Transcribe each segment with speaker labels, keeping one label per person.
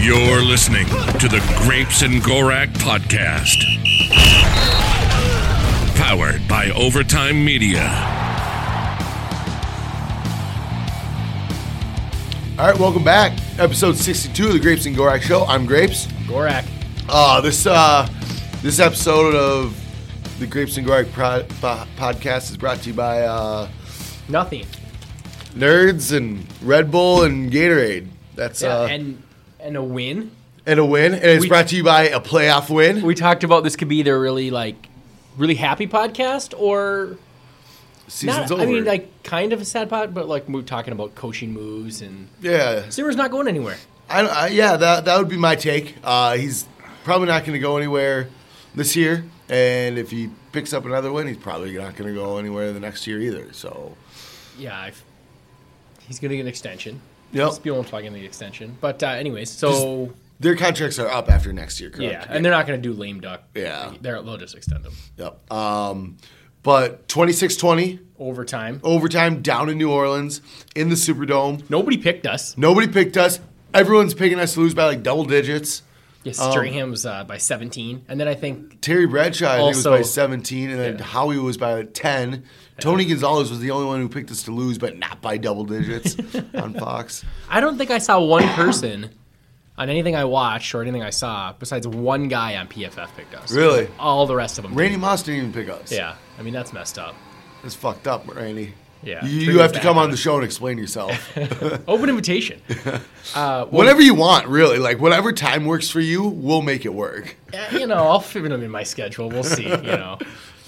Speaker 1: You're listening to the Grapes and Gorak podcast. Powered by Overtime Media.
Speaker 2: All right, welcome back. Episode 62 of the Grapes and Gorak Show. I'm Grapes.
Speaker 3: Gorak.
Speaker 2: Uh, this uh, this episode of the Grapes and Gorak pro- po- podcast is brought to you by uh,
Speaker 3: Nothing.
Speaker 2: Nerds and Red Bull and Gatorade. That's
Speaker 3: Yeah,
Speaker 2: uh, and,
Speaker 3: and and a win.
Speaker 2: a win, and it's
Speaker 3: we-
Speaker 2: brought to you by a playoff win.
Speaker 3: We talked about this could be either really like really happy podcast or
Speaker 2: Season's
Speaker 3: not.
Speaker 2: over.
Speaker 3: I mean, like kind of a sad pod, but like we're talking about coaching moves and
Speaker 2: yeah,
Speaker 3: Zimmer's not going anywhere.
Speaker 2: I, I, yeah, that that would be my take. Uh, he's probably not going to go anywhere this year, and if he picks up another win, he's probably not going to go anywhere the next year either. So,
Speaker 3: Yeah, I've, he's gonna get an extension.
Speaker 2: Yep.
Speaker 3: Spiel won't fucking the extension. But uh, anyways, so
Speaker 2: their contracts are up after next year, correct?
Speaker 3: yeah, and they're not gonna do lame duck.
Speaker 2: Yeah. Oh.
Speaker 3: they're they'll just extend them
Speaker 2: Yep. Um, but 26-20,
Speaker 3: overtime.
Speaker 2: overtime down in New Orleans in the Superdome.
Speaker 3: Nobody picked us.
Speaker 2: Nobody picked us. Everyone's picking us to lose by like double digits.
Speaker 3: Yes, Strahan was uh, by 17, and then I think
Speaker 2: Terry Bradshaw, I think, was
Speaker 3: Also-
Speaker 2: by 17, and then
Speaker 3: Yeah.
Speaker 2: Howie was by 10. Tony Gonzalez was the only one who picked us to lose, but not by double digits on Fox.
Speaker 3: I don't think I saw one person on anything I watched or anything I saw besides one guy on PFF picked us.
Speaker 2: Really?
Speaker 3: All the rest of them.
Speaker 2: Randy Moss didn't even pick us.
Speaker 3: Yeah. I mean, that's messed up.
Speaker 2: That's fucked up, Randy.
Speaker 3: Yeah.
Speaker 2: You,
Speaker 3: Bring
Speaker 2: you
Speaker 3: it
Speaker 2: have to
Speaker 3: back
Speaker 2: come
Speaker 3: on
Speaker 2: on the show and explain yourself.
Speaker 3: Open invitation. Uh, well,
Speaker 2: whatever you want, really. Like, whatever time works for you, we'll make it work.
Speaker 3: eh, you know, I'll fit them in my schedule. We'll see. You know,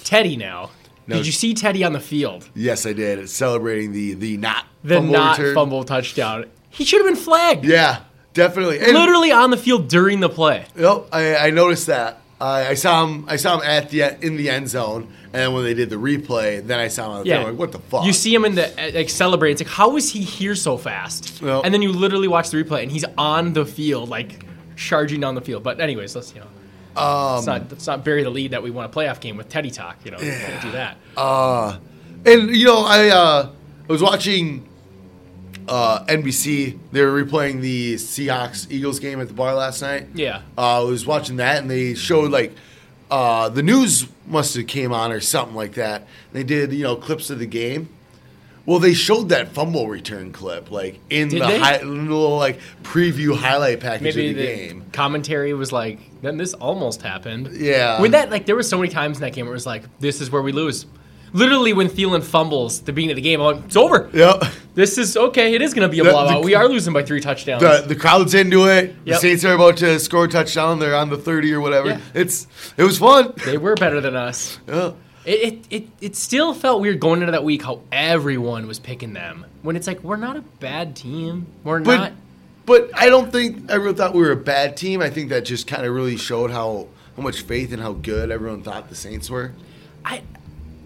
Speaker 3: Teddy now.
Speaker 2: No.
Speaker 3: Did you see Teddy on the field?
Speaker 2: Yes, I did. It's celebrating the the not
Speaker 3: The
Speaker 2: fumble
Speaker 3: not
Speaker 2: return.
Speaker 3: fumble touchdown. He should have been flagged.
Speaker 2: Yeah, definitely. And-
Speaker 3: Literally on the field during the play.
Speaker 2: Yep, I, I noticed that. I I saw him. I saw him at the in the end zone, and then when they did the replay, then I saw him. On the
Speaker 3: Yeah.
Speaker 2: yeah. like, what the fuck?
Speaker 3: You see him in the eh, like celebrate. It's like how is he here so fast?
Speaker 2: Well-
Speaker 3: and then you literally watch the replay, and he's on the field, like charging down the field. But anyways, let's you know,
Speaker 2: Um,
Speaker 3: let's not let's not bury the lead that we won a playoff game with Teddy talk. You know, we can't do that.
Speaker 2: And you know, I uh, I was watching uh, NBC. They were replaying the Seahawks Eagles game at the bar last night.
Speaker 3: Yeah.
Speaker 2: uh, I was watching that, and they showed like uh, the news must have came on or something like that. They did you know clips of the game. Well, they showed that fumble return clip like in
Speaker 3: Did
Speaker 2: the
Speaker 3: they?
Speaker 2: hi- little like preview highlight package
Speaker 3: Maybe
Speaker 2: of the,
Speaker 3: the
Speaker 2: game.
Speaker 3: commentary was like, then this almost happened.
Speaker 2: Yeah.
Speaker 3: When that like there were so many times in that game where it was like, this is where we lose. Literally, when Thielen fumbles the beginning of the game, I'm like, it's over.
Speaker 2: Yep.
Speaker 3: This is okay. It is going to be a
Speaker 2: The- the-
Speaker 3: blowout. we are losing by three touchdowns.
Speaker 2: The the crowd's into it. The
Speaker 3: Oh. Yep.
Speaker 2: Saints are about to score a touchdown. They're on the thirty or whatever.
Speaker 3: Yeah.
Speaker 2: It's it was fun.
Speaker 3: they were better than us.
Speaker 2: Yeah.
Speaker 3: It, it, it, it still felt weird going into that week how everyone was picking them when it's like we're not a bad team. We're
Speaker 2: But
Speaker 3: not.
Speaker 2: but I don't think everyone thought we were a bad team. I think that just kind of really showed how how much faith and how good everyone thought the Saints were.
Speaker 3: I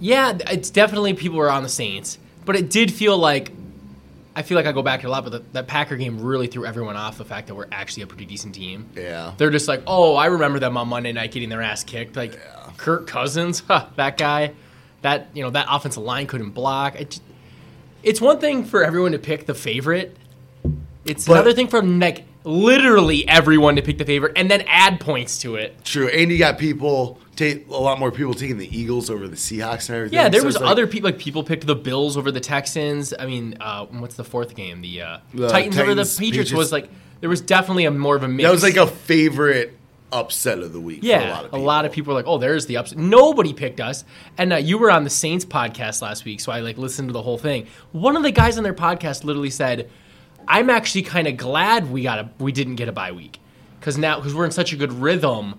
Speaker 3: yeah, it's definitely people were on the Saints, but it did feel like I feel like I go back to a lot, but the, that Packer game really threw everyone off the fact that we're actually a pretty decent team.
Speaker 2: Yeah.
Speaker 3: They're just like, oh, I remember them on Monday night getting their ass kicked. Like Kirk Cousins, huh, that guy, that you know that offensive line couldn't block. It just- it's one thing for everyone to pick the favorite. It's
Speaker 2: But-
Speaker 3: another thing for like literally everyone to pick the favorite and then add points to it.
Speaker 2: True. And you got people take a lot more people taking the Eagles over the Seahawks and everything.
Speaker 3: Yeah, there
Speaker 2: So
Speaker 3: was
Speaker 2: it's like-
Speaker 3: other people. Like people picked the Bills over the Texans. I mean, uh, what's the fourth game? The, uh,
Speaker 2: The
Speaker 3: Titans, over the
Speaker 2: Titans,
Speaker 3: Patriots,
Speaker 2: Patriots.
Speaker 3: was like there was definitely a more of a mix.
Speaker 2: That was like a favorite upset of the week.
Speaker 3: yeah.
Speaker 2: for a lot of people.
Speaker 3: were like, oh, there's the upset. Nobody picked us. And uh, you were on the Saints podcast last week, so I like listened to the whole thing. One of the guys on their podcast literally said, "I'm actually kind of glad we got a we didn't get a bye week because now because we're in such a good rhythm."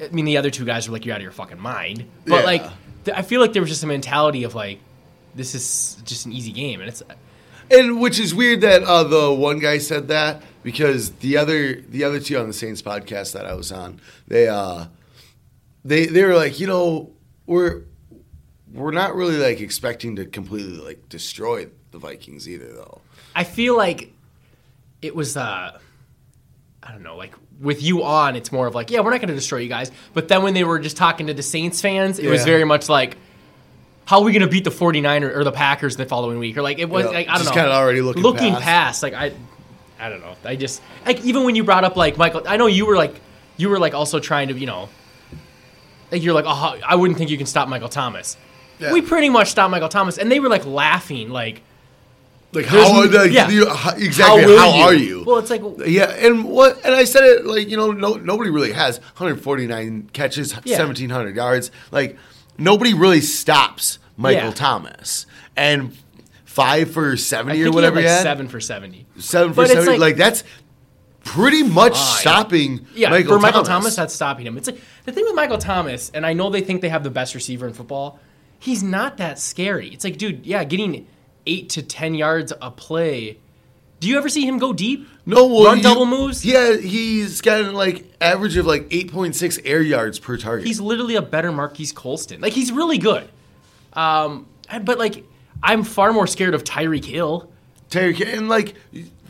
Speaker 3: I mean, the other two guys were like, "You're out of your fucking mind." But
Speaker 2: Yeah.
Speaker 3: like, th- I feel like there was just a mentality of like, "This is just an easy game," and it's
Speaker 2: And which is weird that uh, the one guy said that because the other the other two on the Saints podcast that I was on, they uh, they they were like, you know, we're we're not really like expecting to completely like destroy the Vikings either though.
Speaker 3: I feel like it was uh I don't know, like with you on, it's more of like, yeah, we're not gonna destroy you guys. But then when they were just talking to the Saints fans, it was
Speaker 2: Yeah.
Speaker 3: very much like how are we going to beat the 49er or the Packers the following week? Or like it was
Speaker 2: Yeah,
Speaker 3: like I don't
Speaker 2: just
Speaker 3: know.
Speaker 2: kinda already looking
Speaker 3: looking
Speaker 2: past.
Speaker 3: past. Like I I don't know. I just like even when you brought up like Michael, I know you were like you were like also trying to, you know, like you're like, "Oh, I wouldn't think you can stop Michael Thomas."
Speaker 2: Yeah.
Speaker 3: We pretty much stopped Michael Thomas and they were like laughing like
Speaker 2: Like
Speaker 3: There's
Speaker 2: how
Speaker 3: n-
Speaker 2: like,
Speaker 3: yeah.
Speaker 2: you, how, exactly
Speaker 3: will
Speaker 2: how,
Speaker 3: you?
Speaker 2: are you?
Speaker 3: Well, it's like-
Speaker 2: yeah, and what and I said it like you know no nobody really has 149 catches,
Speaker 3: Yeah.
Speaker 2: 1700 yards. Like nobody really stops Michael
Speaker 3: Yeah.
Speaker 2: Thomas and five for 70
Speaker 3: I think
Speaker 2: or whatever
Speaker 3: he
Speaker 2: he
Speaker 3: had like
Speaker 2: had,
Speaker 3: 7 for 70.
Speaker 2: seven for
Speaker 3: But it's
Speaker 2: 70. Like,
Speaker 3: like-
Speaker 2: that's pretty much
Speaker 3: Fine.
Speaker 2: stopping
Speaker 3: Yeah,
Speaker 2: Michael
Speaker 3: for Michael
Speaker 2: Thomas.
Speaker 3: Thomas. that's stopping him. It's like the thing with Michael Thomas, and I know they think they have the best receiver in football. He's not that scary. It's like, dude, yeah, getting eight to ten yards a play. Do you ever see him go deep?
Speaker 2: No, well,
Speaker 3: run
Speaker 2: you-
Speaker 3: double moves.
Speaker 2: Yeah, he's got an like average of like 8.6 air yards per target.
Speaker 3: He's literally a better Marquise Colston. Like he's really good. Um, I- but like I'm far more scared of Tyreek Hill.
Speaker 2: Terry Ki- and like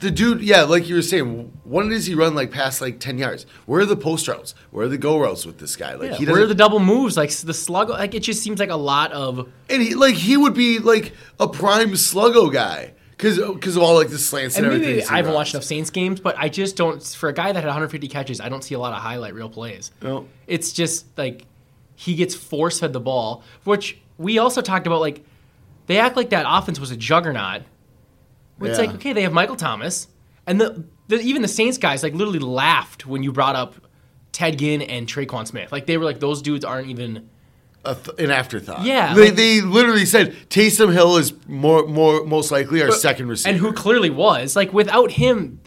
Speaker 2: the dude, yeah, like you were saying, when does he run like past like ten yards? Where are the post routes? Where are the go routes with this guy? Like
Speaker 3: Yeah,
Speaker 2: he
Speaker 3: where are
Speaker 2: doesn't,
Speaker 3: the double moves? Like s- the slug. Like it just seems like a lot of.
Speaker 2: and he like he would be like a prime sluggo guy because of all like the slants and,
Speaker 3: And
Speaker 2: everything.
Speaker 3: maybe
Speaker 2: he
Speaker 3: I haven't watched enough
Speaker 2: runs.
Speaker 3: Saints games, but I just don't. For a guy that had 150 catches, I don't see a lot of highlight reel plays.
Speaker 2: No.
Speaker 3: It's just like he gets force fed the ball, which we also talked about. Like they act like that offense was a juggernaut. It's
Speaker 2: Yeah.
Speaker 3: like okay, they have Michael Thomas, and the, the even the Saints guys like literally laughed when you brought up Ted Ginn and Traquan Smith. Like they were like those dudes aren't even.
Speaker 2: A th- an afterthought.
Speaker 3: Yeah,
Speaker 2: they,
Speaker 3: like-
Speaker 2: they literally said Taysom Hill is more more most likely our second receiver.
Speaker 3: and who clearly was like without him,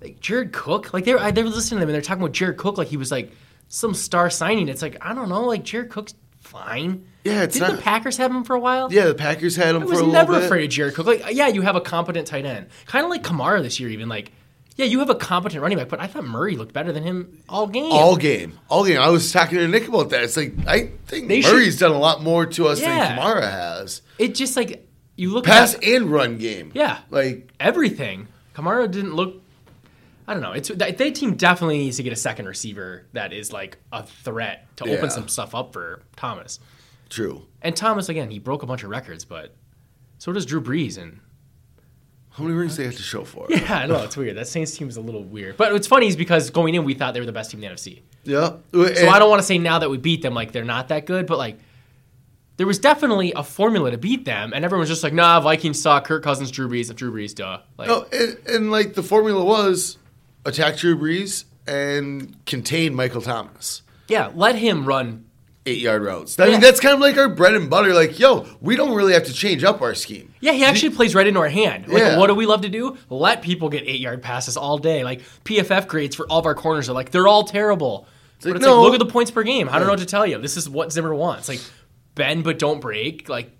Speaker 3: like Jared Cook, like they were, I- they were listening to him and they're talking about Jared Cook like he was like some star signing. It's like I don't know, like Jared Cook's fine.
Speaker 2: Yeah, it's
Speaker 3: did not
Speaker 2: not-
Speaker 3: the Packers have him for a while?
Speaker 2: yeah, the Packers had him
Speaker 3: I
Speaker 2: for
Speaker 3: was
Speaker 2: a
Speaker 3: never
Speaker 2: little bit.
Speaker 3: afraid of Jared Cook. Like yeah, you have a competent tight end, kind of like Kamara this year, even like. Yeah, you have a competent running back, but I thought Murray looked better than him all game.
Speaker 2: All game, all game. I was talking to Nick about that. It's like I think
Speaker 3: They should-
Speaker 2: Murray's done a lot more to us
Speaker 3: Yeah.
Speaker 2: than Kamara has.
Speaker 3: it just like you look
Speaker 2: pass
Speaker 3: at
Speaker 2: and run game.
Speaker 3: Yeah.
Speaker 2: like
Speaker 3: everything. Kamara didn't look. I don't know. It's that, that team definitely needs to get a second receiver that is like a threat to
Speaker 2: Yeah.
Speaker 3: open some stuff up for Thomas.
Speaker 2: true.
Speaker 3: And Thomas again, he broke a bunch of records, but so does Drew Brees. And
Speaker 2: How many rings do they have to show for? it?
Speaker 3: yeah, I know it's weird. That Saints team is a little weird. But what's funny is because going in, we thought they were the best team in the NFC.
Speaker 2: Yeah.
Speaker 3: So I don't want to say now that we beat them like they're not that good, but like there was definitely a formula to beat them, and everyone's just like, nah, Vikings suck. Kirk Cousins, Drew Brees, Drew Brees, duh. Like,
Speaker 2: No, and, and like the formula was attack Drew Brees and contain Michael Thomas.
Speaker 3: yeah, let him run
Speaker 2: Eight yard routes. I mean,
Speaker 3: Yeah.
Speaker 2: that's kind of like our bread and butter. Like, yo, we don't really have to change up our scheme.
Speaker 3: Yeah, he actually plays right into our hand. Like,
Speaker 2: Yeah.
Speaker 3: what do we love to do? Let people get eight yard passes all day. Like PFF grades for all of our corners are like they're all terrible.
Speaker 2: like,
Speaker 3: but it's
Speaker 2: no.
Speaker 3: like look at the points per game. I don't know what to tell you. This is what Zimmer wants. Like bend but don't break. Like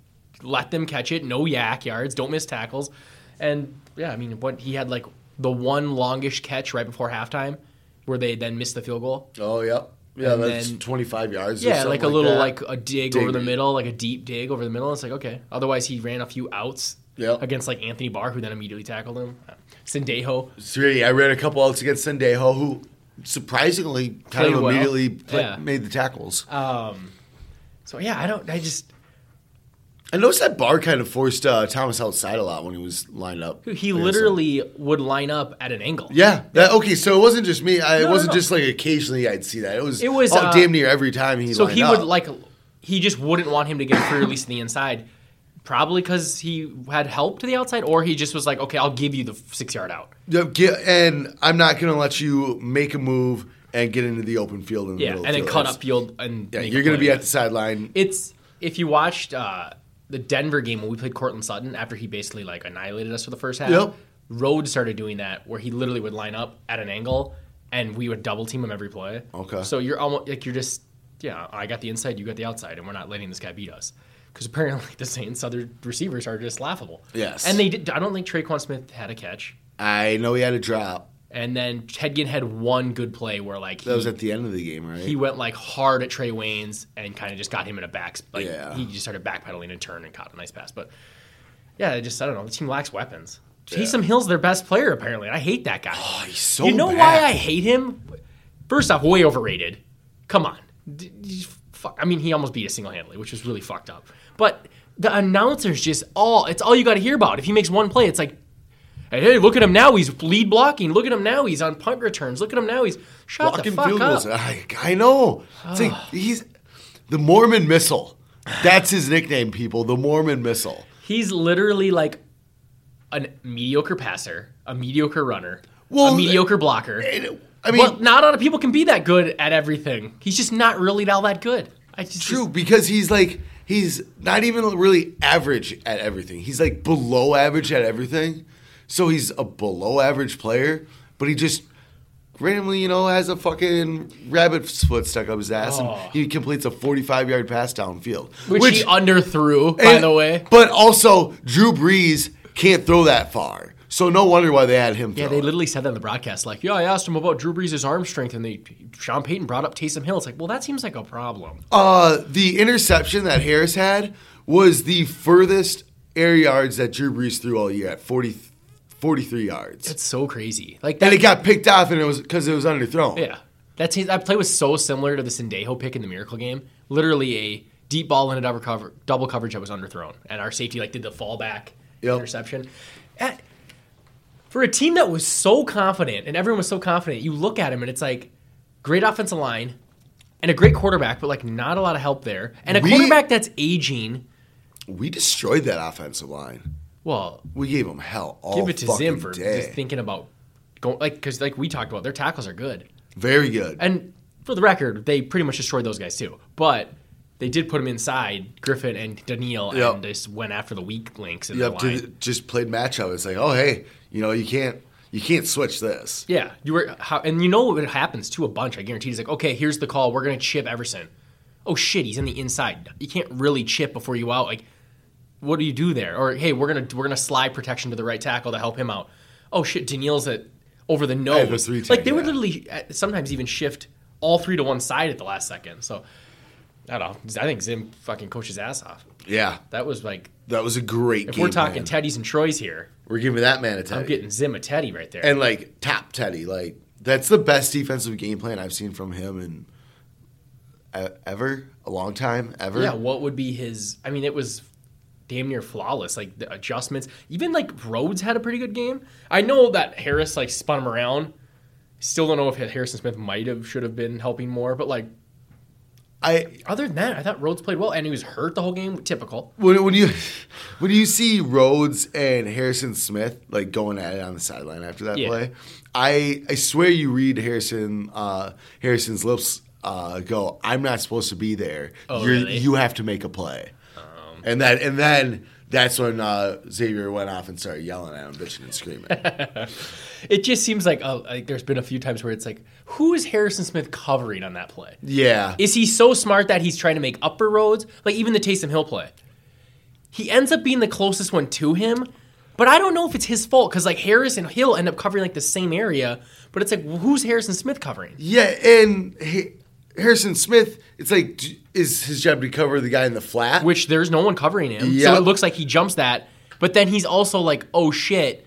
Speaker 3: let them catch it. No yak yards. Don't miss tackles. And yeah, I mean, what he had like the one longish catch right before halftime, where they then missed the field goal.
Speaker 2: Oh, yeah. Yeah,
Speaker 3: And
Speaker 2: that's
Speaker 3: then-
Speaker 2: 25 yards. or
Speaker 3: Yeah,
Speaker 2: something
Speaker 3: like a little
Speaker 2: that.
Speaker 3: like a dig, over the
Speaker 2: Dig.
Speaker 3: middle, like a deep dig over the middle. It's like okay. Otherwise, he ran a few outs
Speaker 2: Yep.
Speaker 3: against like Anthony Barr, who then immediately tackled him. Sendejo
Speaker 2: So, yeah, I ran a couple outs against Sendejo, who surprisingly kind
Speaker 3: Played
Speaker 2: of
Speaker 3: well.
Speaker 2: immediately pla-
Speaker 3: Yeah.
Speaker 2: made the tackles.
Speaker 3: So yeah, I don't. I just
Speaker 2: I noticed that Barr kind of forced uh, Thomas outside a lot when he was lined up.
Speaker 3: he
Speaker 2: Like I said.
Speaker 3: literally would line up at an angle.
Speaker 2: Yeah. That, okay. So it wasn't just me. I, it
Speaker 3: no,
Speaker 2: wasn't
Speaker 3: no.
Speaker 2: just like occasionally I'd see that. It was.
Speaker 3: It was,
Speaker 2: all-
Speaker 3: uh,
Speaker 2: damn near every time he.
Speaker 3: So
Speaker 2: lined
Speaker 3: he
Speaker 2: up.
Speaker 3: would like. He just wouldn't want him to get a free release to the inside, probably because he had help to the outside, or he just was like, okay, I'll give you the six yard out.
Speaker 2: Yeah, get- and I'm not gonna let you make a move and get into the open field in the
Speaker 3: Yeah,
Speaker 2: middle. of
Speaker 3: and then
Speaker 2: field.
Speaker 3: cut
Speaker 2: It's-
Speaker 3: up field and
Speaker 2: Yeah,
Speaker 3: make a
Speaker 2: you're gonna
Speaker 3: play.
Speaker 2: be at the sideline.
Speaker 3: It's if you watched uh, the Denver game when we played Cortland Sutton after he basically like annihilated us for the first half.
Speaker 2: Yep.
Speaker 3: Rhodes started doing that where he literally would line up at an angle and we would double team him every play.
Speaker 2: Okay.
Speaker 3: So you're almost like you're just yeah I got the inside you got the outside and we're not letting this guy beat us because apparently the Saints other receivers are just laughable.
Speaker 2: Yes.
Speaker 3: And they did. I don't think Traquan Smith had a catch.
Speaker 2: I know he had a drop.
Speaker 3: And then Ted Ginn had one good play where like he
Speaker 2: That was at the end of the game, right?
Speaker 3: he went like hard at Trey Wayne's and kind of just got him in a back. Like,
Speaker 2: Yeah.
Speaker 3: He just started backpedaling and turned and caught a nice pass. But yeah, I just I don't know. The team lacks weapons. Taysom Hill's their best player apparently. and I hate that guy.
Speaker 2: oh, he's so.
Speaker 3: you know
Speaker 2: bad.
Speaker 3: why I hate him? First off, way overrated. Come on. D- d- fuck. I mean, he almost beat us single handedly, which was really fucked up. But the announcers just all it's all you got to hear about. If he makes one play, it's like, hey, hey, look at him now. He's lead blocking. Look at him now. He's on punt returns. Look at him now. He's shut the
Speaker 2: Blocking
Speaker 3: fuck
Speaker 2: field
Speaker 3: up.
Speaker 2: goals. I, I know. It's like he's the Mormon Missile. That's his nickname, people. The Mormon Missile.
Speaker 3: He's literally like a mediocre passer, a mediocre runner,
Speaker 2: Well,
Speaker 3: a mediocre blocker.
Speaker 2: And, I mean,
Speaker 3: Well, not a lot of people can be that good at everything. He's just not really all that good. I just,
Speaker 2: true because he's like he's not even really average at everything. He's like below average at everything. So he's a below average player, but he just randomly, you know, has a fucking rabbit's foot stuck up his ass,
Speaker 3: Oh.
Speaker 2: and he completes a forty-five yard pass downfield,
Speaker 3: which, he underthrew, by
Speaker 2: And-
Speaker 3: the way.
Speaker 2: But also, Drew Brees can't throw that far. So no wonder why they had him.
Speaker 3: Yeah,
Speaker 2: throw
Speaker 3: they
Speaker 2: it.
Speaker 3: literally said that in the broadcast. Like, yeah, I asked him about Drew Brees' arm strength, and they Sean Payton brought up Taysom Hill. It's like, well, that seems like a problem.
Speaker 2: Uh, the interception that Harris had was the furthest air yards that Drew Brees threw all year at 40, 43 yards.
Speaker 3: That's so crazy. Like
Speaker 2: and
Speaker 3: that.
Speaker 2: it got picked off, and it was because it was underthrown.
Speaker 3: yeah, that's that play was so similar to the Sendejo pick in the Miracle Game. Literally a deep ball in a double cover, double coverage that was underthrown, and our safety like did the fallback
Speaker 2: Yep.
Speaker 3: interception. At- for a team that was so confident, and everyone was so confident, you look at him and it's like great offensive line and a great quarterback, but like not a lot of help there, and a
Speaker 2: We-
Speaker 3: quarterback that's aging.
Speaker 2: We destroyed that offensive line.
Speaker 3: Well,
Speaker 2: We gave them hell all
Speaker 3: give it to
Speaker 2: fucking
Speaker 3: Zim for
Speaker 2: day.
Speaker 3: just thinking about going like because like we talked about their tackles are good
Speaker 2: Very good.
Speaker 3: and for the record they pretty much destroyed those guys too but they did put him inside Griffin and Daniil
Speaker 2: Yep.
Speaker 3: and just went after the weak links in
Speaker 2: Yep,
Speaker 3: the line.
Speaker 2: to- just played matchup. It's like, oh hey, you know you can't you can't switch this.
Speaker 3: yeah, you were how, and you know what happens to a bunch. I guarantee. He's like, okay, here's the call. We're gonna chip Everson. Oh shit, he's in the inside. You can't really chip before you out. Like, what do you do there? Or hey, we're gonna we're gonna slide protection to the right tackle to help him out. Oh shit, Daniil's at over the
Speaker 2: have a
Speaker 3: nose.
Speaker 2: three
Speaker 3: like
Speaker 2: tag,
Speaker 3: they would
Speaker 2: yeah.
Speaker 3: literally uh, sometimes even shift all three to one side at the last second. So I don't know. I think Zim fucking coaches ass off.
Speaker 2: Yeah,
Speaker 3: That was like
Speaker 2: that was a great.
Speaker 3: if
Speaker 2: game
Speaker 3: we're talking
Speaker 2: plan.
Speaker 3: Teddy's and Troy's here,
Speaker 2: We're giving that man a
Speaker 3: I'm
Speaker 2: Teddy.
Speaker 3: getting Zim a Teddy right there.
Speaker 2: and like top Teddy. Like that's the best defensive game plan I've seen from him in e- ever a long time ever.
Speaker 3: Yeah, what would be his? I mean, it was damn near flawless. Like the adjustments, even like Rhodes had a pretty good game. I know that Harris like spun him around. Still don't know if Harrison Smith might have should have been helping more, but like
Speaker 2: I
Speaker 3: other than that, I thought Rhodes played well and he was hurt the whole game. Typical.
Speaker 2: when, when you when you see Rhodes and Harrison Smith like going at it on the sideline after that
Speaker 3: Yeah.
Speaker 2: play, I I swear you read Harrison uh, Harrison's lips uh, go. I'm not supposed to be there.
Speaker 3: Oh,
Speaker 2: You're,
Speaker 3: really? Um.
Speaker 2: You have to make a play. and that and then that's when uh, Xavier went off and started yelling at him, bitching and screaming.
Speaker 3: It just seems like oh, like there's been a few times where it's like, who is Harrison Smith covering on that play?
Speaker 2: yeah,
Speaker 3: Is he so smart that he's trying to make upper roads? Like even the Taysom Hill play. He ends up being the closest one to him, but I don't know if it's his fault because like Harris and Hill end up covering like the same area, but it's like who's Harrison Smith covering?
Speaker 2: Yeah, and Ha- Harrison Smith, it's like, d- is his job to cover the guy in the flat?
Speaker 3: Which there's no one covering him. So
Speaker 2: Yep.
Speaker 3: it looks like he jumps that, but then he's also like, oh shit,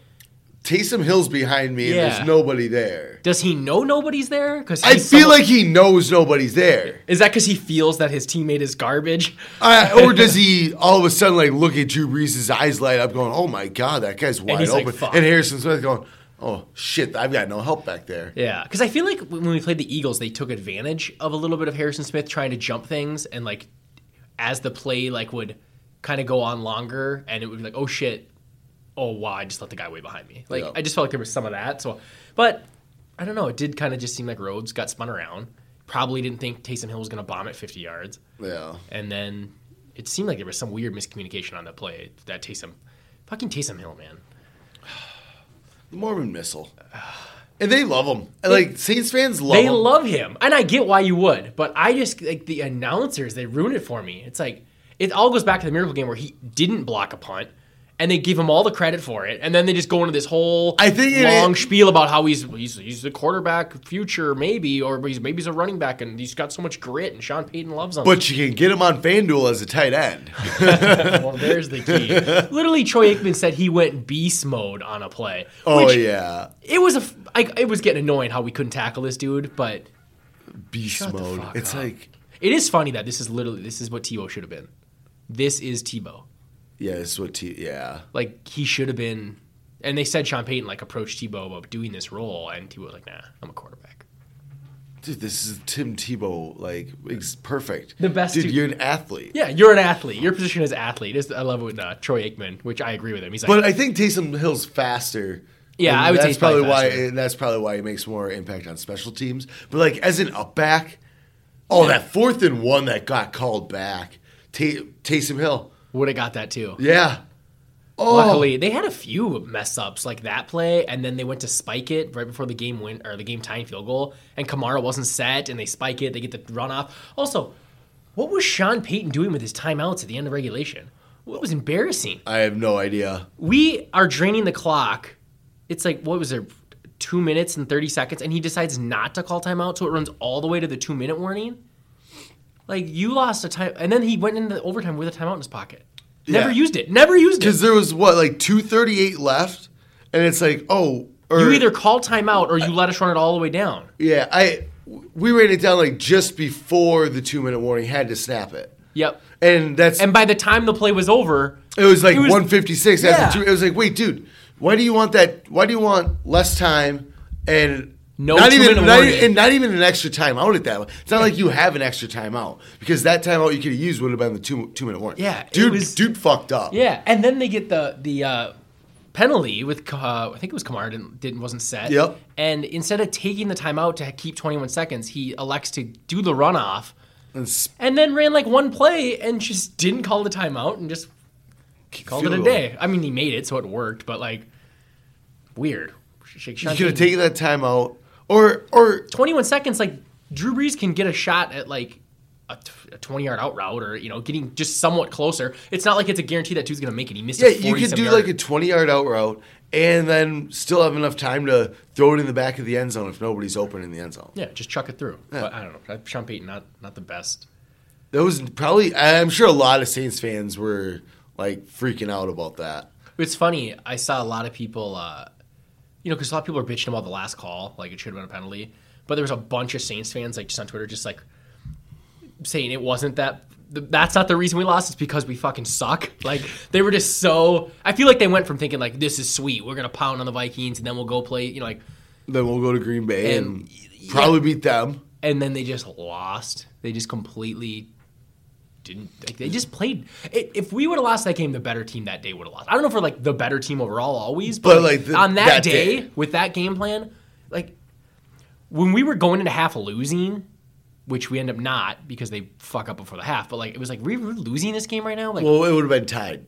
Speaker 2: Taysom Hill's behind me, and
Speaker 3: Yeah.
Speaker 2: there's nobody there.
Speaker 3: does he know nobody's there? Because
Speaker 2: I feel like he knows nobody's there,
Speaker 3: is that because he feels that his teammate is garbage?
Speaker 2: uh, or does he all of a sudden like look at Drew Brees' eyes light up, going, "Oh my god, that guy's wide
Speaker 3: he's like,
Speaker 2: open,"
Speaker 3: "Fuck."
Speaker 2: and Harrison Smith going, "Oh shit, I've got no help back there."
Speaker 3: Yeah, because I feel like when we played the Eagles, they took advantage of a little bit of Harrison Smith trying to jump things, and like as the play like would kind of go on longer, and it would be like, oh shit, oh wow, I just let the guy way behind me. Like
Speaker 2: Yeah.
Speaker 3: I just felt like there was some of that. So, but I don't know. It did kind of just seem like Rhodes got spun around. Probably didn't think Taysom Hill was going to bomb at 50 yards,
Speaker 2: Yeah.
Speaker 3: and then it seemed like there was some weird miscommunication on the play that Taysom, fucking Taysom Hill, man.
Speaker 2: the Mormon Missile, and they love him. And, like Saints fans love
Speaker 3: They
Speaker 2: him.
Speaker 3: love him, and I get why you would, but I just like the announcers. They ruin it for me. It's like it all goes back to the miracle game where he didn't block a punt, and they give him all the credit for it, and then they just go into this whole
Speaker 2: I think it-
Speaker 3: long spiel about how he's he's he's the quarterback future maybe, or he's maybe he's a running back, and he's got so much grit, and Sean Payton loves him.
Speaker 2: but you can get him on FanDuel as a tight end.
Speaker 3: well, there's the key. Literally, Troy Aikman said he went beast mode on a play.
Speaker 2: oh
Speaker 3: which
Speaker 2: yeah,
Speaker 3: it was a f- I, it was getting annoying how we couldn't tackle this dude, but.
Speaker 2: beast
Speaker 3: the
Speaker 2: mode.
Speaker 3: fuck
Speaker 2: It's
Speaker 3: up.
Speaker 2: like
Speaker 3: It is funny that this is literally this is what Tebow should have been. This is Tebow.
Speaker 2: Yeah, this is what T. Yeah,
Speaker 3: Like he should have been. And they said Sean Payton like approached Tebow about doing this role, and Tebow was like, "Nah, I'm a quarterback."
Speaker 2: dude, this is Tim Tebow. Like, it's perfect.
Speaker 3: The best
Speaker 2: dude.
Speaker 3: dude.
Speaker 2: You're an athlete.
Speaker 3: Yeah, you're an athlete. Your position is athlete. It's- I love it with uh, Troy Aikman, which I agree with him. He's like,
Speaker 2: But I think Taysom Hill's faster.
Speaker 3: Yeah,
Speaker 2: and
Speaker 3: I would say
Speaker 2: that's
Speaker 3: he's
Speaker 2: probably
Speaker 3: probably
Speaker 2: why.
Speaker 3: faster.
Speaker 2: And that's probably why he makes more impact on special teams. But like as an upback, oh that fourth and one that got called back, Tay Taysom Hill.
Speaker 3: would have got that too.
Speaker 2: Yeah. Oh,
Speaker 3: Luckily, they had a few mess ups like that play, and then they went to spike it right before the game win or the game tying field goal, and Kamara wasn't set, and they spike it. They get the runoff. Also, what was Sean Payton doing with his timeouts at the end of regulation? What was embarrassing?
Speaker 2: I have no idea.
Speaker 3: We are draining the clock. It's like what was there, two minutes and thirty seconds, and he decides not to call timeout, so it runs all the way to the two minute warning. Like you lost a time, and then he went into overtime with a timeout in his pocket. Never
Speaker 2: Yeah.
Speaker 3: used it. Never used it.
Speaker 2: Because there was what like two thirty eight left, and it's like oh, or,
Speaker 3: You either call timeout or you let us run it all the way down.
Speaker 2: yeah I we ran it down like just before the two minute warning had to snap it,
Speaker 3: Yep.
Speaker 2: and that's
Speaker 3: And by the time the play was over,
Speaker 2: It was like
Speaker 3: It was-
Speaker 2: 156
Speaker 3: Yeah.
Speaker 2: after two. It was like, wait, dude, why do you want that? Why do you want less time and
Speaker 3: No
Speaker 2: not even
Speaker 3: two-minute
Speaker 2: not, e,
Speaker 3: warning.
Speaker 2: and not even an extra timeout at that? one. It's not like you have an extra timeout because that timeout you could have used would have been the two two minute warning.
Speaker 3: Yeah, it
Speaker 2: dude,
Speaker 3: was-
Speaker 2: dude fucked up.
Speaker 3: yeah, and then they get the the uh, penalty with uh, I think it was Kamara didn't, didn't wasn't set.
Speaker 2: Yep.
Speaker 3: And instead of taking the timeout to keep 21 seconds, he elects to do the runoff
Speaker 2: And s-
Speaker 3: and then ran like one play and just didn't call the timeout and just called it a
Speaker 2: field goal.
Speaker 3: day. I mean, he made it, so it worked, but like weird. Shake
Speaker 2: You could have taken that timeout or or
Speaker 3: 21 seconds, like Drew Brees can get a shot at like a, t- a 20 yard out route or, you know, getting just somewhat closer. It's not like it's a guarantee that dude's going to make it. He missed
Speaker 2: yeah,
Speaker 3: it.
Speaker 2: you could do like a 20 yard out route and then still have enough time to throw it in the back of the end zone if nobody's open in the end zone.
Speaker 3: Yeah, just chuck it through. But I don't know. Sean Payton, not, not the best.
Speaker 2: That was probably. I'm sure a lot of Saints fans were like freaking out about that.
Speaker 3: It's funny. I saw a lot of people, uh, you know, because a lot of people are bitching about the last call, like it should have been a penalty. But there was a bunch of Saints fans, like just on Twitter, just like saying it wasn't that. th- That's not the reason we lost. It's because we fucking suck. Like they were just so. I feel like they went from thinking like this is sweet, we're gonna pound on the Vikings, and then we'll go play. You know, like
Speaker 2: Then we'll go to Green Bay and,
Speaker 3: And-
Speaker 2: probably beat them.
Speaker 3: and then they just lost. They just completely didn't. Like, they just played. i- If we would have lost that game, the better team that day would have lost. I don't know if we're like the better team overall always, but,
Speaker 2: But,
Speaker 3: like,
Speaker 2: like, the-
Speaker 3: on that,
Speaker 2: that
Speaker 3: day,
Speaker 2: day.
Speaker 3: with that game plan, like when we were going into half losing, which we end up not because they fuck up before the half. But like it was like we were losing this game right now. Like
Speaker 2: Well, it would have been tied.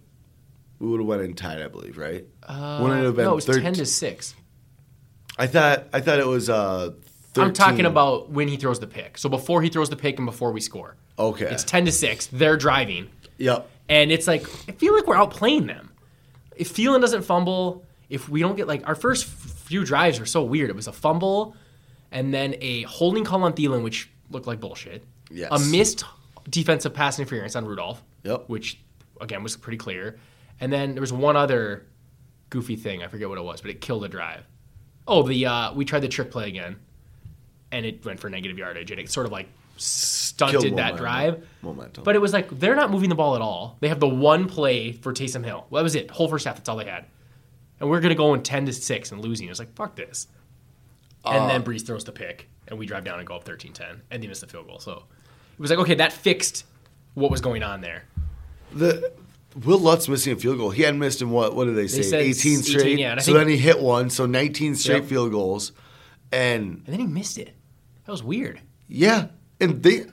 Speaker 2: We would have went in tied, I believe, right? Uh, Wouldn't it have been
Speaker 3: no, it was
Speaker 2: 13?
Speaker 3: ten to six.
Speaker 2: I thought. I thought it was. Uh, 13.
Speaker 3: I'm talking about when he throws the pick. So before he throws the pick and before we score.
Speaker 2: Okay.
Speaker 3: It's ten to six. They're driving.
Speaker 2: Yep.
Speaker 3: And it's like, I feel like we're outplaying them. If Thielen doesn't fumble, if we don't get like our first f- few drives were so weird. It was a fumble and then a holding call on Thielen, which looked like bullshit.
Speaker 2: Yes.
Speaker 3: A missed defensive pass interference on Rudolph.
Speaker 2: Yep.
Speaker 3: Which again was pretty clear. And then there was one other goofy thing, I forget what it was, but it killed a drive. Oh, the uh, we tried the trick play again and it went for negative yardage and it sort of like stunted
Speaker 2: Killed
Speaker 3: that
Speaker 2: momentum.
Speaker 3: drive.
Speaker 2: Momentum.
Speaker 3: But it was like they're not moving the ball at all. They have the one play for Taysom Hill. Well, that was it. Whole first half. That's all they had. And we're gonna go in ten to six and losing. It was like fuck this. And then Breeze throws the pick, and we drive down and go up 13-10, and they miss the field goal. So it was like okay, that fixed what was going on there.
Speaker 2: The Will Lutz missing a field goal. He hadn't missed in what? What did they say?
Speaker 3: said
Speaker 2: 18 straight.
Speaker 3: 18, yeah, and I
Speaker 2: so
Speaker 3: think-
Speaker 2: then he hit one. So 19 straight
Speaker 3: Yep.
Speaker 2: field goals, and
Speaker 3: And then he missed it. That was weird.
Speaker 2: yeah, and they.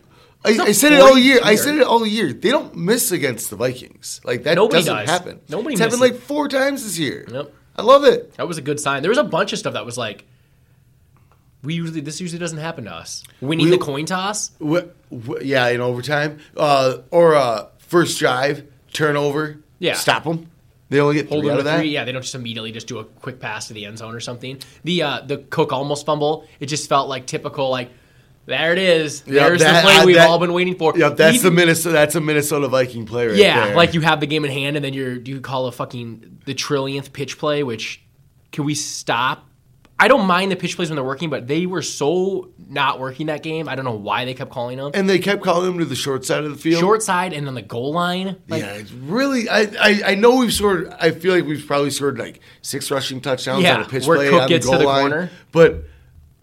Speaker 2: I,
Speaker 3: not
Speaker 2: I said it all
Speaker 3: forty
Speaker 2: year. I
Speaker 3: year.
Speaker 2: said it all year. They don't miss against the Vikings. Like that
Speaker 3: Nobody
Speaker 2: doesn't
Speaker 3: does.
Speaker 2: happen.
Speaker 3: Nobody
Speaker 2: It's happened
Speaker 3: misses.
Speaker 2: like four times this year.
Speaker 3: Yep.
Speaker 2: I love it.
Speaker 3: That was a good sign. There was a bunch of stuff that was like, we usually this usually doesn't happen to us. Winning
Speaker 2: We-
Speaker 3: the coin toss.
Speaker 2: Wh- wh- yeah, in overtime uh, or uh, first drive turnover.
Speaker 3: Yeah.
Speaker 2: stop them. They only get
Speaker 3: Hold
Speaker 2: three out
Speaker 3: them
Speaker 2: of
Speaker 3: to
Speaker 2: that.
Speaker 3: three. Yeah, they don't just immediately just do a quick pass to the end zone or something. The uh, the Cook almost fumble. It just felt like typical. Like there it is.
Speaker 2: Yep,
Speaker 3: There's
Speaker 2: that-
Speaker 3: the play
Speaker 2: uh,
Speaker 3: we've
Speaker 2: that-
Speaker 3: all been waiting for.
Speaker 2: Yep, that's
Speaker 3: Even-
Speaker 2: the Minnesota. That's a Minnesota Viking play right
Speaker 3: yeah.
Speaker 2: there.
Speaker 3: Like you have the game in hand, and then you're you call a fucking the trillionth pitch play. Which can we stop? I don't mind the pitch plays when they're working, but they were so not working that game. I don't know why they kept calling them.
Speaker 2: And they kept calling him to the short side of the field.
Speaker 3: Short side and then the goal line. Like,
Speaker 2: yeah, it's really. I, I I know we've scored. I feel like we've probably scored like six rushing touchdowns
Speaker 3: Yeah,
Speaker 2: on a pitch
Speaker 3: where
Speaker 2: play
Speaker 3: Cook
Speaker 2: on
Speaker 3: gets
Speaker 2: the
Speaker 3: to
Speaker 2: goal
Speaker 3: the
Speaker 2: line,
Speaker 3: corner.
Speaker 2: but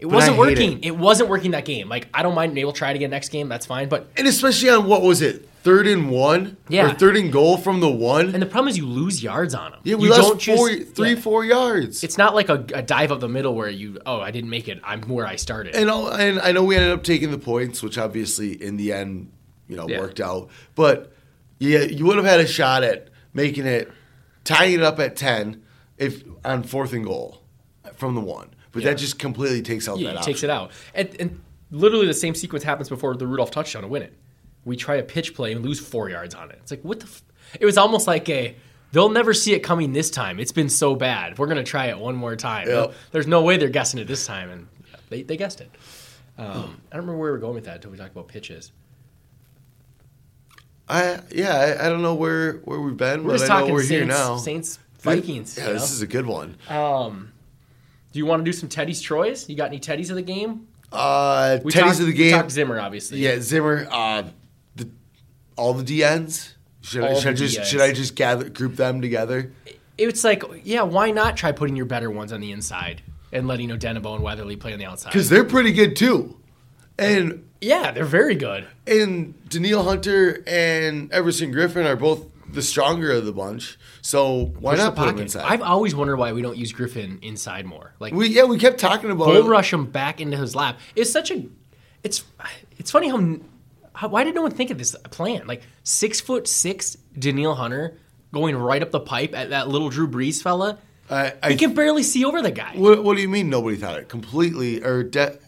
Speaker 3: it wasn't
Speaker 2: I hate
Speaker 3: working. It. wasn't working that game. Like I don't mind. Maybe we'll try it again next game. That's fine. But
Speaker 2: and especially on what was it third and one?
Speaker 3: Yeah.
Speaker 2: or third and goal from the one.
Speaker 3: and the problem is you lose yards on them.
Speaker 2: yeah, we
Speaker 3: you
Speaker 2: lost four,
Speaker 3: choose-
Speaker 2: three,
Speaker 3: yeah.
Speaker 2: four yards.
Speaker 3: It's not like a, a dive up the middle where you oh I didn't make it. I'm where I started.
Speaker 2: and all, and I know we ended up taking the points, which obviously in the end, you know,
Speaker 3: Yeah.
Speaker 2: worked out. But yeah, you would have had a shot at making it, tying it up at ten, if on fourth and goal from the one. But
Speaker 3: Yeah.
Speaker 2: that just completely takes out
Speaker 3: Yeah,
Speaker 2: that
Speaker 3: he
Speaker 2: option.
Speaker 3: takes it out. And, and literally the same sequence happens before the Rudolph touchdown to win it. We try a pitch play and lose four yards on it. It's like, what the? F-? It was almost like a, they'll never see it coming this time. It's been so bad. We're going to try it one more time.
Speaker 2: Yep.
Speaker 3: There's no way they're guessing it this time. And they, they guessed it. Um, I don't remember where we were going with that until we talked about pitches.
Speaker 2: I yeah, I, I don't know where where we've been.
Speaker 3: We're
Speaker 2: but
Speaker 3: just
Speaker 2: I know
Speaker 3: talking
Speaker 2: we're here
Speaker 3: Saints,
Speaker 2: now.
Speaker 3: Saints
Speaker 2: Good-
Speaker 3: Vikings.
Speaker 2: Yeah,
Speaker 3: you
Speaker 2: this
Speaker 3: know?
Speaker 2: is a good one.
Speaker 3: do you want to do some Teddy's Troys? You got any Teddy's of the game?
Speaker 2: Uh,
Speaker 3: We
Speaker 2: Teddy's
Speaker 3: talked,
Speaker 2: of the
Speaker 3: We
Speaker 2: game.
Speaker 3: talked Zimmer, obviously.
Speaker 2: yeah, Zimmer. Uh, the, all the DNs. Should, I
Speaker 3: All
Speaker 2: should I
Speaker 3: the
Speaker 2: just
Speaker 3: DNs.
Speaker 2: should I just gather group them together?
Speaker 3: it's like, yeah, why not try putting your better ones on the inside and letting Odenabo and Weatherly play on the outside?
Speaker 2: Because they're pretty good too, and
Speaker 3: yeah, they're very good.
Speaker 2: and Daniil Hunter and Everson Griffin are both the stronger of the bunch. So why
Speaker 3: Push the
Speaker 2: not put them
Speaker 3: pocket.
Speaker 2: inside?
Speaker 3: I've always wondered why we don't use Griffin inside more. Like
Speaker 2: we yeah we kept talking about
Speaker 3: bull
Speaker 2: it.
Speaker 3: rush him back into his lap. It's such a, it's it's funny how, how why did no one think of this plan? Like six foot six Daniil Hunter going right up the pipe at that little Drew Brees fella.
Speaker 2: I,
Speaker 3: He
Speaker 2: I
Speaker 3: can barely see over the guy.
Speaker 2: What, what do you mean nobody thought it? Completely or de-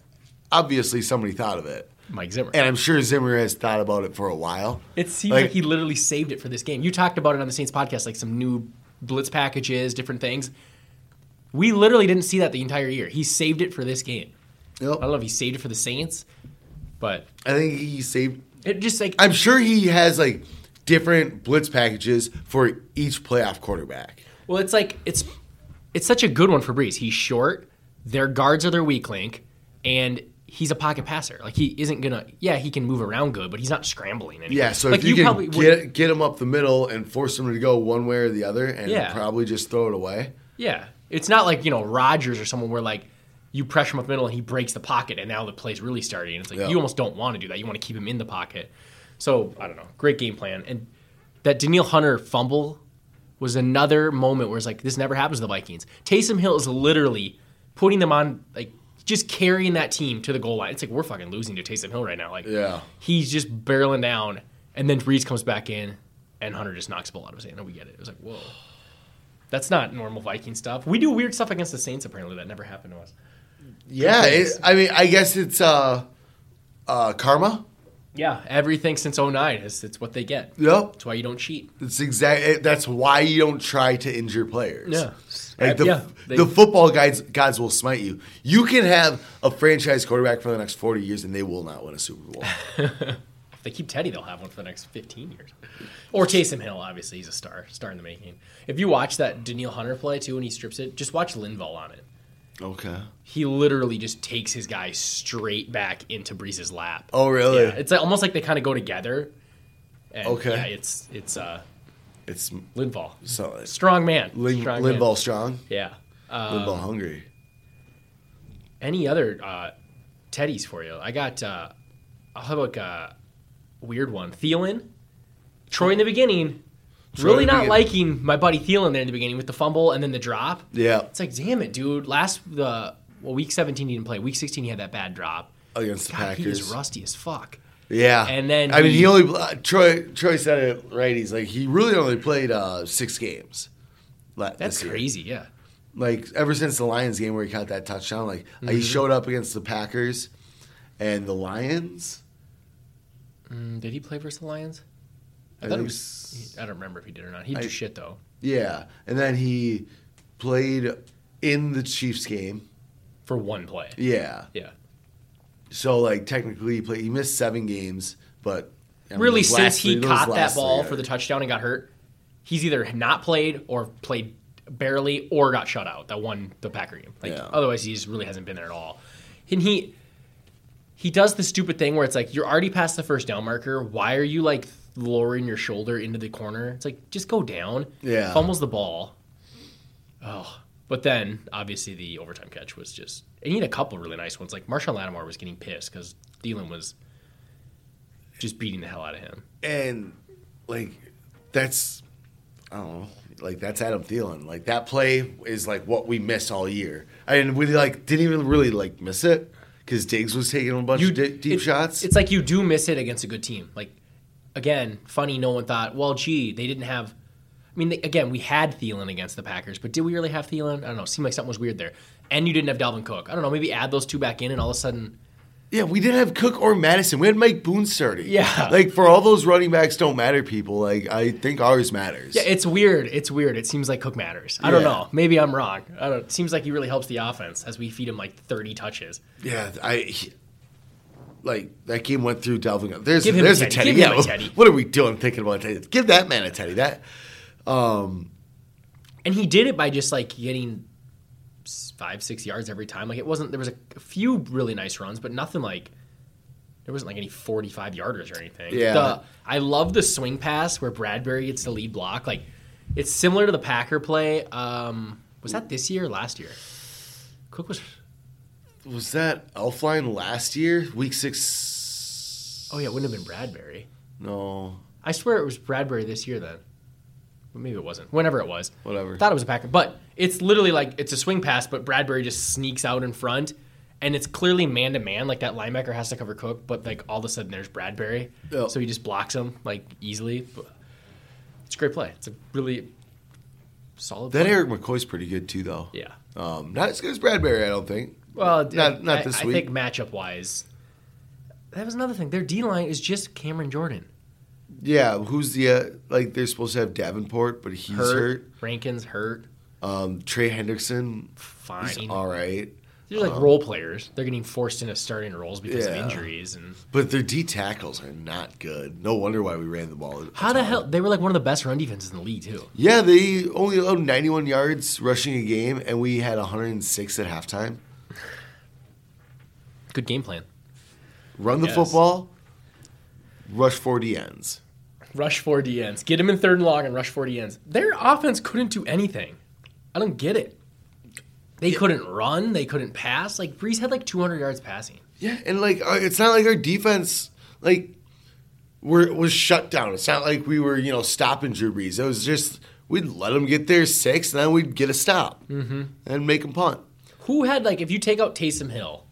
Speaker 2: obviously somebody thought of it.
Speaker 3: Mike Zimmer.
Speaker 2: And I'm sure Zimmer has thought about it for a while.
Speaker 3: It seems like,
Speaker 2: Like-
Speaker 3: he literally saved it for this game. You talked about it on the Saints podcast, like some new blitz packages, different things. We literally didn't see that the entire year. He saved it for this game. I
Speaker 2: Yep.
Speaker 3: don't know if he saved it for the Saints, but
Speaker 2: I think he saved
Speaker 3: it just like
Speaker 2: I'm sure he has like different blitz packages for each playoff quarterback.
Speaker 3: well, it's like it's it's such a good one for Breeze. He's short. Their guards are their weak link, and he's a pocket passer. Like he isn't gonna. Yeah, he can move around good, but he's not scrambling. Anywhere.
Speaker 2: Yeah, so
Speaker 3: like
Speaker 2: if you, can
Speaker 3: probably
Speaker 2: get
Speaker 3: would-
Speaker 2: get him up the middle and force him to go one way or the other and
Speaker 3: Yeah.
Speaker 2: probably just throw it away.
Speaker 3: Yeah. It's not like, you know, Rodgers or someone where like you pressure him up the middle and he breaks the pocket and now the play's really starting. It's like
Speaker 2: Yeah.
Speaker 3: you almost don't want to do that. You want to keep him in the pocket. So I don't know. Great game plan. And that Daniil Hunter fumble was another moment where it's like this never happens to the Vikings. Taysom Hill is literally putting them on like just carrying that team to the goal line. It's like we're fucking losing to Taysom Hill right now. Like
Speaker 2: Yeah.
Speaker 3: he's just barreling down and then Reese comes back in and Hunter just knocks the ball out of his hand and we get it. It was like, whoa. That's not normal Viking stuff. We do weird stuff against the Saints apparently that never happened to us.
Speaker 2: Yeah,
Speaker 3: things.
Speaker 2: it, I mean I guess it's uh uh karma.
Speaker 3: Yeah, everything since 09 is it's what they get.
Speaker 2: Yep.
Speaker 3: That's why you don't cheat.
Speaker 2: It's exactly that's why you don't try to injure players.
Speaker 3: Yeah.
Speaker 2: Like the,
Speaker 3: Yeah, they-
Speaker 2: the football guys gods will smite you. You can have a franchise quarterback for the next 40 years and they will not win a Super Bowl.
Speaker 3: If they keep Teddy, they'll have one for the next 15 years. Or Taysom Hill, obviously, he's a star, star in the making. If you watch that Daniil Hunter play too when he strips it, just watch Linval on it.
Speaker 2: okay.
Speaker 3: He literally just takes his guy straight back into Breeze's lap.
Speaker 2: Oh really?
Speaker 3: Yeah, it's like, almost like they kind of go together. And
Speaker 2: Okay.
Speaker 3: Yeah, it's it's uh,
Speaker 2: It's
Speaker 3: Linval,
Speaker 2: so it's
Speaker 3: strong man.
Speaker 2: Lin,
Speaker 3: strong man.
Speaker 2: Linval strong,
Speaker 3: Yeah. Uh,
Speaker 2: Linval hungry.
Speaker 3: any other uh, teddies for you? I got. Uh, how about uh, a weird one? Thielen, Troy in the beginning.
Speaker 2: Troy
Speaker 3: really
Speaker 2: in the
Speaker 3: not
Speaker 2: begin-
Speaker 3: liking my buddy Thielen there in the beginning with the fumble and then the drop.
Speaker 2: Yeah.
Speaker 3: It's like, damn it, dude. Last the well, week 17 he didn't play. Week 16 he had that bad drop.
Speaker 2: Against the
Speaker 3: God, he is
Speaker 2: Packers.
Speaker 3: rusty as fuck.
Speaker 2: Yeah.
Speaker 3: And then
Speaker 2: I mean
Speaker 3: he-
Speaker 2: he only uh, Troy Troy said it right. He's like he really only played uh 6 games. la-
Speaker 3: That's
Speaker 2: this year.
Speaker 3: crazy. Yeah.
Speaker 2: like ever since the Lions game where he caught that touchdown, like
Speaker 3: Mm-hmm.
Speaker 2: he showed up against the Packers and the Lions.
Speaker 3: Mm, Did he play versus the Lions? I,
Speaker 2: I
Speaker 3: thought it
Speaker 2: think
Speaker 3: was. I don't remember if he did or not. He did
Speaker 2: I-
Speaker 3: shit though.
Speaker 2: Yeah, and then he played in the Chiefs game.
Speaker 3: for one play.
Speaker 2: Yeah,
Speaker 3: Yeah.
Speaker 2: so like technically he played. He missed seven games, but I mean,
Speaker 3: really,
Speaker 2: those
Speaker 3: since
Speaker 2: last
Speaker 3: he
Speaker 2: three- those
Speaker 3: caught
Speaker 2: last
Speaker 3: that
Speaker 2: three
Speaker 3: ball
Speaker 2: are-
Speaker 3: for the touchdown and got hurt, he's either not played or played barely or got shut out that won the Packer game. Like
Speaker 2: Yeah.
Speaker 3: otherwise, he just really hasn't been there at all. And he he does the stupid thing where it's like you're already past the first down marker. Why are you like lowering your shoulder into the corner? It's like just go down.
Speaker 2: Yeah.
Speaker 3: fumbles the ball. Oh, but then obviously the overtime catch was just. And he had a couple really nice ones. Like Marshawn Lattimore was getting pissed because Thielen was just beating the hell out of him.
Speaker 2: and like that's I don't know, like that's Adam Thielen. Like that play is like what we miss all year, and we like didn't even really like miss it because Diggs was taking a bunch of di- deep
Speaker 3: it-
Speaker 2: shots.
Speaker 3: It's like you do miss it against a good team. Like again, funny. No one thought. Well, gee, they didn't have. I mean, they, again, we had Thielen against the Packers, but did we really have Thielen? I don't know. Seemed like something was weird there. And you didn't have Dalvin Cook. I don't know. Maybe add those two back in, and all of a sudden,
Speaker 2: yeah, we didn't have Cook or Madison. We had Mike Boone starting.
Speaker 3: Yeah.
Speaker 2: like for all those running backs don't matter, people. Like I think ours matters.
Speaker 3: yeah, it's weird. It's weird. It seems like Cook matters. I don't
Speaker 2: Yeah.
Speaker 3: know. Maybe I'm wrong. I don't. It seems like he really helps the offense as we feed him like 30 touches.
Speaker 2: Yeah, I he- like that game went through Dalvin. Cook. There's
Speaker 3: Give him a
Speaker 2: there's a
Speaker 3: teddy.
Speaker 2: teddy.
Speaker 3: Give him a
Speaker 2: Yeah,
Speaker 3: teddy.
Speaker 2: What are we doing thinking about teddy? Give that man a teddy. That
Speaker 3: and he did it by just like getting s- five six yards every time like it wasn't there was a, a few really nice runs but nothing like there wasn't like any 45 yarders or anything
Speaker 2: Yeah.
Speaker 3: The- i love the swing pass where bradbury gets the lead block like it's similar to the packer play um was that this year or last year cook was
Speaker 2: was that Elfline last year, week six?
Speaker 3: oh yeah it wouldn't have been bradbury
Speaker 2: No,
Speaker 3: I swear it was Bradbury this year then. But maybe it wasn't. Whenever it was.
Speaker 2: Whatever.
Speaker 3: Thought it was a Packer. But it's literally like it's a swing pass, but Bradbury just sneaks out in front and it's clearly man to man. Like that linebacker has to cover Cook, but like all of a sudden there's Bradbury.
Speaker 2: Yeah.
Speaker 3: So he just blocks him like easily. But It's a great play. It's a really solid
Speaker 2: that
Speaker 3: play.
Speaker 2: Eric McCoy's pretty good too, though.
Speaker 3: Yeah.
Speaker 2: um, not as good as Bradbury, I don't think.
Speaker 3: Well,
Speaker 2: not not
Speaker 3: I,
Speaker 2: this
Speaker 3: I
Speaker 2: week.
Speaker 3: think matchup wise. That was another thing. Their D line is just Cameron Jordan.
Speaker 2: yeah, who's the uh, like? They're supposed to have Davenport, but he's hurt.
Speaker 3: Rankins hurt.
Speaker 2: Um, Trey Hendrickson,
Speaker 3: Fine.
Speaker 2: he's all right,
Speaker 3: They're like role players. They're getting forced into starting roles because
Speaker 2: Yeah.
Speaker 3: of injuries and
Speaker 2: but their D tackles are not good. No wonder why we ran the ball. a
Speaker 3: how the
Speaker 2: ton.
Speaker 3: hell they were like one of the best run defenses in the league too.
Speaker 2: Yeah, they only allowed 91 yards rushing a game, and we had 106 at halftime.
Speaker 3: Good game plan.
Speaker 2: Run the
Speaker 3: Yes.
Speaker 2: football, rush 40 ends.
Speaker 3: Rush four DNs. Get them in third and long and rush four DNs. Their offense couldn't do anything. I don't get it. They couldn't run. They couldn't pass. Like Breeze had like 200 yards passing.
Speaker 2: Yeah, and like uh, it's not like our defense like were was shut down. It's not like we were you know stopping Drew Brees. It was just we'd let him get their six, and then we'd get a stop
Speaker 3: Mm-hmm.
Speaker 2: and make him punt.
Speaker 3: Who had like if you take out Taysom Hill,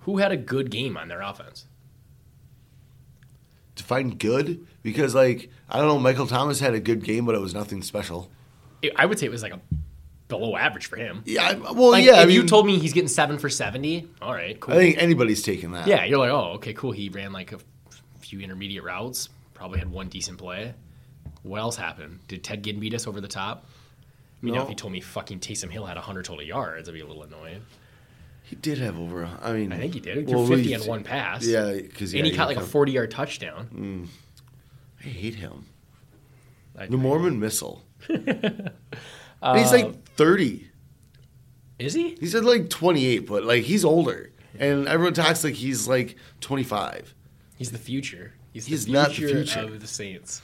Speaker 3: who had a good game on their offense?
Speaker 2: To find good because like I don't know, Michael Thomas had a good game, but it was nothing special.
Speaker 3: It- I would say it was like a below average for him.
Speaker 2: Yeah, I- well,
Speaker 3: Like
Speaker 2: yeah.
Speaker 3: if
Speaker 2: I mean,
Speaker 3: you told me he's getting seven for 70, all right, cool.
Speaker 2: I think anybody's taking that.
Speaker 3: Yeah, you're like, oh, okay, cool. He ran like a few intermediate routes, probably had one decent play. What else happened? Did Ted Ginn beat us over the top? I mean, now
Speaker 2: No.
Speaker 3: if he told me fucking Taysom Hill had 100 total yards, I'd be a little annoyed.
Speaker 2: he did have over. a- I mean,
Speaker 3: I think he did. He threw 50 on one pass.
Speaker 2: Yeah, because
Speaker 3: and he caught like a 40 yard touchdown.
Speaker 2: I hate him.
Speaker 3: I-
Speaker 2: The Mormon Missile. And he's
Speaker 3: Um,
Speaker 2: like 30.
Speaker 3: Is he?
Speaker 2: He said like 28, but like he's older. And everyone talks like he's like 25.
Speaker 3: He's the future. He's,
Speaker 2: He's
Speaker 3: the
Speaker 2: not the
Speaker 3: future
Speaker 2: future.
Speaker 3: of the Saints.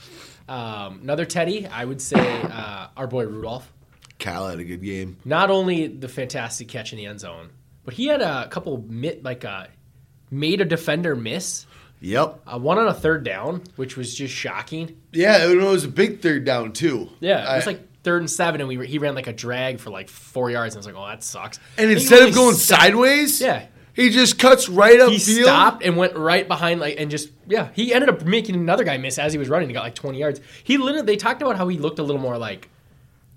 Speaker 3: Um, another Teddy, I would say uh, our boy Rudolph.
Speaker 2: Kyle had a good game.
Speaker 3: not only the fantastic catch in the end zone, but he had a couple mi like uh, made a defender miss.
Speaker 2: Yep.
Speaker 3: Uh, one on a third down, which was just shocking.
Speaker 2: Yeah, it was a big third down too.
Speaker 3: Yeah, it was
Speaker 2: I-
Speaker 3: like third and seven, and we were, he ran like a drag for like four yards, and I was like, "Oh, that sucks."
Speaker 2: and
Speaker 3: He
Speaker 2: instead
Speaker 3: really
Speaker 2: of going
Speaker 3: st-
Speaker 2: sideways,
Speaker 3: Yeah.
Speaker 2: he just cuts right up
Speaker 3: he
Speaker 2: field.
Speaker 3: stopped and went right behind, like, and just yeah, he ended up making another guy miss as he was running. He got like twenty yards. He literally they talked about how he looked a little more like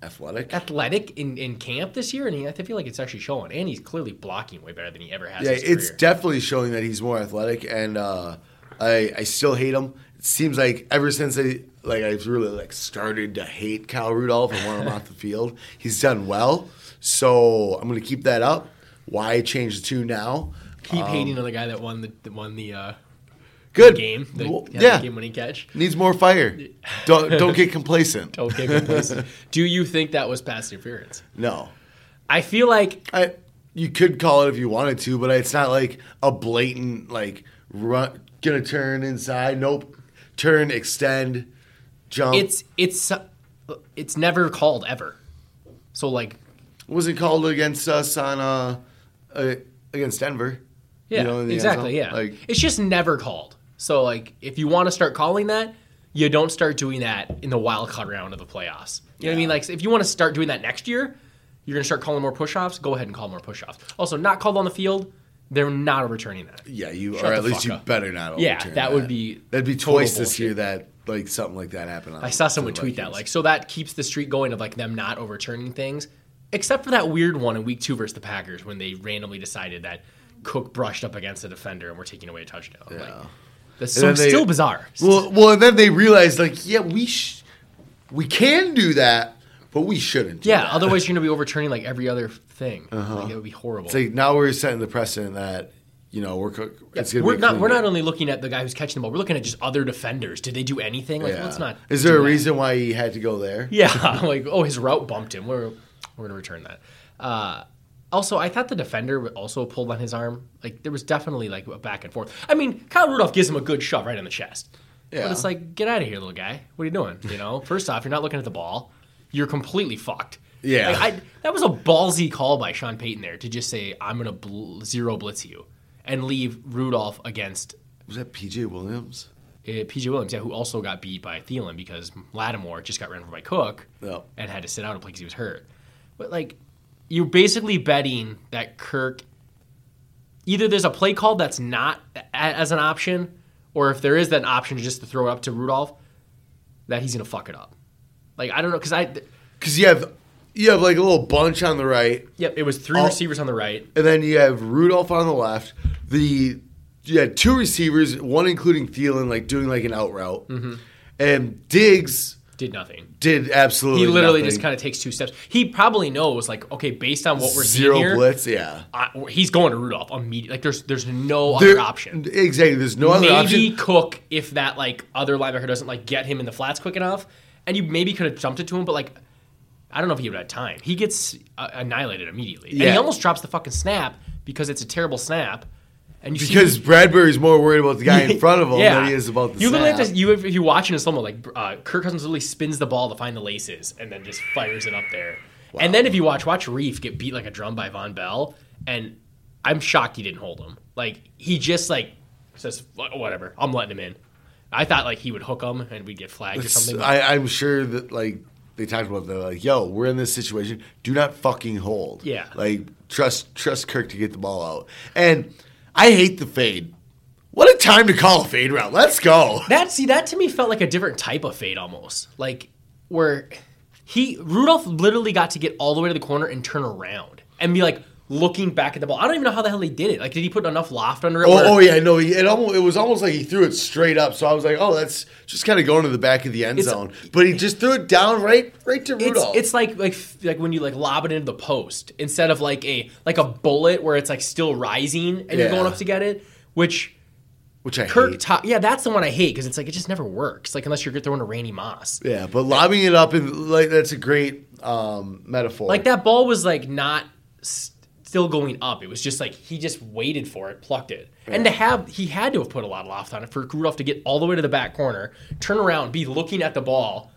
Speaker 2: Athletic.
Speaker 3: athletic in, in camp this year, and he, I feel like it's actually showing. And he's clearly blocking way better than he ever has.
Speaker 2: Yeah,
Speaker 3: in his
Speaker 2: it's
Speaker 3: career.
Speaker 2: definitely showing that he's more athletic, and uh, I I still hate him. It seems like ever since I like I've really like started to hate Kyle Rudolph and want him off the field. He's done well, so I'm gonna keep that up. Why change the tune now? Um,
Speaker 3: keep hating on the guy that won the that won the uh,
Speaker 2: Good
Speaker 3: game. The,
Speaker 2: Well,
Speaker 3: yeah,
Speaker 2: yeah,
Speaker 3: The game winning catch.
Speaker 2: needs more fire. Don't don't get complacent.
Speaker 3: Okay, good place. Do you think that was pass interference?
Speaker 2: No,
Speaker 3: I feel like
Speaker 2: I you could call it if you wanted to, but it's not like a blatant like run gonna turn inside. Nope, turn extend, jump.
Speaker 3: it's it's it's never called ever. So like
Speaker 2: was it called against us on uh, uh against Denver? You
Speaker 3: yeah,
Speaker 2: know, in the end
Speaker 3: exactly,
Speaker 2: zone?
Speaker 3: yeah.
Speaker 2: Like
Speaker 3: it's just never called. So like if you want to start calling that, you don't start doing that in the wild card round of the playoffs. You know what I mean? Like if you want to start doing that next year, you're going to start calling more push-offs, go ahead and call more push-offs. Also, not called on the field, they're not returning that.
Speaker 2: yeah, you
Speaker 3: Shut
Speaker 2: or
Speaker 3: the
Speaker 2: at least
Speaker 3: fuck
Speaker 2: you
Speaker 3: up.
Speaker 2: better not.
Speaker 3: Yeah,
Speaker 2: overturn
Speaker 3: that would be
Speaker 2: that'd be
Speaker 3: total
Speaker 2: twice this
Speaker 3: bullshit.
Speaker 2: year that like something like that happened. On
Speaker 3: I saw
Speaker 2: to
Speaker 3: someone
Speaker 2: the
Speaker 3: tweet that
Speaker 2: Vikings.
Speaker 3: like so that keeps the streak going of like them not overturning things, except for that weird one in week two versus the Packers when they randomly decided that Cook brushed up against a defender and we're taking away a touchdown. Like, that's so
Speaker 2: And then they-
Speaker 3: still bizarre.
Speaker 2: Well, well, and then they realized like, yeah, we sh- we can do that, but we shouldn't. Do
Speaker 3: yeah,
Speaker 2: that.
Speaker 3: otherwise you're gonna be overturning like every other thing. Like, it would be horrible.
Speaker 2: Uh-huh. It's like now we're setting the precedent that you know we're cook- it's gonna
Speaker 3: we're
Speaker 2: be a
Speaker 3: not.
Speaker 2: clean
Speaker 3: We're not
Speaker 2: game.
Speaker 3: only looking at the guy who's catching the ball. We're looking at just other defenders. Did they do anything? Like,
Speaker 2: Yeah.
Speaker 3: let's not.
Speaker 2: Is there
Speaker 3: do
Speaker 2: a
Speaker 3: that.
Speaker 2: reason why he had to go there?
Speaker 3: Yeah, like oh, his route bumped him. We're we're gonna return that. Uh, also, I thought the defender also pulled on his arm. Like there was definitely like a back and forth. I mean, Kyle Rudolph gives him a good shove right in the chest.
Speaker 2: Yeah.
Speaker 3: But it's like, get out of here, little guy. What are you doing? You know, first off, you're not looking at the ball. You're completely fucked.
Speaker 2: Yeah.
Speaker 3: Like, I, that was a ballsy call by Sean Payton there to just say, "I'm gonna bl- zero blitz you," and leave Rudolph against
Speaker 2: Was that PJ Williams?
Speaker 3: uh, PJ Williams, yeah, who also got beat by Thielen because Lattimore just got ran over by Cook
Speaker 2: No.
Speaker 3: and had to sit out and play because he was hurt. But like, you're basically betting that Kirk either there's a play call that's not a- as an option, or if there is that option just to throw it up to Rudolph, that he's gonna fuck it up. Like I don't know because I
Speaker 2: Because you have you have like a little bunch on the right,
Speaker 3: yep it was three
Speaker 2: Oh.
Speaker 3: receivers on the right.
Speaker 2: and then you have Rudolph on the left. The you had two receivers, one including Thielen, like doing like an out route,
Speaker 3: Mm-hmm.
Speaker 2: and Diggs
Speaker 3: Did nothing.
Speaker 2: did absolutely.
Speaker 3: He literally
Speaker 2: nothing.
Speaker 3: just kind of takes two steps. He probably knows, like, okay, based on what we're
Speaker 2: zero
Speaker 3: seeing here,
Speaker 2: blitz. Yeah,
Speaker 3: I, he's going to Rudolph immediately. Like there's there's no
Speaker 2: There-
Speaker 3: other option.
Speaker 2: Exactly. There's no other
Speaker 3: maybe
Speaker 2: option.
Speaker 3: Cook if that like other linebacker doesn't like get him in the flats quick enough, and you maybe could have jumped it to him, but like I don't know if he would have had time. He gets uh, annihilated immediately, and he
Speaker 2: Yeah.
Speaker 3: almost drops the fucking snap because it's a terrible snap. And you see-
Speaker 2: Because Bradbury's more worried about the guy in front of him
Speaker 3: yeah.
Speaker 2: than he is about the
Speaker 3: you literally have
Speaker 2: snap.
Speaker 3: to you if you watch it in slow mo like uh, Kirk Cousins literally spins the ball to find the laces and then just fires it up there. And then if you watch watch Reef get beat like a drum by Von Bell, and I'm shocked he didn't hold him. Like he just like says "Wha- whatever, I'm letting him in. I thought like he would hook him and we'd get flagged or something. but
Speaker 2: I, I'm sure that like they talked about they're like, yo, we're in this situation. Do not fucking hold.
Speaker 3: Yeah.
Speaker 2: Like trust trust Kirk to get the ball out. And I hate the fade. What a time to call a fade route. Let's go.
Speaker 3: That see that to me felt like a different type of fade almost. Like where he Rudolph literally got to get all the way to the corner and turn around and be like looking back at the ball. I don't even know how the hell he did it. Like did he put enough loft under it? where-
Speaker 2: Oh, oh yeah, no, he, it almost it was almost like he threw it straight up. So I was like, oh, that's just kind of going to the back of the end
Speaker 3: It's-
Speaker 2: zone. But he just threw it down right right to
Speaker 3: It's,
Speaker 2: Rudolph.
Speaker 3: it's like like like when you like lob it into the post instead of like a like a bullet where it's like still rising and you're
Speaker 2: Yeah.
Speaker 3: going up to get it, which
Speaker 2: which I
Speaker 3: Kirk
Speaker 2: hate.
Speaker 3: top yeah that's the one I hate because it's like it just never works like unless you're throwing a Randy Moss
Speaker 2: Yeah, but lobbing it up and like that's a great um, metaphor.
Speaker 3: Like that ball was like not s still going up. It was just like he just waited for it, plucked it, and to have he had to have put a lot of loft on it for Rudolph to get all the way to the back corner, turn around, be looking at the ball,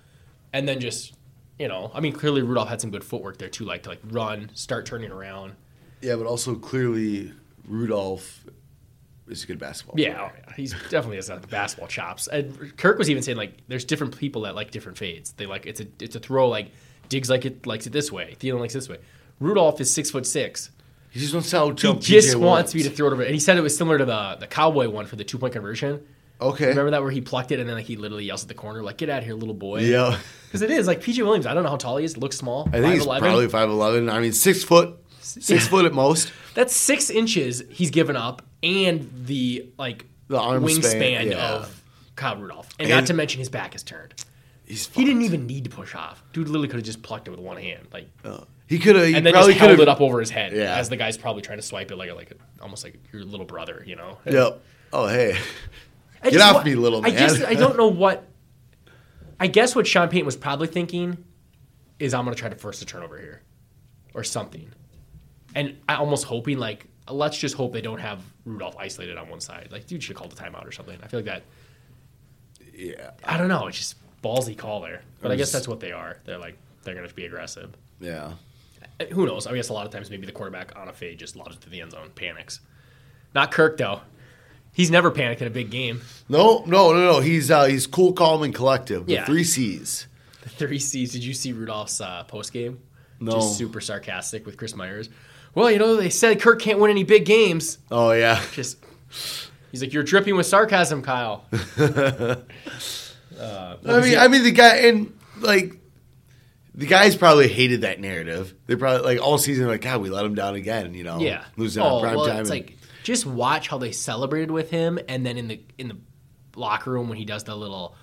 Speaker 3: and then just you know, I mean, clearly Rudolph had some good footwork there too, like to like run, start turning around.
Speaker 2: Yeah, but also clearly Rudolph is a good basketball. player.
Speaker 3: Yeah, he's definitely has like basketball chops. And Kirk was even saying like, there's different people that like different fades. They like it's a it's a throw like Diggs like it likes it this way, Thielen likes it this way. Rudolph is six foot six.
Speaker 2: he just wants to out
Speaker 3: He
Speaker 2: jump.
Speaker 3: just wants me to throw it over. And he said it was similar to the, the cowboy one for the two point conversion.
Speaker 2: Okay.
Speaker 3: Remember that where he plucked it and then like he literally yells at the corner like "Get out of here, little boy."
Speaker 2: Yeah,
Speaker 3: because it is like PJ Williams. I don't know how tall he is. Looks small.
Speaker 2: I think he's
Speaker 3: 5'11".
Speaker 2: probably five eleven. I mean, six foot, six foot at most.
Speaker 3: that's six inches he's given up, and the like
Speaker 2: The arm
Speaker 3: wingspan
Speaker 2: span, yeah.
Speaker 3: of Kyle Rudolph, and,
Speaker 2: And-
Speaker 3: not to mention his back is turned.
Speaker 2: He's
Speaker 3: He didn't even need to push off. Dude literally could have just plucked it with one hand, like,
Speaker 2: Uh, He could have. He
Speaker 3: and then just
Speaker 2: probably
Speaker 3: held
Speaker 2: could
Speaker 3: it
Speaker 2: have.
Speaker 3: up over his head
Speaker 2: Yeah.
Speaker 3: as the guy's probably trying to swipe it like a, like a, almost like your little brother, you know?
Speaker 2: Yep. Oh hey,
Speaker 3: I
Speaker 2: Get
Speaker 3: just
Speaker 2: off
Speaker 3: wa-
Speaker 2: me, little
Speaker 3: I
Speaker 2: man.
Speaker 3: just I don't know what. I guess what Sean Payton was probably thinking is I'm going to try to force a turnover here, or something, and I almost hoping like let's just hope they don't have Rudolph isolated on one side. Like dude should call the timeout or something. I feel like that.
Speaker 2: Yeah.
Speaker 3: I don't know. It's just ballsy call there, but I guess
Speaker 2: There's-
Speaker 3: that's what they are. They're like they're going to be aggressive.
Speaker 2: Yeah.
Speaker 3: Uh, Who knows? I guess a lot of times maybe the quarterback on a fade just lobs it to the end zone, panics. Not Kirk though. He's never panicked in a big game.
Speaker 2: No, no, no, no. He's uh, he's cool, calm, and collective. The
Speaker 3: Yeah.
Speaker 2: three C's.
Speaker 3: three C's. Did you see Rudolph's uh, post game?
Speaker 2: No.
Speaker 3: Just super sarcastic with Chris Myers. Well, you know they said Kirk can't win any big games.
Speaker 2: Oh yeah.
Speaker 3: Just he's like you're dripping with sarcasm, Kyle.
Speaker 2: I mean, I mean the guy and like the guys probably hated that narrative. They probably like all season like God, we let him down again. You know,
Speaker 3: Yeah,
Speaker 2: Oh,
Speaker 3: Oh,
Speaker 2: losing on prime
Speaker 3: well,
Speaker 2: time.
Speaker 3: It's
Speaker 2: and-
Speaker 3: like just watch how they celebrated with him, and then in the in the locker room when he does the little.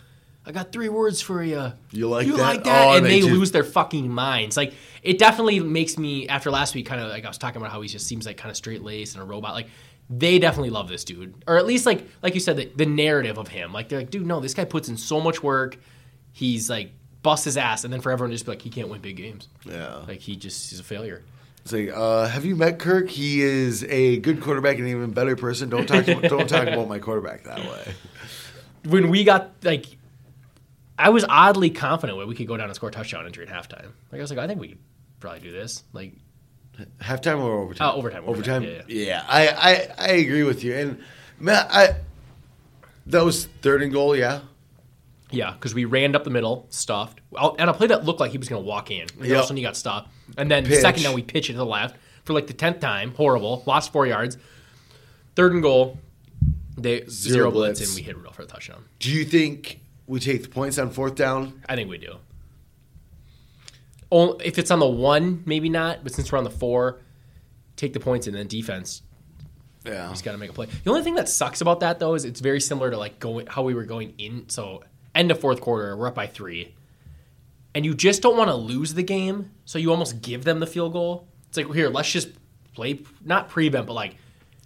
Speaker 3: I got three words for you.
Speaker 2: You like
Speaker 3: you
Speaker 2: that?
Speaker 3: Like that?
Speaker 2: Oh,
Speaker 3: and
Speaker 2: they
Speaker 3: they,
Speaker 2: just-
Speaker 3: lose their fucking minds. Like it definitely makes me after last week kind of like I was talking about how he just seems like kind of straight laced and a robot. Like they definitely love this dude, or at least like like you said the, the narrative of him. Like they're like, dude, no, this guy puts in so much work. He's like busts his ass, and then for everyone to just be like, he can't win big games.
Speaker 2: Yeah.
Speaker 3: like he just he's a failure.
Speaker 2: It's like, uh, have you met Kirk? He is a good quarterback and an even better person. Don't talk. don't talk about my quarterback that way.
Speaker 3: when we got like I was oddly confident that we could go down and score a touchdown injury at halftime. Like I was like, I think we could probably do this. Like
Speaker 2: Halftime or overtime?
Speaker 3: Uh, overtime,
Speaker 2: Overtime.
Speaker 3: overtime,
Speaker 2: Yeah,
Speaker 3: yeah,
Speaker 2: I, I I agree with you. And Matt, I that was third and goal. Yeah.
Speaker 3: yeah, because we ran up the middle, stuffed, Well, and a play that looked like he was going to walk in. And
Speaker 2: Yep.
Speaker 3: all of a sudden he got stopped, and then
Speaker 2: Pitch.
Speaker 3: second down we pitch it to the left for like the tenth time. Horrible, lost four yards. Third and goal, they zero, blitz.
Speaker 2: blitz.
Speaker 3: and we hit Rudolph for the touchdown.
Speaker 2: Do you think we take the points on fourth down?
Speaker 3: I think we do. Only, if it's on the one, maybe not. But since we're on the four, take the points and then defense
Speaker 2: Yeah.
Speaker 3: He's got to make a play. The only thing that sucks about that though is it's very similar to like going how we were going in. So end of fourth quarter, we're up by three, and you just don't want to lose the game, so you almost give them the field goal. It's like here, let's just play not prevent, but like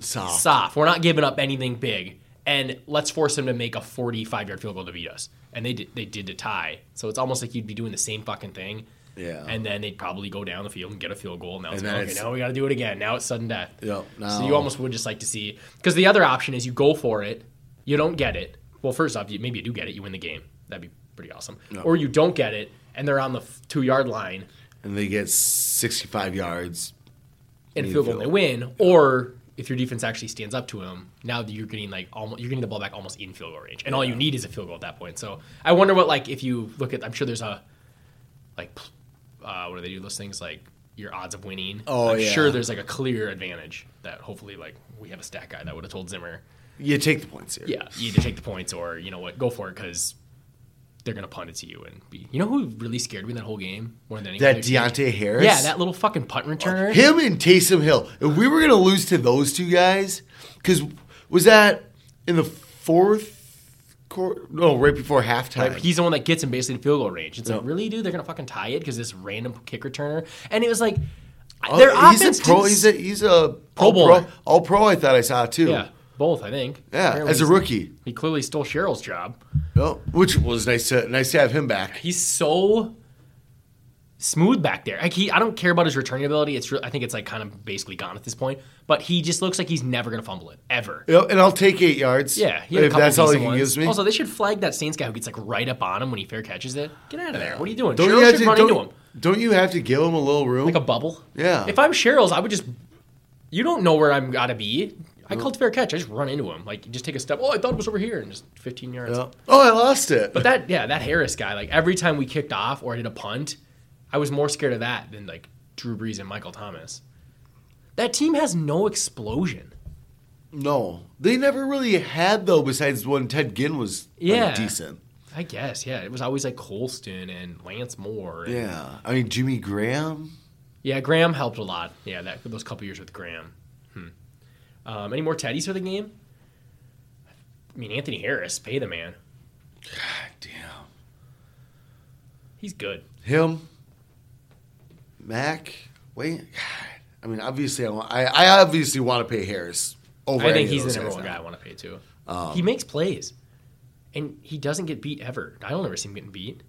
Speaker 2: Soft.
Speaker 3: soft. We're not giving up anything big, and let's force them to make a forty-five yard field goal to beat us. And they did, they did to tie. So it's almost like you'd be doing the same fucking thing.
Speaker 2: Yeah.
Speaker 3: And then they'd probably go down the field and get a field goal. And now it's
Speaker 2: And
Speaker 3: like,
Speaker 2: then
Speaker 3: okay,
Speaker 2: it's-
Speaker 3: now we got to do it again. Now it's sudden death.
Speaker 2: Yep,
Speaker 3: So
Speaker 2: now-
Speaker 3: you almost would just like to see because the other option is you go for it, you don't get it. Well, first off, you, maybe you do get it, you win the game. That'd be pretty awesome. Or you don't get it, and they're on the two yard line
Speaker 2: And they get sixty-five yards.
Speaker 3: and
Speaker 2: Need
Speaker 3: field
Speaker 2: a
Speaker 3: goal, and they
Speaker 2: field
Speaker 3: win. Or if your defense actually stands up to them, now that you're getting like almost you're getting the ball back almost in field goal range, and all you need is a field goal at that point. So I wonder what like if you look at I'm sure there's a like pl- uh, what do they do those things like your odds of winning.
Speaker 2: Oh,
Speaker 3: I'm
Speaker 2: yeah.
Speaker 3: sure there's like a clear advantage that hopefully like we have a stat guy that would have told Zimmer.
Speaker 2: You take the points here.
Speaker 3: Yeah, you either take the points or you know what, go for it because they're gonna punt it to you and be. You know who really scared me that whole game more than anyone?
Speaker 2: That Deontay Harris.
Speaker 3: Yeah, that little fucking punt returner.
Speaker 2: Him and Taysom Hill. If we were going to lose to those two guys, because was that in the fourth quarter? No, right before halftime.
Speaker 3: Right, he's the one that gets him basically in field goal range. It's
Speaker 2: Yeah.
Speaker 3: like, really, dude? They're gonna fucking tie it because this random kick returner. And it was like,
Speaker 2: Oh,
Speaker 3: their
Speaker 2: he's
Speaker 3: offense.
Speaker 2: a pro.
Speaker 3: didn't-
Speaker 2: He's a he's a
Speaker 3: Pro
Speaker 2: all
Speaker 3: Bowler.
Speaker 2: pro. All pro. I thought I saw too.
Speaker 3: yeah, both I think.
Speaker 2: Yeah,
Speaker 3: Apparently
Speaker 2: as a
Speaker 3: he's-
Speaker 2: rookie.
Speaker 3: he clearly stole Cheryl's job.
Speaker 2: Oh, which was nice to nice to have him back.
Speaker 3: He's so smooth back there. Like he, I don't care about his returning ability. It's, re- I think it's like kind of basically gone at this point. But he just looks like he's never gonna fumble it ever.
Speaker 2: You know, and I'll take eight yards.
Speaker 3: Yeah, he had a
Speaker 2: if
Speaker 3: couple
Speaker 2: that's all he
Speaker 3: decent
Speaker 2: can
Speaker 3: ones.
Speaker 2: give me.
Speaker 3: Also, they should flag that Saints guy who gets like right up on him when he fair catches it. Get out of there! What are you doing?
Speaker 2: don't
Speaker 3: Cheryl
Speaker 2: you have
Speaker 3: should
Speaker 2: to
Speaker 3: run
Speaker 2: don't,
Speaker 3: into him
Speaker 2: don't you have to give him a little room?
Speaker 3: like a bubble.
Speaker 2: Yeah.
Speaker 3: If I'm Cheryl's, I would just. You don't know where I'm gotta be. I called fair catch. I just run into him. Like you just take a step. Oh, I thought it was over here, and just 15 yards.
Speaker 2: Yeah. Oh, I lost it.
Speaker 3: But that yeah, that Harris guy. Like every time we kicked off or did a punt, I was more scared of that than like Drew Brees and Michael Thomas. That team has no explosion.
Speaker 2: no, they never really had though. Besides when Ted Ginn was like,
Speaker 3: Yeah.
Speaker 2: decent.
Speaker 3: I guess yeah. It was always like Colston and Lance Moore. And
Speaker 2: Yeah, I mean Jimmy Graham.
Speaker 3: Yeah, Graham helped a lot. Yeah, that those couple years with Graham. Hmm. Um, any more teddies for the game? I mean, Anthony Harris, pay the man.
Speaker 2: God damn
Speaker 3: He's good.
Speaker 2: him. Mac, wait. God. I mean, obviously, I, want, I, I obviously want to pay Harris over.
Speaker 3: I
Speaker 2: any
Speaker 3: think
Speaker 2: of
Speaker 3: he's the
Speaker 2: those
Speaker 3: number
Speaker 2: guys Um,
Speaker 3: one
Speaker 2: now.
Speaker 3: guy I want to pay too. he makes plays. and he doesn't get beat ever. I don't ever see him getting beat.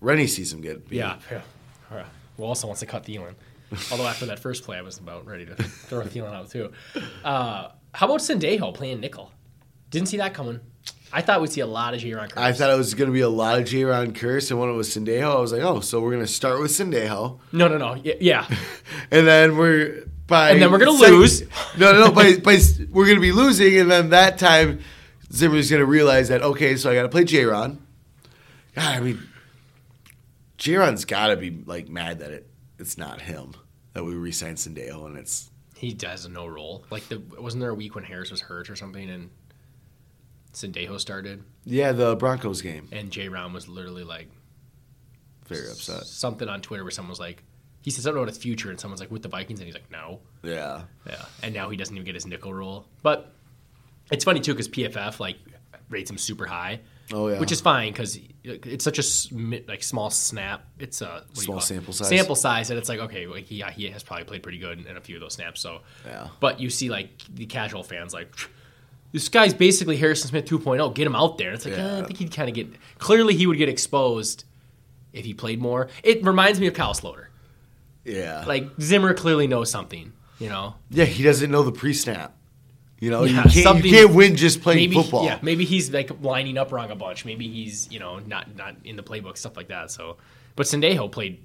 Speaker 2: Rennie sees him get beat.
Speaker 3: Yeah. yeah. All right. Well, also wants to cut Thielen. Although after that first play, I was about ready to throw Thielen out too. Uh, how about Sendejo playing nickel? Didn't see that coming. I thought we'd see a lot of Jaron Curtis.
Speaker 2: I thought it was going to be a lot of J-Ron Curse, and when it was Sendejo, I was like, oh, so we're going to start with Sendejo,
Speaker 3: no, no, no. Y- Yeah.
Speaker 2: and then we're by
Speaker 3: And then we're gonna
Speaker 2: sec-
Speaker 3: lose.
Speaker 2: No, no, no. by, by s- we're going to be losing, and then that time Zimmer's going to realize that okay, so I got to play J-Ron. God, I mean, J-Ron's got to be like mad that it it's not him that we re-signed Sendejo, and it's
Speaker 3: He does a no roll. Like the wasn't there a week when Harris was hurt or something and Sendejo started
Speaker 2: yeah, the Broncos game.
Speaker 3: and J Ron was literally like
Speaker 2: Very upset.
Speaker 3: something on Twitter where someone was like he said something about his future and someone's like with the Vikings and he's like no.
Speaker 2: Yeah.
Speaker 3: Yeah. And now he doesn't even get his nickel roll. But it's funny too because PFF like rates him super high.
Speaker 2: Oh, yeah.
Speaker 3: Which is fine because it's such a sm- like small snap. It's a what do you
Speaker 2: Small
Speaker 3: call it?
Speaker 2: sample size.
Speaker 3: Sample size, and it's like okay, like, yeah, he has probably played pretty good in a few of those snaps. So,
Speaker 2: Yeah.
Speaker 3: But you see like the casual fans like. This guy's basically Harrison Smith 2.0. Get him out there. It's like eh, I
Speaker 2: Yeah.
Speaker 3: think he'd kind of get. Clearly, he would get exposed if he played more. It reminds me of Kyle Sloter.
Speaker 2: Yeah.
Speaker 3: Like Zimmer clearly knows something. You know,
Speaker 2: Yeah, he doesn't know the pre-snap. You know,
Speaker 3: Yeah,
Speaker 2: you, can't,
Speaker 3: something-
Speaker 2: you can't win just playing
Speaker 3: maybe
Speaker 2: football.
Speaker 3: yeah, maybe he's like lining up wrong a bunch. Maybe he's you know not not in the playbook stuff like that. So, but Sendejo played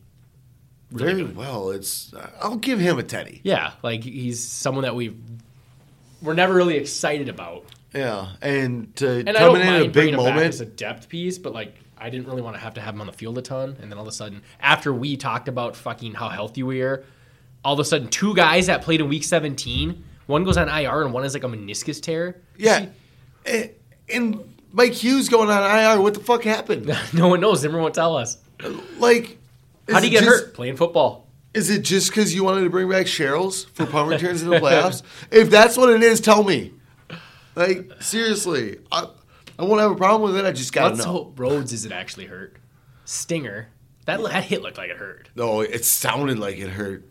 Speaker 3: really
Speaker 2: Very
Speaker 3: good.
Speaker 2: well. It's I'll give him a teddy.
Speaker 3: Yeah, like he's someone that we we're never really excited about.
Speaker 2: Yeah, and, to
Speaker 3: And I don't
Speaker 2: coming in
Speaker 3: mind
Speaker 2: at a big
Speaker 3: bringing him back
Speaker 2: moment.
Speaker 3: as a depth piece, but like I didn't really want to have to have him on the field a ton. And then all of a sudden, after we talked about fucking how healthy we are, all of a sudden two guys that played in week 17, one goes on IR and one is like a meniscus tear.
Speaker 2: yeah, and, and Mike Hughes going on IR. What the fuck happened?
Speaker 3: no one knows. Zimmer won't tell us.
Speaker 2: like, is
Speaker 3: How do you
Speaker 2: it
Speaker 3: get
Speaker 2: just-
Speaker 3: hurt playing football?
Speaker 2: Is it just because you wanted to bring back Cheryl's for punt returns in the playoffs? if that's what it is, tell me. Like seriously, I, I won't have a problem with it. I just gotta
Speaker 3: Let's
Speaker 2: know.
Speaker 3: hope Rhodes isn't actually hurt. Stinger. That, that hit looked like it hurt.
Speaker 2: No, it sounded like it hurt.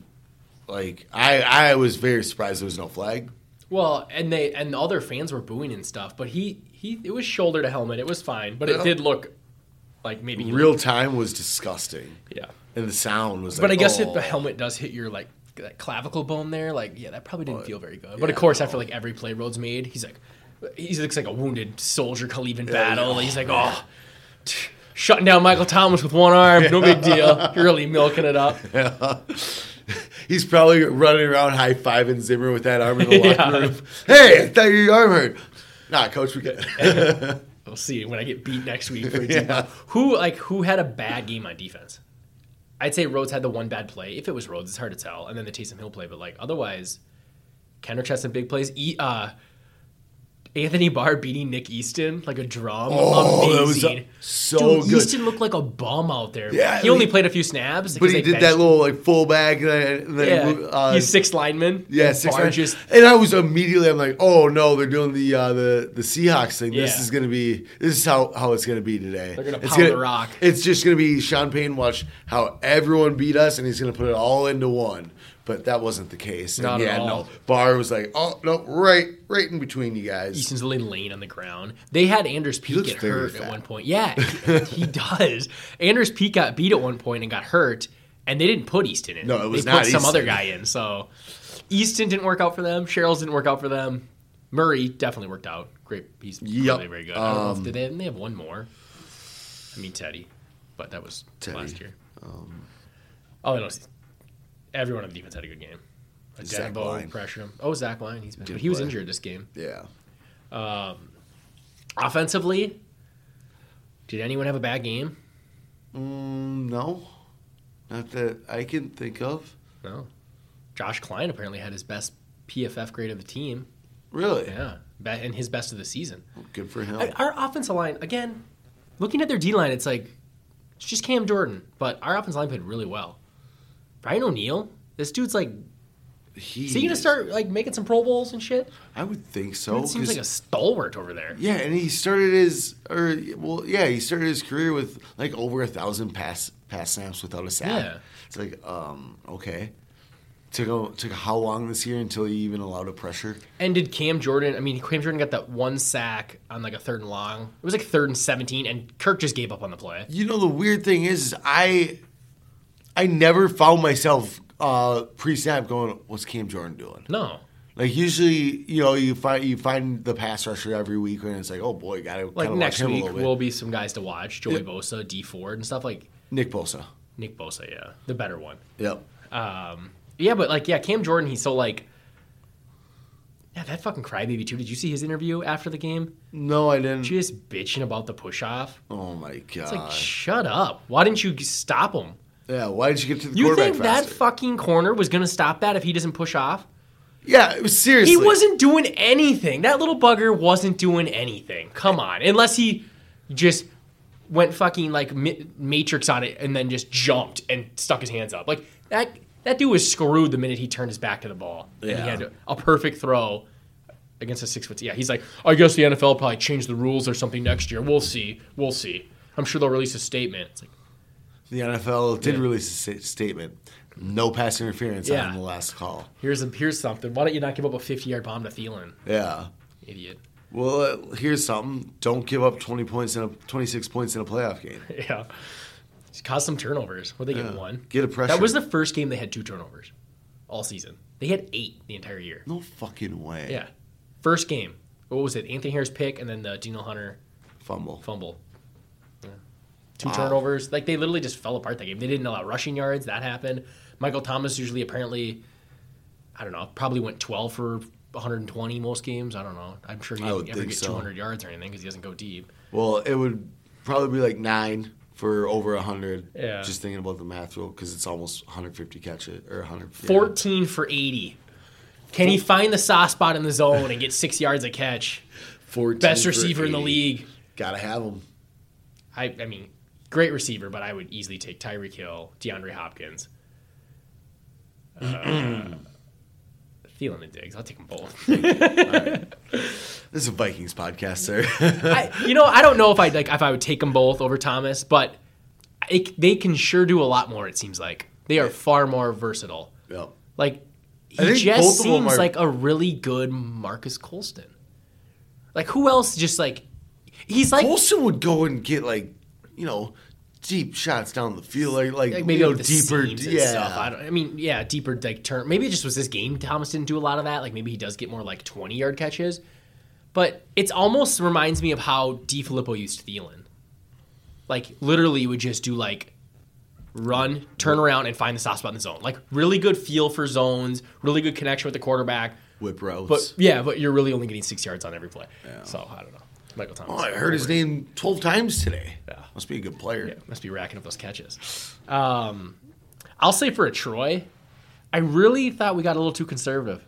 Speaker 2: Like I, I was very surprised there was no flag.
Speaker 3: Well, and they and all their fans were booing and stuff, but he he it was shoulder to helmet. It was fine, but it
Speaker 2: Yeah.
Speaker 3: did look like maybe he
Speaker 2: Real time was disgusting,
Speaker 3: yeah.
Speaker 2: and the sound was.
Speaker 3: But I
Speaker 2: like,
Speaker 3: guess
Speaker 2: oh.
Speaker 3: if the helmet does hit your like that clavicle bone there, like yeah, that probably didn't feel very good. But of course, after like every play Rhodes made, he's like he looks like a wounded soldier cleaving battle. He's like oh. tch, Shutting down Michael Thomas with one arm, no big deal. You're really milking it up.
Speaker 2: He's probably running around high fiving Zimmer with that arm in the
Speaker 3: Yeah.
Speaker 2: locker room. Hey, I thought your arm hurt. Nah, coach, we got
Speaker 3: We'll see when I get beat next week. For a deep ball. Who like who had a bad game on defense? I'd say Rhodes had the one bad play. If it was Rhodes, it's hard to tell. And then the Taysom Hill play, but like otherwise, Kendrick had some big plays. E, uh, Anthony Barr beating Nick Easton like a drum.
Speaker 2: Oh, that was
Speaker 3: Amazing.
Speaker 2: so
Speaker 3: Dude,
Speaker 2: good.
Speaker 3: Easton looked like a bum out there.
Speaker 2: Yeah,
Speaker 3: he
Speaker 2: I
Speaker 3: only
Speaker 2: mean-
Speaker 3: played a few snaps.
Speaker 2: But
Speaker 3: because
Speaker 2: he
Speaker 3: they
Speaker 2: did that
Speaker 3: benched-
Speaker 2: little like fullback, and then, and then
Speaker 3: Yeah,
Speaker 2: uh,
Speaker 3: he's six linemen.
Speaker 2: yeah,
Speaker 3: and
Speaker 2: six
Speaker 3: Barr
Speaker 2: nine.
Speaker 3: just
Speaker 2: and I was immediately, I'm like, oh no, they're doing the uh, the the Seahawks thing. This
Speaker 3: Yeah.
Speaker 2: is gonna be, this is how how it's gonna be today.
Speaker 3: They're gonna
Speaker 2: It's
Speaker 3: pound the rock.
Speaker 2: It's just gonna be Sean Payne watch how everyone beat us, and he's gonna put it all into one. But that wasn't the case. And
Speaker 3: Not at
Speaker 2: yeah,
Speaker 3: all.
Speaker 2: no. Barr was like, oh no, right, right in between you guys.
Speaker 3: Easton's really laying on the ground. They had Anders Peak
Speaker 2: looks
Speaker 3: get
Speaker 2: very
Speaker 3: hurt at
Speaker 2: fat.
Speaker 3: one point. Yeah, he, he does. Anders Peak got beat at one point and got hurt, and they didn't put Easton in.
Speaker 2: No, it was
Speaker 3: they
Speaker 2: not
Speaker 3: put some other
Speaker 2: Easton.
Speaker 3: guy in. So Easton didn't work out for them. Cheryl's didn't work out for them. Murray definitely worked out. Great, he's
Speaker 2: Yep. um,
Speaker 3: really very good. I don't know if- did they, they have one more? I mean Teddy, but that was
Speaker 2: Teddy. um,
Speaker 3: last year. oh no, everyone on the defense had a good game.
Speaker 2: Zach
Speaker 3: Denbo
Speaker 2: Lyne.
Speaker 3: pressure him. Oh, Zach Lyon, he's been, but he was
Speaker 2: play.
Speaker 3: injured this game.
Speaker 2: Yeah.
Speaker 3: Offensively, did anyone have a bad game?
Speaker 2: Mm, no, not that I can think of.
Speaker 3: No. Josh Klein apparently had his best PFF grade of the team.
Speaker 2: Really?
Speaker 3: Yeah, Be- and his best of the season.
Speaker 2: Good for him.
Speaker 3: I- Our offensive line, again, looking at their D line, it's like it's just Cam Jordan, but our offensive line played really well. Brian O'Neill, this dude's like,
Speaker 2: he,
Speaker 3: is he gonna start like making some Pro Bowls and shit?
Speaker 2: I would think so.
Speaker 3: It seems
Speaker 2: 'cause-
Speaker 3: like a stalwart over there.
Speaker 2: yeah, and he started his or well, yeah, he started his career with like over a thousand pass pass snaps without a sack.
Speaker 3: Yeah.
Speaker 2: It's like, um, okay, Took a, took how long this year until he even allowed a pressure?
Speaker 3: And did Cam Jordan? I mean, Cam Jordan got that one sack on like a third and long. It was like third and seventeen, and Kirk just gave up on the play.
Speaker 2: You know the weird thing is, is I I never found myself uh, pre snap going, "What's Cam Jordan doing?"
Speaker 3: No,
Speaker 2: Like usually, you know, you find you find the pass rusher every week, and it's like, oh boy, gotta
Speaker 3: like
Speaker 2: kinda
Speaker 3: next
Speaker 2: watch him a
Speaker 3: week
Speaker 2: little bit.
Speaker 3: will be some guys to watch: Joey Bosa, D Ford, and stuff like
Speaker 2: Nick Bosa.
Speaker 3: Nick Bosa. Yeah, the better one.
Speaker 2: Yep.
Speaker 3: Yeah, but like, yeah, Cam Jordan, he's so like, yeah, that fucking crybaby too. Did you see his interview after the game?
Speaker 2: No, I didn't.
Speaker 3: Just bitching about the push off.
Speaker 2: oh my god.
Speaker 3: It's like, shut up. Why didn't you stop him?
Speaker 2: yeah. Why did you get to the
Speaker 3: You
Speaker 2: quarterback
Speaker 3: think that
Speaker 2: faster?
Speaker 3: fucking corner was gonna stop that if he doesn't push off?
Speaker 2: yeah, it was seriously.
Speaker 3: He wasn't doing anything. That little bugger wasn't doing anything. Come on, unless he just went fucking like mi- Matrix on it and then just jumped and stuck his hands up. Like that that dude was screwed the minute he turned his back to the ball. And
Speaker 2: Yeah.
Speaker 3: he had a perfect throw against a six foot. Yeah, he's like, I guess the NFL probably changed the rules or something next year. We'll see. We'll see. I'm sure they'll release a statement. It's like,
Speaker 2: The NFL did release a sta- statement: no pass interference
Speaker 3: Yeah.
Speaker 2: on the last call.
Speaker 3: here's a, here's something. Why don't you not give up a 50 yard bomb to Thielen,
Speaker 2: Yeah.
Speaker 3: idiot?
Speaker 2: Well, uh, here's something: don't give up 20 points in a 26 points in a playoff game.
Speaker 3: Yeah. It's caused some turnovers. What they get one?
Speaker 2: Get a pressure.
Speaker 3: That was the first game they had two turnovers all season. They had eight the entire year.
Speaker 2: no fucking way.
Speaker 3: Yeah. First game. What was it? Anthony Harris pick and then the Dino Hunter
Speaker 2: Fumble.
Speaker 3: fumble. Yeah. Two
Speaker 2: Wow.
Speaker 3: turnovers. Like they literally just fell apart that game. They didn't allow rushing yards. That happened. Michael Thomas usually apparently, I don't know, probably went 12 for 120 most games. I don't know. I'm sure he
Speaker 2: I
Speaker 3: didn't
Speaker 2: would
Speaker 3: ever
Speaker 2: think
Speaker 3: get
Speaker 2: so.
Speaker 3: 200 yards or anything because he doesn't go deep.
Speaker 2: Well, it would probably be like nine for over 100.
Speaker 3: Yeah.
Speaker 2: Just thinking about the math rule because it's almost 150 catches uh, or 100.
Speaker 3: 14 for 80. Can he find the soft spot in the zone and get six yards a catch?
Speaker 2: 14
Speaker 3: Best
Speaker 2: for
Speaker 3: receiver in the
Speaker 2: 80.
Speaker 3: league.
Speaker 2: Gotta have them.
Speaker 3: I, I mean, great receiver, but I would easily take Tyreek Hill, DeAndre Hopkins, uh, Thielen and Diggs. I'll take them both.
Speaker 2: This is a Vikings podcast, sir.
Speaker 3: I, you know, I don't know if I would like if I would take them both over Thomas, but it, they can sure do a lot more. It seems like they are far more versatile.
Speaker 2: yep.
Speaker 3: Like
Speaker 2: I
Speaker 3: he
Speaker 2: think both
Speaker 3: just
Speaker 2: of 'em
Speaker 3: seems
Speaker 2: are-
Speaker 3: like a really good Marcus Colston. Like who else just like he's like
Speaker 2: Olsen would go and get like, you know, deep shots down the field, like like,
Speaker 3: like maybe
Speaker 2: you know,
Speaker 3: like the
Speaker 2: deeper,
Speaker 3: seams and
Speaker 2: yeah.
Speaker 3: stuff. I, don't, I mean, yeah, deeper like turn. Maybe it just was this game. Thomas didn't do a lot of that. Like maybe he does get more like twenty yard catches, but it's almost reminds me of how DiFilippo used Thielen. Like literally, would just do like run, turn around, and find the soft spot in the zone. Like really good feel for zones, really good connection with the quarterback.
Speaker 2: Whip routes.
Speaker 3: But yeah, but you're really only getting six yards on every play. So I don't know. Michael Thomas.
Speaker 2: oh, I heard his name 12 times today. Yeah. Must be a good player.
Speaker 3: Yeah, must be racking up those catches. Um, I'll say for a Troy, I really thought we got a little too conservative.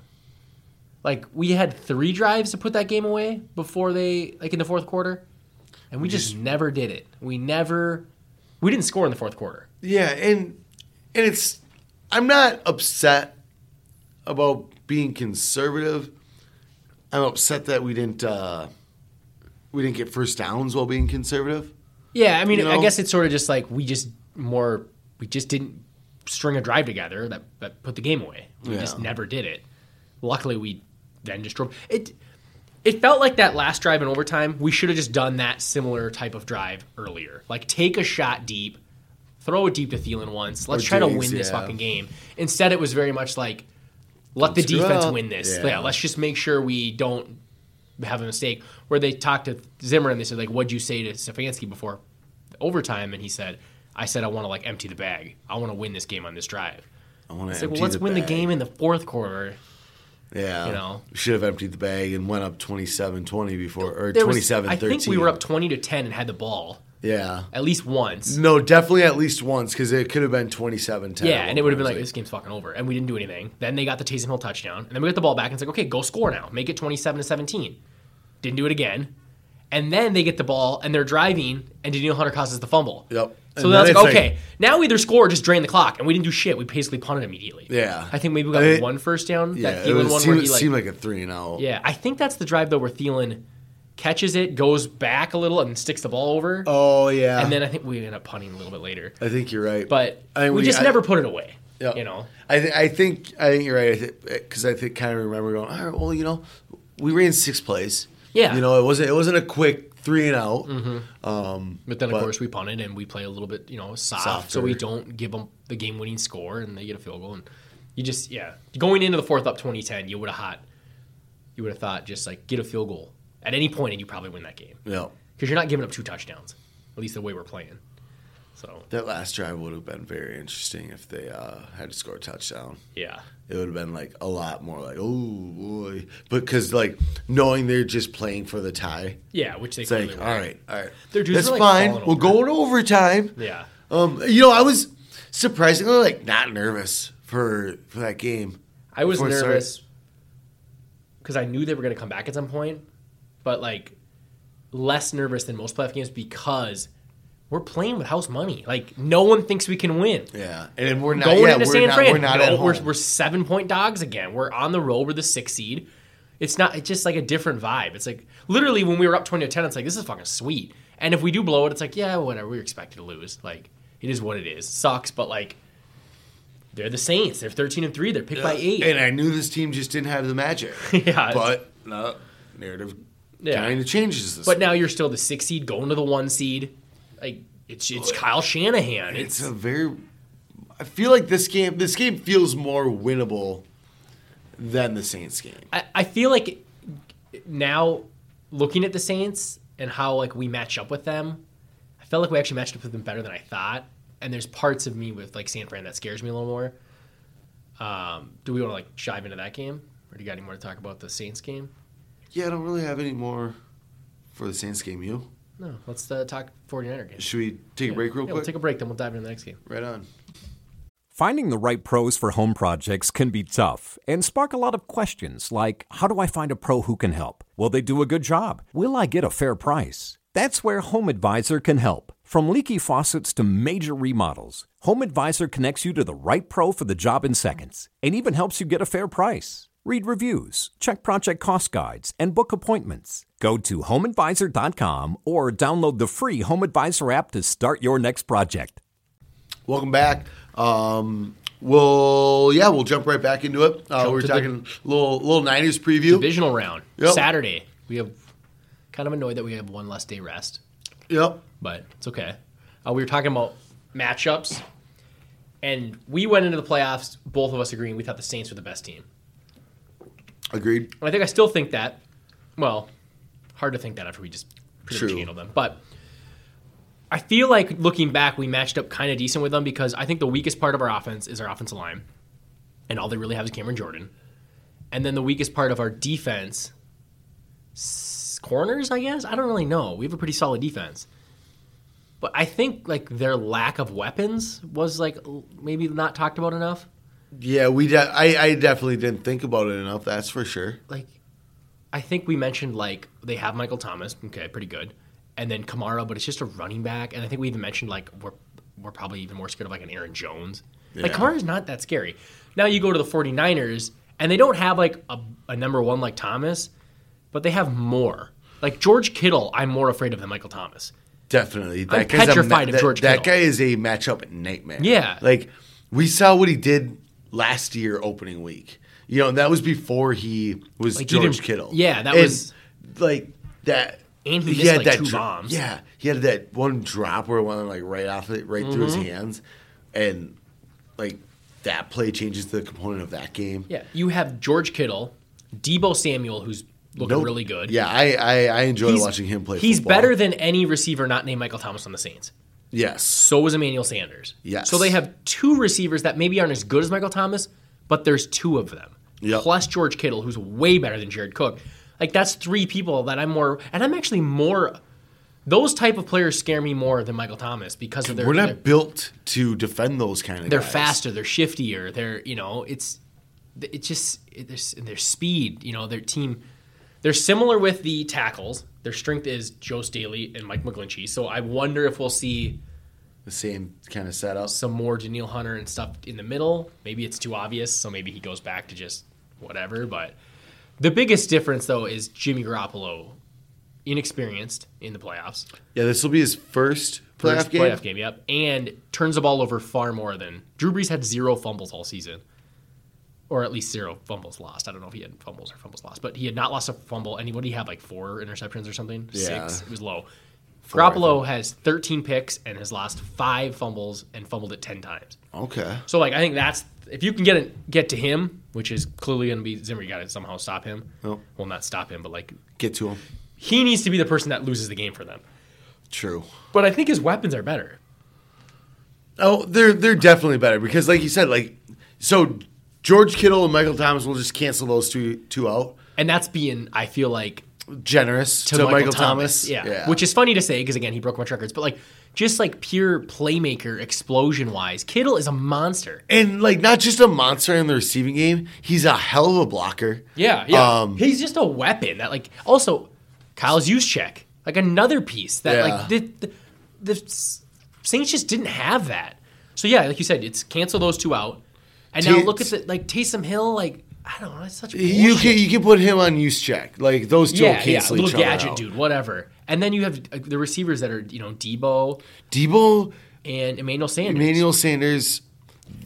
Speaker 3: Like we had three drives to put that game away before they like in the fourth quarter, and we, just, never did it. We never, we didn't score in the fourth quarter.
Speaker 2: Yeah, and and it's I'm not upset about being conservative. I'm upset that we didn't uh we didn't get first downs while being conservative.
Speaker 3: Yeah, I mean,
Speaker 2: You
Speaker 3: I
Speaker 2: know?
Speaker 3: guess it's sort of just like we just more we just didn't string a drive together that, that put the game away. We just
Speaker 2: Yeah.
Speaker 3: never did it. Luckily, we then just drove it. It felt like that last drive in overtime. We should have just done that similar type of drive earlier. Like take a shot deep, throw it deep to Thielen once. Let's
Speaker 2: Or
Speaker 3: try to
Speaker 2: Diggs,
Speaker 3: win this
Speaker 2: yeah.
Speaker 3: fucking game. Instead, it was very much like let the
Speaker 2: screw
Speaker 3: defense
Speaker 2: up.
Speaker 3: win this.
Speaker 2: Yeah.
Speaker 3: yeah, let's just make sure we don't have a mistake where they talked to Zimmer and they said like, "What'd you say to Stefanski before overtime?" And he said, "I said I want to like empty the bag. I want to win this game on this drive."
Speaker 2: I want
Speaker 3: It's like, well, let's win the game in the fourth quarter.
Speaker 2: Yeah.
Speaker 3: you know.
Speaker 2: We should have emptied the bag and went up 27-20 before or
Speaker 3: There was-
Speaker 2: 27-13.
Speaker 3: I think we were up twenty to ten and had the ball
Speaker 2: Yeah.
Speaker 3: at least once.
Speaker 2: No, definitely at least once cuz it could have been 27-10.
Speaker 3: Yeah, and it would have been like, this game's fucking over, and we didn't do anything. Then they got the Taysom Hill touchdown, and then we got the ball back, and it's like, okay, go score now, make it twenty-seven to seventeen. Didn't do it again, and then they get the ball and they're driving, and Daniel Hunter causes the fumble.
Speaker 2: Yep.
Speaker 3: So
Speaker 2: And
Speaker 3: that's
Speaker 2: then
Speaker 3: like,
Speaker 2: it's like-
Speaker 3: okay, now either score or just drain the clock, and we didn't do shit. We basically punted immediately.
Speaker 2: Yeah.
Speaker 3: I think maybe we got
Speaker 2: I mean,
Speaker 3: one first down.
Speaker 2: yeah,
Speaker 3: that
Speaker 2: it
Speaker 3: Thielen
Speaker 2: was,
Speaker 3: one
Speaker 2: seemed,
Speaker 3: where he
Speaker 2: it
Speaker 3: like,
Speaker 2: seemed like a 3 and out.
Speaker 3: yeah, I think that's the drive though where Thielen catches it, goes back a little, and sticks the ball over,
Speaker 2: Oh yeah.
Speaker 3: and then I think we end up punting a little bit later.
Speaker 2: I think you're right.
Speaker 3: But
Speaker 2: I mean,
Speaker 3: we,
Speaker 2: we-
Speaker 3: just
Speaker 2: I-
Speaker 3: never put it away.
Speaker 2: Yeah.
Speaker 3: You know,
Speaker 2: I think I think I think you're right because I think kind of remember going. All right, well, you know, we ran six plays.
Speaker 3: Yeah. Mm-hmm.
Speaker 2: you know, it wasn't it wasn't a quick three and out. Um,
Speaker 3: but then of
Speaker 2: But-
Speaker 3: course we punted and we play a little bit, you know, soft, so
Speaker 2: Softer.
Speaker 3: we don't give them the game-winning score and they get a field goal. And you just, yeah, going into the fourth up 2010, you would have hot, you would have thought just like get a field goal at any point and you probably win that game
Speaker 2: yeah,
Speaker 3: because you're not giving up two touchdowns, at least the way we're playing. So
Speaker 2: that last drive would have been very interesting if they uh, had to score a touchdown.
Speaker 3: yeah,
Speaker 2: It would have been like a lot more like oh boy, but because like knowing they're just playing for the tie,
Speaker 3: yeah, which they
Speaker 2: it's like
Speaker 3: clearly
Speaker 2: all
Speaker 3: were.
Speaker 2: right, all right,
Speaker 3: Their dudes
Speaker 2: that's
Speaker 3: are, like,
Speaker 2: fine.
Speaker 3: falling
Speaker 2: We'll go
Speaker 3: over.
Speaker 2: in overtime.
Speaker 3: Yeah,
Speaker 2: Um, you know, I was surprisingly like not nervous for for that game.
Speaker 3: I was
Speaker 2: before it started.
Speaker 3: nervous because I knew they were going to come back at some point, but like less nervous than most playoff games because we're playing with house money. Like no one thinks we can win.
Speaker 2: Yeah, and we're not
Speaker 3: Going
Speaker 2: yeah,
Speaker 3: into
Speaker 2: we're
Speaker 3: San
Speaker 2: not,
Speaker 3: Fran,
Speaker 2: We're not
Speaker 3: no,
Speaker 2: at home.
Speaker 3: we're, we're seven point dogs again. We're on the road. We're the six seed. It's not. It's just like a different vibe. It's like literally when we were up twenty to ten, it's like this is fucking sweet. And if we do blow it, it's like yeah, whatever. We were expected to lose. Like it is what it is. Sucks, but like they're the Saints. They're thirteen and three. They're picked by eight.
Speaker 2: and I knew this team just didn't have the magic.
Speaker 3: Yeah.
Speaker 2: but no narrative
Speaker 3: Yeah.
Speaker 2: kind of changes this.
Speaker 3: But now you're still the six seed going to the one seed. Like it's it's Kyle Shanahan. It's,
Speaker 2: it's a very. I feel like this game. This game feels more winnable than the Saints game.
Speaker 3: I, I feel like now looking at the Saints and how like we match up with them, I felt like we actually matched up with them better than I thought. And there's parts of me with like San Fran that scares me a little more. Um, do we want to like dive into that game, or do you got any more to talk about the Saints game?
Speaker 2: Yeah, I don't really have any more for the Saints game. You
Speaker 3: No, let's uh, talk 49er game.
Speaker 2: should we take a break real
Speaker 3: Yeah, we'll
Speaker 2: quick?
Speaker 3: take a break, then we'll dive into the next game.
Speaker 2: right on.
Speaker 4: Finding the right pros for home projects can be tough and spark a lot of questions like how do I find a pro who can help? Will they do a good job? Will I get a fair price? That's where Home Advisor can help. From leaky faucets to major remodels, Home Advisor connects you to the right pro for the job in seconds and even helps you get a fair price. Read reviews, check project cost guides, and book appointments. Go to homeadvisor.com or download the free Home Advisor app to start your next project.
Speaker 2: Welcome back. Um, we'll yeah, we'll jump right back into it. Uh,
Speaker 3: Jump
Speaker 2: we're
Speaker 3: to the-
Speaker 2: talking little little '90s preview.
Speaker 3: Divisional round
Speaker 2: Yep.
Speaker 3: Saturday. We have kind of annoyed that we have one less day rest.
Speaker 2: Yep.
Speaker 3: but it's okay. Uh, we were talking about matchups, and we went into the playoffs, both of us agreeing we thought the Saints were the best team.
Speaker 2: Agreed.
Speaker 3: And I think I still think that. Well, hard to think that after we just pretty
Speaker 2: True.
Speaker 3: much handled them. But I feel like looking back, we matched up kind of decent with them because I think the weakest part of our offense is our offensive line, and all they really have is Cameron Jordan. And then the weakest part of our defense, s- corners, I guess. I don't really know. We have a pretty solid defense. But I think like their lack of weapons was like l- maybe not talked about enough.
Speaker 2: Yeah, we. De- I, I definitely didn't think about it enough. That's for sure.
Speaker 3: like I think we mentioned like they have Michael Thomas, okay, pretty good, and then Kamara, but it's just a running back. And I think we even mentioned like we're we're probably even more scared of like an Aaron Jones. Like
Speaker 2: Yeah.
Speaker 3: Kamara's not that scary. Now you go to the 49ers and they don't have like a, a number one like Thomas, but they have more. Like George Kittle, I'm more afraid of than Michael Thomas.
Speaker 2: Definitely. That
Speaker 3: I'm
Speaker 2: guy's a
Speaker 3: petrified of
Speaker 2: that,
Speaker 3: George
Speaker 2: That
Speaker 3: Kittle.
Speaker 2: guy is a matchup nightmare.
Speaker 3: Yeah.
Speaker 2: Like we saw what he did last year opening week. You know, and that was before he was
Speaker 3: Like, he
Speaker 2: George
Speaker 3: didn't-
Speaker 2: Kittle.
Speaker 3: yeah, that
Speaker 2: And,
Speaker 3: was-
Speaker 2: like that.
Speaker 3: And he missed, like, two
Speaker 2: dro-
Speaker 3: bombs.
Speaker 2: Yeah, he had that one drop where it went like right off it, right through
Speaker 3: Mm-hmm.
Speaker 2: his hands, and like that play changes the component of that game.
Speaker 3: Yeah. You have George Kittle, Debo Samuel, who's looking
Speaker 2: Nope.
Speaker 3: really good.
Speaker 2: Yeah, I I, I enjoy
Speaker 3: He's-
Speaker 2: watching him play.
Speaker 3: He's
Speaker 2: football.
Speaker 3: better than any receiver not named Michael Thomas on the Saints.
Speaker 2: Yes.
Speaker 3: So was Emmanuel Sanders.
Speaker 2: Yes.
Speaker 3: So they have two receivers that maybe aren't as good as Michael Thomas, but there's two of them.
Speaker 2: Yep.
Speaker 3: Plus George Kittle, who's way better than Jared Cook. Like that's three people that I'm more, and I'm actually more. Those type of players scare me more than Michael Thomas because of their.
Speaker 2: We're
Speaker 3: their-
Speaker 2: not built to defend those kind of.
Speaker 3: they're
Speaker 2: guys.
Speaker 3: faster, they're shiftier, they're you know it's it's just it, there's their speed. You know their team. They're similar with the tackles. Their strength is Joe Staley and Mike McGlinchey. So I wonder if we'll see
Speaker 2: the same kind of setup.
Speaker 3: some more Daniil Hunter and stuff in the middle. Maybe it's too obvious, so maybe he goes back to just whatever. But the biggest difference though is Jimmy Garoppolo inexperienced in the playoffs.
Speaker 2: Yeah, this will be his first playoff
Speaker 3: First
Speaker 2: game.
Speaker 3: playoff game, yep. And turns the ball over far more than Drew Brees had zero fumbles all season. Or at least zero fumbles lost. I don't know if he had fumbles or fumbles lost, but he had not lost a fumble. And what did he have, like four interceptions or something?
Speaker 2: Yeah.
Speaker 3: Six. It was low.
Speaker 2: I
Speaker 3: Garoppolo has 13 picks and has lost five fumbles and fumbled it 10 times.
Speaker 2: Okay.
Speaker 3: So like I think that's if you can get it, get to him, which is clearly going to be Zimmer. You got to somehow stop him.
Speaker 2: Yep.
Speaker 3: Well, not stop him, but like
Speaker 2: Get to him.
Speaker 3: he needs to be the person that loses the game for them.
Speaker 2: True.
Speaker 3: But I think his weapons are better.
Speaker 2: Oh, they're they're definitely better because, like you said, like so George Kittle and Michael Thomas will just cancel those two two out.
Speaker 3: And that's being, I feel like,
Speaker 2: Generous
Speaker 3: to, Michael, Thomas. Yeah. Which is funny to say because, again, he broke a bunch of records. But, like, just like pure playmaker, explosion wise, Kittle is a monster.
Speaker 2: and like not just a monster in the receiving game, he's a hell of a blocker.
Speaker 3: Yeah. Yeah.
Speaker 2: Um,
Speaker 3: He's just a weapon that, like, also, Kyle's use check, like, another piece that, like, the,
Speaker 2: Yeah.
Speaker 3: the, the S- Saints just didn't have that. So, yeah, like you said, it's cancel those two out. And now
Speaker 2: Tays-
Speaker 3: look at the, like, Taysom Hill, like, I don't know. That's such
Speaker 2: You
Speaker 3: bullshit.
Speaker 2: can you can put him on use check. Like those two will
Speaker 3: yeah, yeah,
Speaker 2: cancel
Speaker 3: little
Speaker 2: each other
Speaker 3: gadget
Speaker 2: out.
Speaker 3: dude, whatever. And then you have uh, the receivers that are, you know, Debo
Speaker 2: Debo,
Speaker 3: and Emmanuel Sanders.
Speaker 2: Emmanuel Sanders,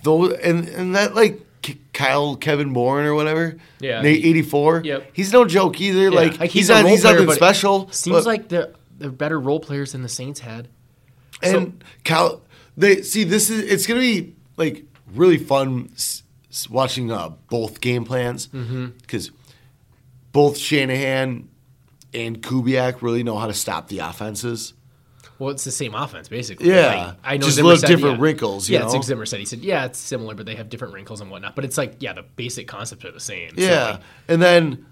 Speaker 2: though, and and that like K- Kyle Kevin Bourne or whatever.
Speaker 3: Yeah.
Speaker 2: eighty four.
Speaker 3: Yep.
Speaker 2: he's no joke either.
Speaker 3: Yeah,
Speaker 2: Like, he's
Speaker 3: a
Speaker 2: not
Speaker 3: role
Speaker 2: he's
Speaker 3: player,
Speaker 2: nothing
Speaker 3: but it
Speaker 2: special.
Speaker 3: Seems
Speaker 2: but-
Speaker 3: like they're, they're better role players than the Saints had.
Speaker 2: and Cal. They see this is it's gonna be like really fun s- s- watching uh, both game plans
Speaker 3: Mm-hmm.
Speaker 2: because both Shanahan and Kubiak really know how to stop the offenses.
Speaker 3: Well, it's the same offense basically.
Speaker 2: Yeah,
Speaker 3: Like, I know
Speaker 2: just
Speaker 3: Zimmer
Speaker 2: little
Speaker 3: said,
Speaker 2: different
Speaker 3: yeah.
Speaker 2: wrinkles, you
Speaker 3: yeah, it's
Speaker 2: know?
Speaker 3: like Zimmer said. He said, yeah, it's similar, but they have different wrinkles and whatnot. But it's like, yeah, the basic concepts are the same. So,
Speaker 2: Yeah,
Speaker 3: like,
Speaker 2: and then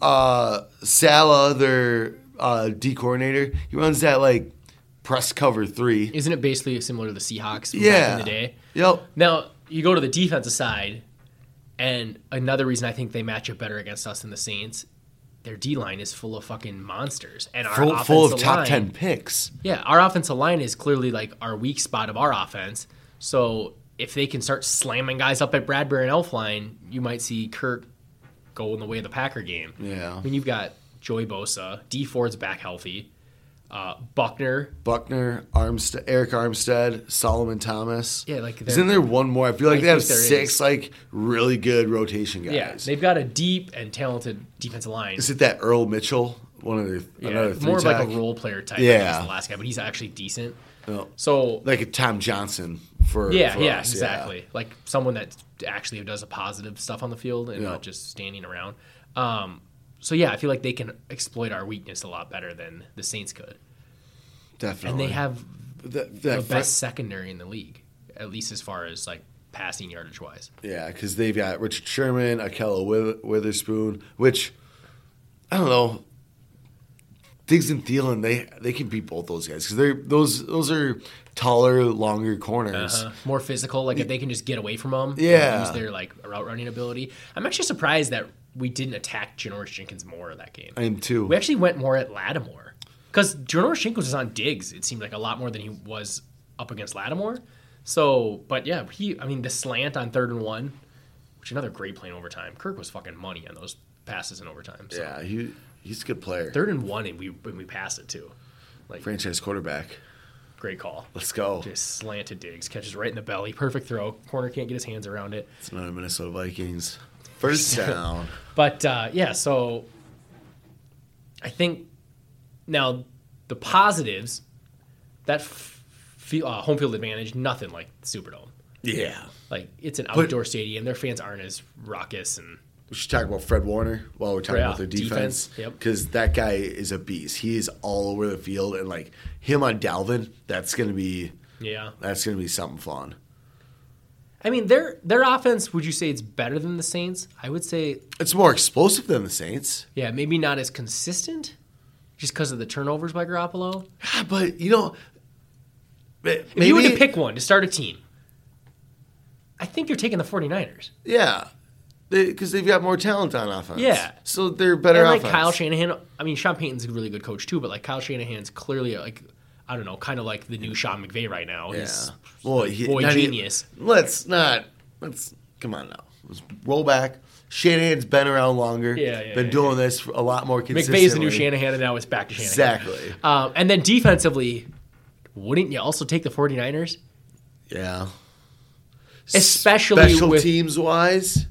Speaker 2: uh, Salah, their uh, D coordinator, he runs that like press cover three.
Speaker 3: isn't it basically similar to the Seahawks from
Speaker 2: yeah,
Speaker 3: back in the day?
Speaker 2: Yep.
Speaker 3: Now you go to the defensive side, and another reason I think they match up better against us than the Saints, their D line is full of fucking monsters, and our
Speaker 2: Full, full of
Speaker 3: offensive
Speaker 2: top
Speaker 3: line-
Speaker 2: ten picks.
Speaker 3: Yeah, our offensive line is clearly like our weak spot of our offense. So if they can start slamming guys up at Bradbury and Elf line, you might see Kirk go in the way of the Packer game.
Speaker 2: Yeah.
Speaker 3: I mean, you've got Joey Bosa, D Ford's back healthy, uh, Buckner.
Speaker 2: Buckner, Armstead, Eric Armstead, Solomon Thomas.
Speaker 3: Yeah, like they're-
Speaker 2: isn't there one more? I feel like
Speaker 3: I
Speaker 2: they have
Speaker 3: think there
Speaker 2: six
Speaker 3: is.
Speaker 2: like really good rotation guys.
Speaker 3: Yeah, they've got a deep and talented defensive line.
Speaker 2: is it that Earl Mitchell? One of their
Speaker 3: Yeah,
Speaker 2: another three
Speaker 3: more of like a
Speaker 2: tech?
Speaker 3: role player type.
Speaker 2: Yeah.
Speaker 3: Yeah, the last guy, but he's actually decent. So
Speaker 2: like a Tom Johnson for
Speaker 3: yeah,
Speaker 2: for
Speaker 3: yeah,
Speaker 2: us,
Speaker 3: exactly. Like someone that actually does a positive stuff on the field and
Speaker 2: Yeah.
Speaker 3: not just standing around. Um, so yeah, I feel like they can exploit our weakness a lot better than the Saints could,
Speaker 2: definitely.
Speaker 3: and they have
Speaker 2: that,
Speaker 3: the
Speaker 2: that fir-
Speaker 3: best secondary in the league, at least as far as like passing yardage wise.
Speaker 2: Yeah, because they've got Richard Sherman, Akella With- Witherspoon, which I don't know. Diggs and Thielen, they they can beat both those guys because they're those those are taller, longer corners.
Speaker 3: Uh, more physical. Like if they can just get away from them,
Speaker 2: Yeah.
Speaker 3: use their like route running ability. I'm actually surprised that we didn't attack Janoris Jenkins more that game.
Speaker 2: I am too.
Speaker 3: We actually went more at Lattimore because Janoris Jenkins was on Diggs. It seemed like a lot more than he was up against Lattimore. So, but yeah, he. I mean, the slant on third and one, which another great play in overtime. Kirk was fucking money on those passes in overtime. So.
Speaker 2: yeah, he he's a good player.
Speaker 3: Third and one, and we and we passed it too.
Speaker 2: franchise quarterback.
Speaker 3: Great call.
Speaker 2: Let's go.
Speaker 3: Just slanted Diggs, catches right in the belly. Perfect throw. Corner can't get his hands around it.
Speaker 2: It's another Minnesota Vikings. First down.
Speaker 3: But uh, yeah, so I think now the positives that f- f- uh, home field advantage, nothing like Superdome.
Speaker 2: yeah.
Speaker 3: Like it's an outdoor stadium, their fans aren't as raucous and
Speaker 2: We should talk about Fred Warner while we're talking
Speaker 3: Yeah,
Speaker 2: about their defense.
Speaker 3: defense, yep.
Speaker 2: Because that guy is a beast. He is all over the field and like him on Dalvin, that's gonna be
Speaker 3: yeah.
Speaker 2: that's gonna be something fun.
Speaker 3: I mean their their offense. Would you say it's better than the Saints? I would say
Speaker 2: It's more explosive than the Saints.
Speaker 3: yeah, maybe not as consistent, just because of the turnovers by Garoppolo.
Speaker 2: Yeah, Ah, but you know ma-
Speaker 3: If you were to
Speaker 2: maybe-
Speaker 3: pick one to start a team, I think you're taking the 49ers.
Speaker 2: Yeah. Because they've got more talent on offense.
Speaker 3: Yeah.
Speaker 2: So they're better
Speaker 3: and like
Speaker 2: offense.
Speaker 3: Kyle Shanahan. I mean, Sean Payton's a really good coach too, but like Kyle Shanahan's clearly like I don't know, kind of like the new Sean McVay right now.
Speaker 2: Yeah.
Speaker 3: He's
Speaker 2: Boy, he,
Speaker 3: boy
Speaker 2: not e-
Speaker 3: genius.
Speaker 2: let's not. Let's come on now. Let's roll back. Shanahan's been around longer.
Speaker 3: Yeah, yeah,
Speaker 2: Been
Speaker 3: yeah,
Speaker 2: doing this for a lot more consistently.
Speaker 3: McVay's the new Shanahan, and now it's back to Shanahan.
Speaker 2: Exactly.
Speaker 3: Um, and then defensively, wouldn't you also take the 49ers?
Speaker 2: Yeah.
Speaker 3: Especially
Speaker 2: special
Speaker 3: with-
Speaker 2: teams wise.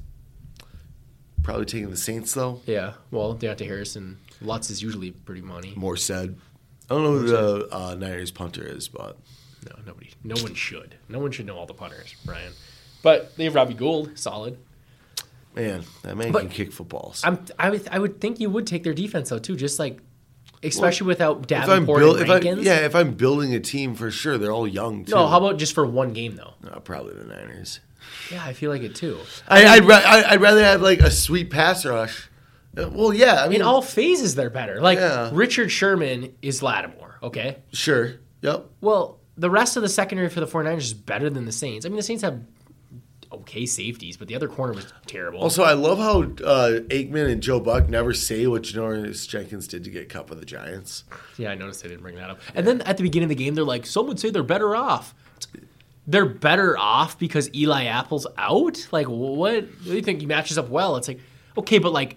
Speaker 2: Probably taking the Saints though.
Speaker 3: Yeah. Well, Deontay Harrison, Lutz is usually pretty money.
Speaker 2: More said. I don't know who the uh, Niners punter is, but
Speaker 3: No, nobody. No one should. No one should know all the punters, Brian. But they have Robbie Gould, solid.
Speaker 2: man, that man
Speaker 3: But-
Speaker 2: can kick footballs.
Speaker 3: I'm, I, would, I would think you would take their defense though too, just like especially without
Speaker 2: if I'm
Speaker 3: Davenport
Speaker 2: build,
Speaker 3: and
Speaker 2: if I,
Speaker 3: Rankins.
Speaker 2: yeah, if I'm building a team for sure, they're all young too.
Speaker 3: No, how about just for one game though?
Speaker 2: Uh, probably the Niners.
Speaker 3: Yeah, I feel like it too.
Speaker 2: I, I'd, ra- I- I'd rather have like a sweet pass rush. Uh, Well, yeah, I mean,
Speaker 3: In all phases, they're better. Like
Speaker 2: Yeah.
Speaker 3: Richard Sherman is Lattimore. Okay.
Speaker 2: sure, yep.
Speaker 3: Well, the rest of the secondary for the 49ers is better than the Saints. I mean, the Saints have okay safeties, but the other corner was terrible.
Speaker 2: Also, I love how uh, Aikman and Joe Buck never say what Janoris Jenkins did to get cut by the Giants.
Speaker 3: yeah, I noticed they didn't bring that up. And then at the beginning of the game, they're like, some would say they're better off. They're better off because Eli Apple's out? Like, wh- what? Do you think he matches up well? It's like, okay, but like,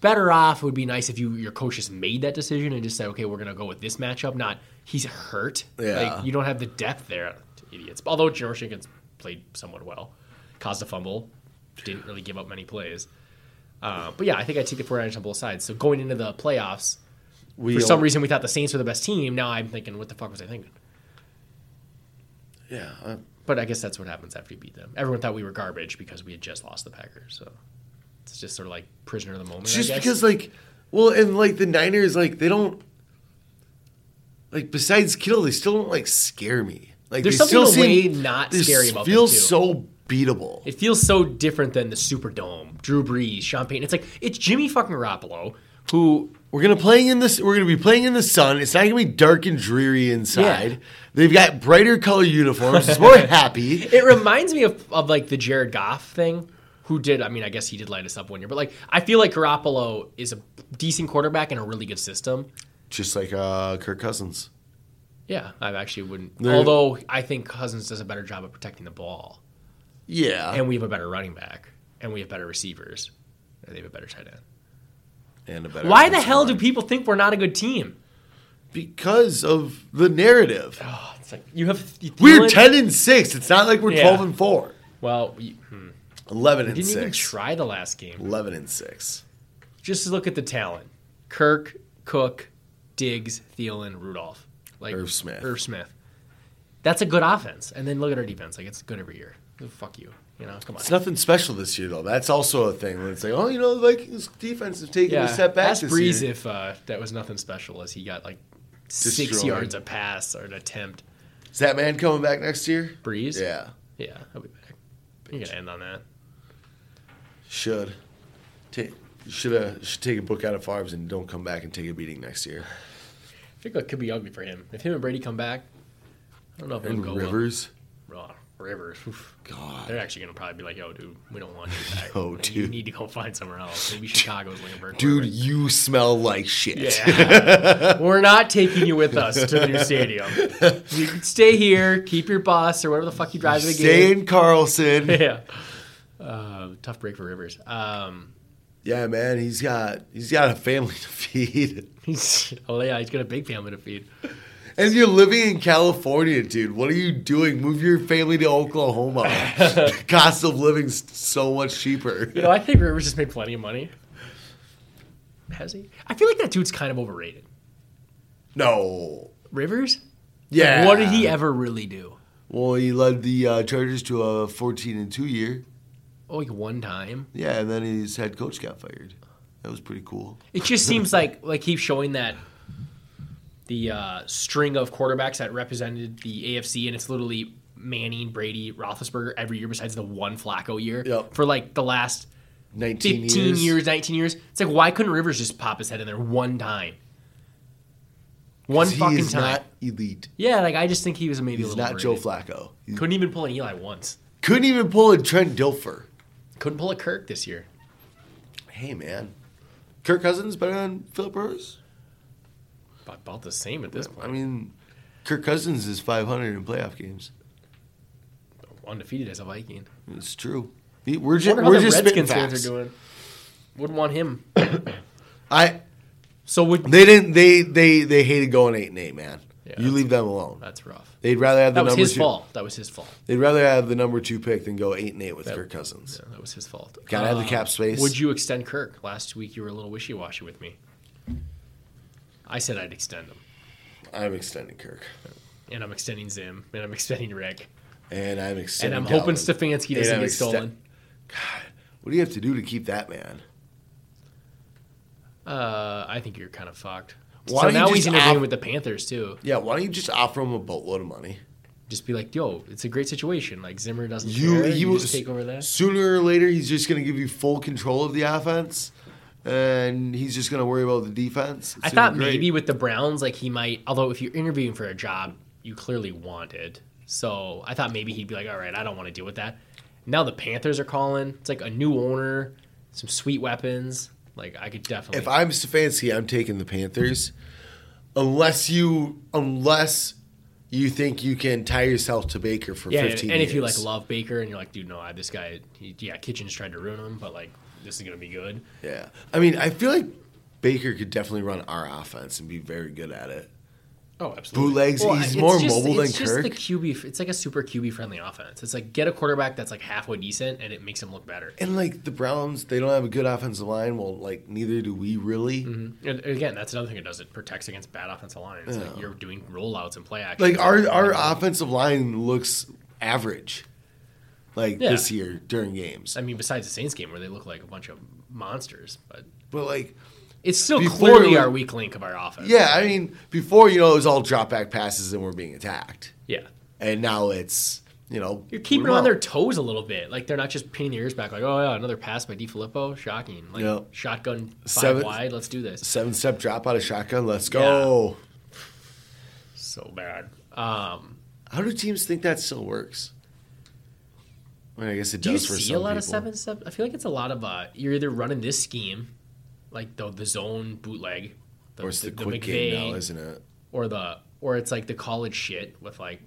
Speaker 3: better off would be nice if you your coach just made that decision and just said, okay, we're going to go with this matchup, not he's hurt.
Speaker 2: Yeah.
Speaker 3: Like, you don't have the depth there, idiots. Although George Jenkins played somewhat well, caused a fumble, didn't really give up many plays. Uh, but yeah, I think I take the 49ers on both sides. So going into the playoffs,
Speaker 2: We
Speaker 3: for some
Speaker 2: all-
Speaker 3: reason we thought the Saints were the best team. Now I'm thinking, what the fuck was I thinking?
Speaker 2: yeah, uh,
Speaker 3: But I guess that's what happens after you beat them. Everyone thought we were garbage because we had just lost the Packers. So it's just sort of like prisoner of the moment. I
Speaker 2: just
Speaker 3: guess.
Speaker 2: because like well and like the niners like they don't like besides kittle they still don't like scare me like
Speaker 3: There's
Speaker 2: they
Speaker 3: something
Speaker 2: still
Speaker 3: in a
Speaker 2: seem-
Speaker 3: way not
Speaker 2: they
Speaker 3: scary
Speaker 2: s-
Speaker 3: about them,
Speaker 2: feel
Speaker 3: too.
Speaker 2: so beatable
Speaker 3: It feels so different than the Superdome, Drew Brees, Sean Payton. It's like it's Jimmy fucking Garoppolo who
Speaker 2: we're gonna playing in this we're gonna be playing in the sun it's not gonna be dark and dreary inside
Speaker 3: Yeah.
Speaker 2: they've got brighter color uniforms it's more happy
Speaker 3: it reminds me of, of like the Jared Goff thing. Who did? I mean, I guess he did light us up one year, but like I feel like Garoppolo is a decent quarterback in a really good system.
Speaker 2: just like uh kirk cousins
Speaker 3: Yeah, I actually wouldn't.
Speaker 2: There-
Speaker 3: Although I think Cousins does a better job of protecting the ball,
Speaker 2: yeah
Speaker 3: and we have a better running back, and we have better receivers, and they have a better tight end.
Speaker 2: and a better
Speaker 3: Why the
Speaker 2: offensive
Speaker 3: hell do
Speaker 2: line.
Speaker 3: people think we're not a good team?
Speaker 2: because of the narrative
Speaker 3: Oh, it's like you have
Speaker 2: we're
Speaker 3: Thielen-
Speaker 2: 10 and 6 it's not like we're
Speaker 3: Yeah.
Speaker 2: 12 and 4
Speaker 3: Well, you hmm,
Speaker 2: 11 and
Speaker 3: didn't
Speaker 2: 6
Speaker 3: even try the last game.
Speaker 2: 11 and 6.
Speaker 3: Just look at the talent: Kirk, Cook, Diggs, Thielen, Rudolph, like
Speaker 2: Irv Smith.
Speaker 3: Irv Smith. That's a good offense. And then look at our defense; like it's good every year. Fuck you, you know. Come on.
Speaker 2: It's nothing special this year, though. That's also a thing. When it's like, oh, you know, the Vikings defense is taking a step back
Speaker 3: Ask
Speaker 2: this
Speaker 3: Breeze
Speaker 2: year.
Speaker 3: if uh, that was nothing special, as he got like six
Speaker 2: Destroyed.
Speaker 3: yards a pass or an attempt.
Speaker 2: Is that man coming back next year?
Speaker 3: Breeze,
Speaker 2: Yeah,
Speaker 3: yeah, I'll be back. You're gonna end on that.
Speaker 2: should. Take, should uh, should take a book out of Favre's and don't come back and take a beating next year.
Speaker 3: I think that could be ugly for him if him and Brady come back. I don't know if it'll
Speaker 2: And
Speaker 3: go
Speaker 2: Rivers,
Speaker 3: Well. Oh, Rivers, oof.
Speaker 2: God.
Speaker 3: they're actually gonna probably be like, "Yo, dude, we don't want you back.
Speaker 2: Yo,
Speaker 3: Like, you
Speaker 2: Oh, dude.
Speaker 3: need to go find somewhere else. Maybe Chicago's looking for a
Speaker 2: dude,
Speaker 3: quarterback."
Speaker 2: you smell like shit.
Speaker 3: Yeah. We're not taking you with us to the new stadium. You can stay here, keep your bus or whatever the fuck you drive to the
Speaker 2: Stay
Speaker 3: game.
Speaker 2: in Carlson.
Speaker 3: yeah. Uh, tough break for Rivers. Um,
Speaker 2: yeah, man, he's got he's got a family to feed,
Speaker 3: he's, oh yeah, he's got a big family to feed.
Speaker 2: and you're living in California, dude. What are you doing? Move your family to Oklahoma. the cost of living's so much cheaper.
Speaker 3: You know, I think Rivers has made plenty of money. Has he? I feel like that dude's kind of overrated.
Speaker 2: No.
Speaker 3: Rivers?
Speaker 2: Yeah.
Speaker 3: What did he ever really do?
Speaker 2: Well, he led the uh, Chargers to a 14 and 2 year.
Speaker 3: Oh, like one time.
Speaker 2: Yeah, and then his head coach got fired. That was pretty cool.
Speaker 3: It just seems like like he's showing that the uh, string of quarterbacks that represented the AFC, and it's literally Manning, Brady, Roethlisberger every year, besides the one Flacco year
Speaker 2: Yep.
Speaker 3: for like the last
Speaker 2: 19
Speaker 3: 15 years. 19 years. It's like, why couldn't Rivers just pop his head in there one time? One
Speaker 2: He
Speaker 3: fucking
Speaker 2: is
Speaker 3: time.
Speaker 2: not elite.
Speaker 3: yeah, like I just think he was maybe a
Speaker 2: He's
Speaker 3: little.
Speaker 2: not Joe
Speaker 3: overrated.
Speaker 2: Flacco. He
Speaker 3: Couldn't even pull an Eli once.
Speaker 2: couldn't even pull a Trent Dilfer.
Speaker 3: Couldn't pull a Kirk this year.
Speaker 2: Hey, man. Kirk Cousins better than Philip Rivers?
Speaker 3: About, about the same at this point.
Speaker 2: I mean, Kirk Cousins is 500 in playoff games.
Speaker 3: Undefeated as a Viking.
Speaker 2: It's true. The- We're just
Speaker 3: Wonder how
Speaker 2: we're
Speaker 3: the
Speaker 2: just spitting
Speaker 3: Redskins fans
Speaker 2: facts.
Speaker 3: are doing. Wouldn't want him.
Speaker 2: I
Speaker 3: So would
Speaker 2: they didn't they they they hated going eight and eight, man.
Speaker 3: Yeah.
Speaker 2: You leave them alone.
Speaker 3: that's rough.
Speaker 2: They'd rather have the
Speaker 3: That was
Speaker 2: number
Speaker 3: his
Speaker 2: two.
Speaker 3: fault. That was his fault.
Speaker 2: They'd rather have the number two pick than go eight and eight with Kirk Cousins.
Speaker 3: Yeah, that was his fault. Uh,
Speaker 2: Gotta have the cap space.
Speaker 3: Would you extend Kirk? Last week you were a little wishy washy with me. I said I'd extend him,
Speaker 2: I'm extending Kirk,
Speaker 3: and I'm extending Zim, and I'm extending Rick,
Speaker 2: and I'm
Speaker 3: and
Speaker 2: extending.
Speaker 3: I'm hoping
Speaker 2: Dalvin.
Speaker 3: Stefanski
Speaker 2: And
Speaker 3: doesn't
Speaker 2: I'm exte-
Speaker 3: get stolen.
Speaker 2: What do you have to do to keep that man?
Speaker 3: Uh, I think you're kind of fucked.
Speaker 2: Why
Speaker 3: so
Speaker 2: don't you
Speaker 3: now he's
Speaker 2: just
Speaker 3: interviewing
Speaker 2: op-
Speaker 3: with the Panthers too.
Speaker 2: Yeah, why don't you just offer him a boatload of money?
Speaker 3: Just be like, yo, it's a great situation. Like Zimmer doesn't
Speaker 2: You
Speaker 3: care.
Speaker 2: he
Speaker 3: you
Speaker 2: will
Speaker 3: just take over that.
Speaker 2: Sooner or later, he's just going to give you full control of the offense, and he's just going to worry about the defense.
Speaker 3: I
Speaker 2: It's gonna
Speaker 3: thought
Speaker 2: be great.
Speaker 3: maybe with the Browns, like he might. Although if you're interviewing for a job, you clearly want it. So I thought maybe he'd be like, all right, I don't want to deal with that. Now the Panthers are calling. It's like a new owner, some sweet weapons. Like I could definitely.
Speaker 2: if I'm Stefanski, I'm taking the Panthers, unless you unless you think you can tie yourself to Baker for
Speaker 3: yeah, and,
Speaker 2: 15
Speaker 3: and if you like
Speaker 2: years.
Speaker 3: love Baker and you're like, dude, no, I, this guy, he, yeah, Kitchen's tried to ruin him, but like this is gonna be good.
Speaker 2: yeah, I mean, I feel like Baker could definitely run our offense and be very good at it.
Speaker 3: Oh, absolutely.
Speaker 2: Bootlegs, he's
Speaker 3: it's
Speaker 2: more mobile
Speaker 3: it's
Speaker 2: than
Speaker 3: just The
Speaker 2: Kirk.
Speaker 3: QB, it's like a super QB friendly offense. It's like get a quarterback that's like halfway decent, and it makes him look better.
Speaker 2: And like the Browns, they don't have a good offensive line. Well, like neither do we really.
Speaker 3: And again, that's another thing it does. It protects against bad offensive lines. Like you're doing rollouts and play action.
Speaker 2: Like our our offensive line looks average, like
Speaker 3: Yeah.
Speaker 2: this year during games.
Speaker 3: I mean, besides the Saints game where they look like a bunch of monsters, but
Speaker 2: But like,
Speaker 3: it's still
Speaker 2: Before
Speaker 3: clearly
Speaker 2: we-
Speaker 3: our weak link of our offense.
Speaker 2: yeah, I mean, before you know it was all drop back passes and we're being attacked,
Speaker 3: yeah.
Speaker 2: and now it's you know
Speaker 3: You're keeping
Speaker 2: we're
Speaker 3: them on their
Speaker 2: out.
Speaker 3: toes a little bit. Like they're not just pinning their ears back. Like, oh yeah, another pass by D. Filippo, shocking. Like
Speaker 2: Yeah.
Speaker 3: shotgun five
Speaker 2: Seven-
Speaker 3: wide. Let's do this.
Speaker 2: seven step drop out of shotgun. Let's go.
Speaker 3: So bad. Um,
Speaker 2: How do teams think that still works? I mean, I guess it
Speaker 3: do you
Speaker 2: does for
Speaker 3: see
Speaker 2: some
Speaker 3: a lot
Speaker 2: people.
Speaker 3: of seven step? I feel like it's a lot of uh, you're either running this scheme, like the the zone bootleg, the,
Speaker 2: or it's the, quick game now, isn't it?
Speaker 3: or the or it's like the college shit with like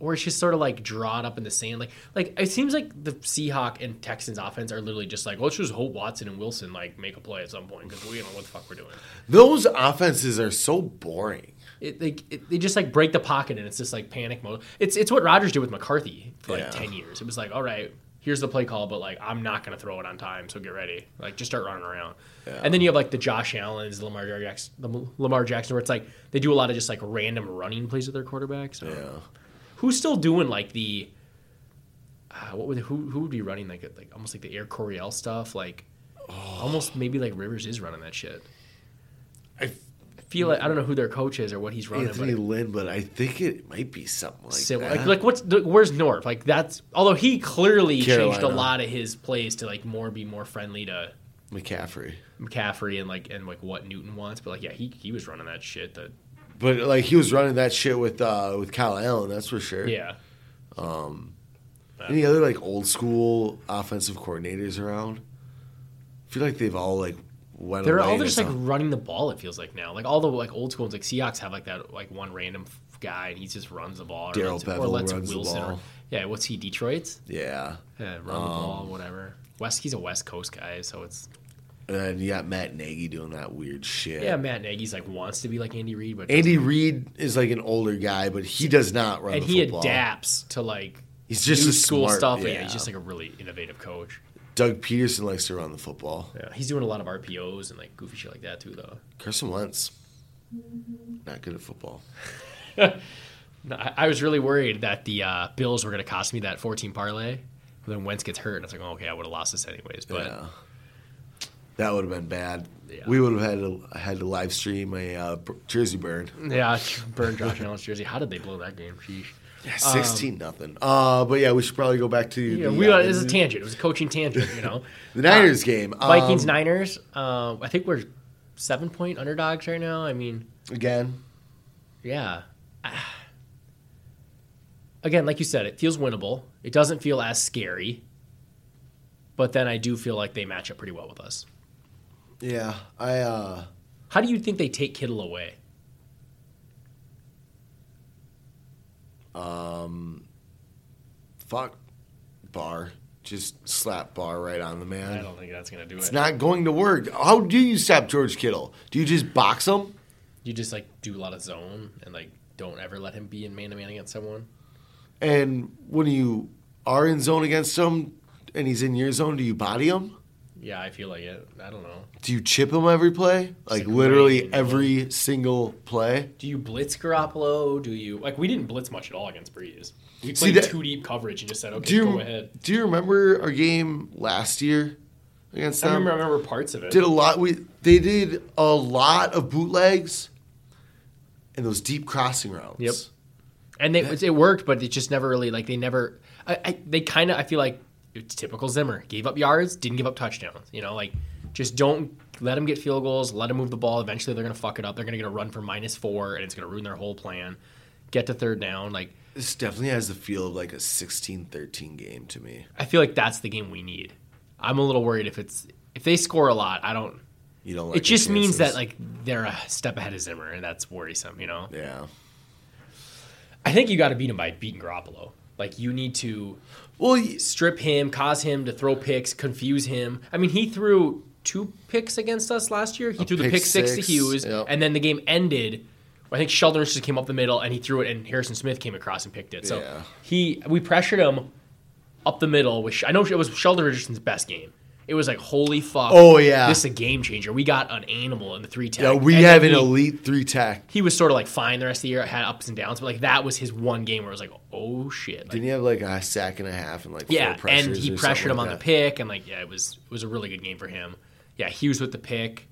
Speaker 3: or it's just sort of like drawn up in the sand like like it seems like the Seahawk and Texans offense are literally just like let's just hope Watson and Wilson like make a play at some point because we don't know what the fuck we're doing.
Speaker 2: Those offenses are so boring.
Speaker 3: It, they it, they just like break the pocket and it's just like panic mode. It's it's what Rodgers did with McCarthy for like
Speaker 2: Yeah.
Speaker 3: ten years. It was like all right. Here's the play call, but like I'm not gonna throw it on time, so get ready. Like just start running around, and then you have like the Josh Allen's, Lamar Jackson, Lamar Jackson, where it's like they do a lot of just like random running plays with their quarterbacks. So
Speaker 2: Yeah.
Speaker 3: who's still doing like the uh, what would who who would be running like like almost like the Air Coryell stuff like
Speaker 2: Oh.
Speaker 3: almost maybe like Rivers is running that shit.
Speaker 2: I
Speaker 3: I feel like I don't know who their coach is or what he's running.
Speaker 2: Anthony
Speaker 3: but
Speaker 2: Lynn, but I think it might be something like
Speaker 3: so,
Speaker 2: that.
Speaker 3: like, like what's the, where's North? Like that's although he clearly changed a
Speaker 2: Carolina.
Speaker 3: lot of his plays to like more be more friendly to
Speaker 2: McCaffrey.
Speaker 3: McCaffrey and like and like what Newton wants, but like yeah he he was running that shit. That
Speaker 2: But like he was running that shit with uh with Kyle Allen, that's for sure.
Speaker 3: yeah.
Speaker 2: Any other like old school offensive coordinators around? I feel like they've all like went
Speaker 3: They're
Speaker 2: away
Speaker 3: all
Speaker 2: to
Speaker 3: just like
Speaker 2: some-
Speaker 3: running the ball. It feels like now, like all the like old school ones, like Seahawks have like that like one random f- guy and he just runs the ball. Or
Speaker 2: Daryl
Speaker 3: lets-
Speaker 2: Bevell runs the ball.
Speaker 3: yeah, what's he? Detroit's
Speaker 2: Yeah.
Speaker 3: yeah, run the
Speaker 2: Um,
Speaker 3: ball, whatever. West, he's a West Coast guy, so it's
Speaker 2: And then you got Matt Nagy doing that weird shit.
Speaker 3: yeah. Matt Nagy's like wants to be like Andy Reid, but
Speaker 2: Andy Reid is like an older guy, but he does not run
Speaker 3: and
Speaker 2: the
Speaker 3: he
Speaker 2: football.
Speaker 3: adapts to like
Speaker 2: He's just
Speaker 3: new
Speaker 2: a
Speaker 3: school
Speaker 2: smart-
Speaker 3: stuff. but yeah,
Speaker 2: yeah.
Speaker 3: he's just like a really innovative coach.
Speaker 2: Doug Peterson likes to run the football.
Speaker 3: Yeah, he's doing a lot of RPOs and like goofy shit like that too, though.
Speaker 2: Carson Wentz, not good at football.
Speaker 3: No, I, I was really worried that the uh, Bills were going to cost me that 14 parlay. But then Wentz gets hurt, and I was like, oh, okay, I would have lost this anyways. But
Speaker 2: yeah. That would have been bad.
Speaker 3: Yeah.
Speaker 2: We would have had to, had to live stream a uh, b- Jersey burn.
Speaker 3: Yeah, burn Josh Allen's jersey. How did they blow that game? Sheesh.
Speaker 2: Sixteen nothing. Uh, but yeah, we should probably go back to
Speaker 3: Um, Yeah,
Speaker 2: the,
Speaker 3: we
Speaker 2: uh,
Speaker 3: uh, this is a tangent. It was a coaching tangent, you know.
Speaker 2: the Niners game. Um,
Speaker 3: Vikings Niners. Uh, I think we're seven point underdogs right now. I mean,
Speaker 2: again.
Speaker 3: yeah. Ah. Again, like you said, it feels winnable. It doesn't feel as scary. But then I do feel like they match up pretty well with us.
Speaker 2: Yeah, I. Uh,
Speaker 3: How do you think they take Kittle away?
Speaker 2: fuck bar. just slap bar right on the man.
Speaker 3: I don't think that's gonna do
Speaker 2: It's
Speaker 3: it.
Speaker 2: not going to work. How do you stop George Kittle? Do you just box him?
Speaker 3: you just like do a lot of zone and like don't ever let him be in man to man against someone.
Speaker 2: And when you are in zone against him and he's in your zone, do you body him?
Speaker 3: Yeah, I feel like it. I don't know.
Speaker 2: Do you chip him every play? Like
Speaker 3: Single
Speaker 2: literally
Speaker 3: play.
Speaker 2: every single play?
Speaker 3: Do you blitz Garoppolo? Do you like we didn't blitz much at all against Breeze. We played
Speaker 2: See, that-
Speaker 3: two deep coverage and just said, okay,
Speaker 2: Do you
Speaker 3: go ahead.
Speaker 2: do you remember our game last year against
Speaker 3: I
Speaker 2: them?
Speaker 3: remember, I remember parts of it.
Speaker 2: Um, did a lot. We they did a lot of bootlegs and those deep crossing routes.
Speaker 3: Yep. and it, it worked, but it just never really like they never. I, I they kind of I feel like it's typical Zimmer gave up yards, didn't give up touchdowns. You know, like just don't let them get field goals, let them move the ball. Eventually, they're gonna fuck it up. They're gonna get a run for minus four, and it's gonna ruin their whole plan. Get to third down, like
Speaker 2: This definitely has the feel of like a 16-13 game to me.
Speaker 3: I feel like that's the game we need. I'm a little worried if it's if they score a lot. I don't.
Speaker 2: You don't. Like
Speaker 3: It just
Speaker 2: their
Speaker 3: means that
Speaker 2: chances.
Speaker 3: like they're a step ahead of Zimmer, and that's worrisome. You know.
Speaker 2: yeah.
Speaker 3: I think you got to beat him by beating Garoppolo. Like you need to
Speaker 2: Well, y-
Speaker 3: strip him, cause him to throw picks, confuse him. I mean, he threw two picks against us last year. He threw the
Speaker 2: pick
Speaker 3: pick six,
Speaker 2: six,
Speaker 3: to Hughes,
Speaker 2: yep.
Speaker 3: and then the game ended. I think Sheldon Richardson came up the middle and he threw it, and Harrison Smith came across and picked it. So
Speaker 2: Yeah.
Speaker 3: he we pressured him up the middle. Which I know it was Sheldon Richardson's best game. It was like holy fuck!
Speaker 2: Oh, yeah.
Speaker 3: this is a game changer. We got an animal in the three tech.
Speaker 2: yeah, uh, we
Speaker 3: And
Speaker 2: have an
Speaker 3: he-
Speaker 2: elite three tech.
Speaker 3: He was sort of like fine the rest of the year. Had ups and downs, but like that was his one game where it was like, oh shit! Like,
Speaker 2: Didn't he have like a sack and a half and like
Speaker 3: yeah,
Speaker 2: four pressures
Speaker 3: and he
Speaker 2: or something
Speaker 3: pressured him
Speaker 2: like
Speaker 3: on the
Speaker 2: that?
Speaker 3: pick, and like yeah, it was it was a really good game for him. Yeah, Hughes with the pick,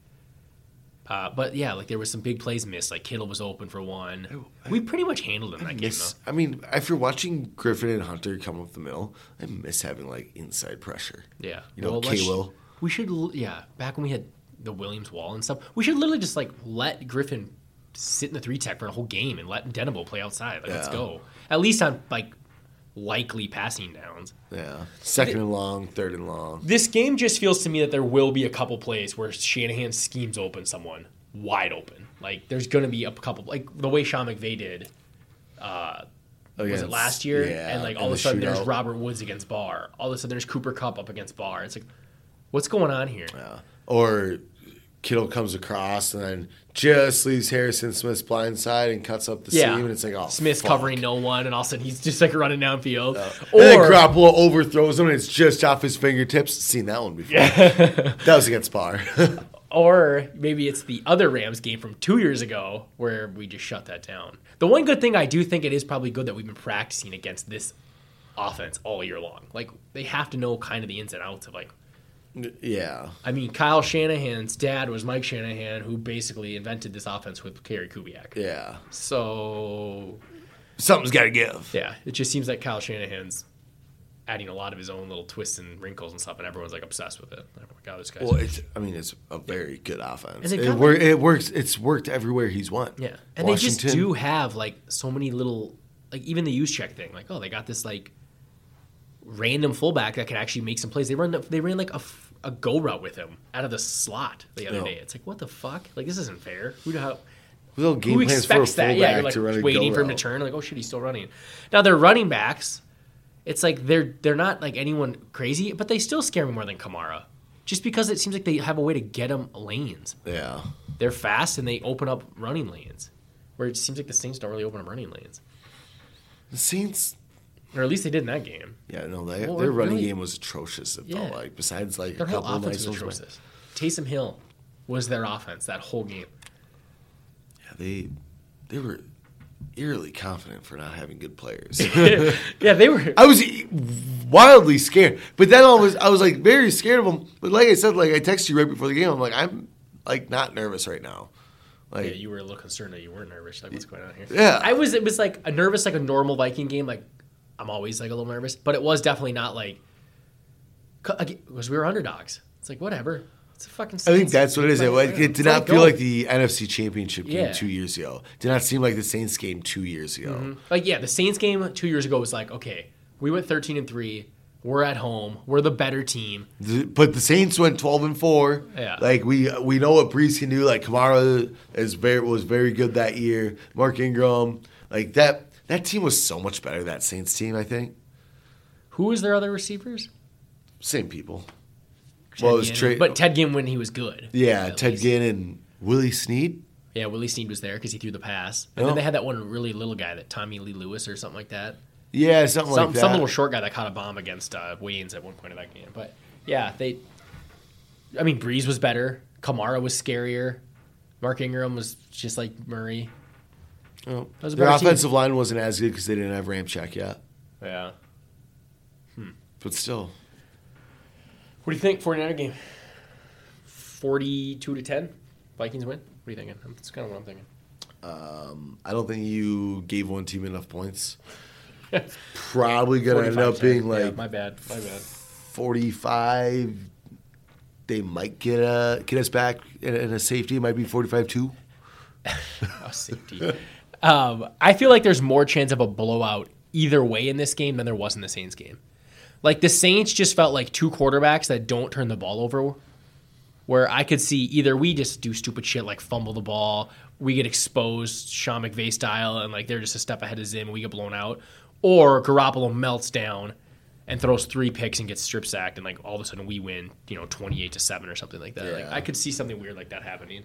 Speaker 3: uh, but yeah, like there was some big plays missed. Like Kittle was open for one. We pretty much handled him that game
Speaker 2: Miss,
Speaker 3: though.
Speaker 2: I mean, if you're watching Griffin and Hunter come up the middle, I miss having like inside pressure.
Speaker 3: Yeah,
Speaker 2: You know,
Speaker 3: let's-
Speaker 2: K-Will.
Speaker 3: We should l- yeah. Back when we had the Williams wall and stuff, we should literally just like let Griffin sit in the three tech for a whole game and let Denable play outside. Like let's
Speaker 2: Yeah.
Speaker 3: go at least on like likely passing downs.
Speaker 2: Yeah. Second and long, third and long.
Speaker 3: This game just feels to me that there will be a couple plays where Shanahan schemes open someone wide open. Like there's going to be a couple like the way Sean McVay did was it
Speaker 2: Against-
Speaker 3: last year
Speaker 2: yeah,
Speaker 3: and like all
Speaker 2: in
Speaker 3: of a
Speaker 2: the
Speaker 3: sudden there's
Speaker 2: shootout.
Speaker 3: Robert Woods against Barr. All of a sudden there's Cooper Cup up against Barr. It's like what's going on here?
Speaker 2: Yeah. Or Kittle comes across and then just leaves Harrison Smith's blind side and cuts up the seam, and it's like, oh,
Speaker 3: Smith's
Speaker 2: fuck.
Speaker 3: covering no one, and all of a sudden he's just like running downfield.
Speaker 2: and then
Speaker 3: Or
Speaker 2: Garoppolo overthrows him, and it's just off his fingertips. Seen that one before. that was against Barr.
Speaker 3: Or maybe it's the other Rams game from two years ago where we just shut that down. The one good thing I do think it is probably good that we've been practicing against this offense all year long. Like they have to know kind of the ins and outs of like.
Speaker 2: yeah.
Speaker 3: I mean, Kyle Shanahan's dad was Mike Shanahan, who basically invented this offense with Kerry Kubiak.
Speaker 2: Yeah.
Speaker 3: So
Speaker 2: Something's got to give.
Speaker 3: yeah, it just seems like Kyle Shanahan's adding a lot of his own little twists and wrinkles and stuff, and everyone's like obsessed with it. Like, oh my god, this guy's
Speaker 2: Well, it's, I mean, it's a very good offense.
Speaker 3: And they
Speaker 2: It,
Speaker 3: got-
Speaker 2: wor- it works. It's worked everywhere he's won.
Speaker 3: Yeah, and they just
Speaker 2: Washington.
Speaker 3: do have like so many little, like even the use check thing. Like, oh, they got this like random fullback that can actually make some plays. They run, they ran like a, f- a go route with him out of the slot the other
Speaker 2: Yeah.
Speaker 3: day. It's like, what the fuck? Like, this isn't fair. Who the hell?
Speaker 2: little
Speaker 3: Who
Speaker 2: game plans for a
Speaker 3: expects that?
Speaker 2: fullback
Speaker 3: Yeah, you're like
Speaker 2: to run a
Speaker 3: waiting
Speaker 2: go
Speaker 3: for him to
Speaker 2: route.
Speaker 3: turn. Like, oh shit, he's still running. Now their running backs, it's like they're they're not like anyone crazy, but they still scare me more than Kamara, just because it seems like they have a way to get him lanes
Speaker 2: Yeah.
Speaker 3: they're fast and they open up running lanes. Where it seems like the Saints don't really open up running lanes,
Speaker 2: The Saints
Speaker 3: or at least they did in that game.
Speaker 2: Yeah, no, they,
Speaker 3: Well,
Speaker 2: their
Speaker 3: it
Speaker 2: running
Speaker 3: really-
Speaker 2: game was atrocious. It
Speaker 3: Yeah.
Speaker 2: felt like besides like
Speaker 3: Their
Speaker 2: a
Speaker 3: whole
Speaker 2: couple of
Speaker 3: offense
Speaker 2: nice
Speaker 3: was
Speaker 2: ones. but-
Speaker 3: atrocious. Taysom Hill was their offense that whole game.
Speaker 2: Yeah, they they were eerily confident for not having good players.
Speaker 3: Yeah, they were.
Speaker 2: I was e, wildly scared, but then I was I was like very scared of them. But like I said, like I texted you right before the game. I'm like I'm like not nervous right now. Like
Speaker 3: Yeah, you were a little concerned that you weren't nervous. Like, what's going on here?
Speaker 2: Yeah.
Speaker 3: I was. It was like a nervous, like a normal Viking game. Like, I'm always like a little nervous, but it was definitely not like because we were underdogs. It's like whatever. It's a fucking.
Speaker 2: I think that's what it is. It,
Speaker 3: Like,
Speaker 2: it did
Speaker 3: let's
Speaker 2: not
Speaker 3: go.
Speaker 2: feel like the NFC Championship game
Speaker 3: Yeah.
Speaker 2: two years ago. Did not seem like the Saints game two years ago.
Speaker 3: Like yeah, the Saints game two years ago was like, okay, we went thirteen and three. We're at home. We're the better team.
Speaker 2: The- But the Saints went twelve and four.
Speaker 3: Yeah.
Speaker 2: Like we we know what Breeze can do. Like Kamara is very was very good that year. Mark Ingram, like that that team was so much better. That Saints team, I think.
Speaker 3: Who was their other receivers?
Speaker 2: Same people. Well, it was
Speaker 3: Ginn,
Speaker 2: Trey.
Speaker 3: but Ted Ginn when he was good.
Speaker 2: yeah,
Speaker 3: at
Speaker 2: Ted
Speaker 3: least.
Speaker 2: Ginn and Willie Snead.
Speaker 3: Yeah, Willie Snead was there because he threw the pass, and
Speaker 2: Oh.
Speaker 3: then they had that one really little guy that Tommy Lee Lewis or something like that.
Speaker 2: Yeah, something
Speaker 3: some
Speaker 2: like that.
Speaker 3: some little short guy that caught a bomb against uh, Wayne's at one point of that game. But yeah, they. I mean, Breeze was better. Kamara was scarier. Mark Ingram was just like Murray.
Speaker 2: Oh.
Speaker 3: was a
Speaker 2: Their
Speaker 3: better team.
Speaker 2: offensive line wasn't as good because they didn't have Ramchak yet.
Speaker 3: Yeah.
Speaker 2: But still,
Speaker 3: What do you think? 49er game. 42 to 10. Vikings win. What are you thinking? That's kind of what I'm thinking.
Speaker 2: I don't think you gave one team enough points. It's probably going to end up
Speaker 3: 45-10.
Speaker 2: being
Speaker 3: Yeah,
Speaker 2: like
Speaker 3: my bad. My bad.
Speaker 2: 45. They might get uh, get us back in, in a safety. It might be 45 2.
Speaker 3: Oh, safety. um, I feel like there's more chance of a blowout either way in this game than there was in the Saints game. Like the Saints just felt like two quarterbacks that don't turn the ball over. Where I could see either we just do stupid shit like fumble the ball, we get exposed Sean McVay style, and like they're just a step ahead of Zim, and we get blown out, or Garoppolo melts down and throws three picks and gets strip sacked, and like all of a sudden we win, you know, twenty eight to seven or something like that. Like
Speaker 2: Yeah.
Speaker 3: I could see something weird like that happening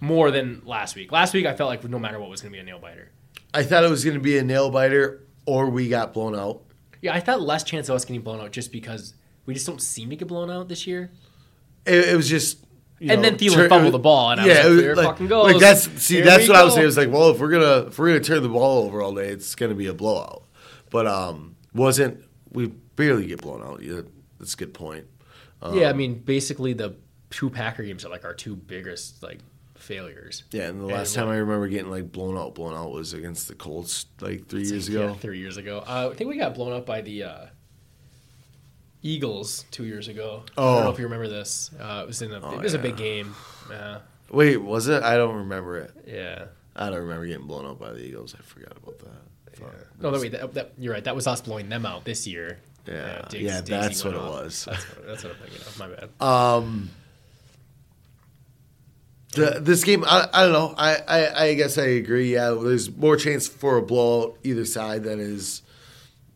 Speaker 3: more than last week. Last week, I felt like no matter what was going to be a nail biter.
Speaker 2: I thought it was going to be a nail biter or we got blown out.
Speaker 3: Yeah, I thought less chance of us getting blown out just because we just don't seem to get blown out this year.
Speaker 2: It, it was just. you
Speaker 3: And
Speaker 2: know,
Speaker 3: then Thielen fumbled the ball, and I was like,
Speaker 2: it
Speaker 3: "There it
Speaker 2: like,
Speaker 3: fucking goes."
Speaker 2: Like that's see,
Speaker 3: Here
Speaker 2: that's
Speaker 3: we
Speaker 2: what I was
Speaker 3: go.
Speaker 2: saying. It was like, well, if we're gonna if we're gonna turn the ball over all day, it's gonna be a blowout. But um, wasn't we barely get blown out? Yeah, that's a good point. Um,
Speaker 3: yeah, I mean, basically the two Packer games are like our two biggest like failures.
Speaker 2: Yeah, and the last time I remember getting like blown out, blown out was against the Colts like three years
Speaker 3: Yeah,
Speaker 2: ago.
Speaker 3: three years ago. Uh, I think we got blown up by the uh, Eagles two years ago. I
Speaker 2: Oh.
Speaker 3: don't know if you remember this. Uh, it was in a it was a big game. Uh,
Speaker 2: Wait, was it? I don't remember it.
Speaker 3: yeah.
Speaker 2: I don't remember getting blown out by the Eagles. I forgot about that. Fuck.
Speaker 3: No, no, wait. That, that, you're right. That was us blowing them out this year.
Speaker 2: Yeah,
Speaker 3: Diggs-
Speaker 2: yeah,
Speaker 3: Diggsy
Speaker 2: that's what
Speaker 3: went
Speaker 2: it
Speaker 3: off.
Speaker 2: was.
Speaker 3: That's what, that's what I'm thinking of. My bad.
Speaker 2: The, this game, I, I don't know. I, I, I guess I agree. Yeah, there's more chance for a blowout either side than is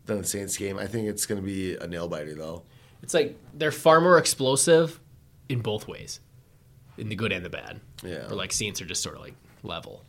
Speaker 2: than the Saints game. I think it's going to be a nail biter though.
Speaker 3: It's like they're far more explosive in both ways, in the good and the bad.
Speaker 2: Yeah.
Speaker 3: Or like Saints are just sort of like level.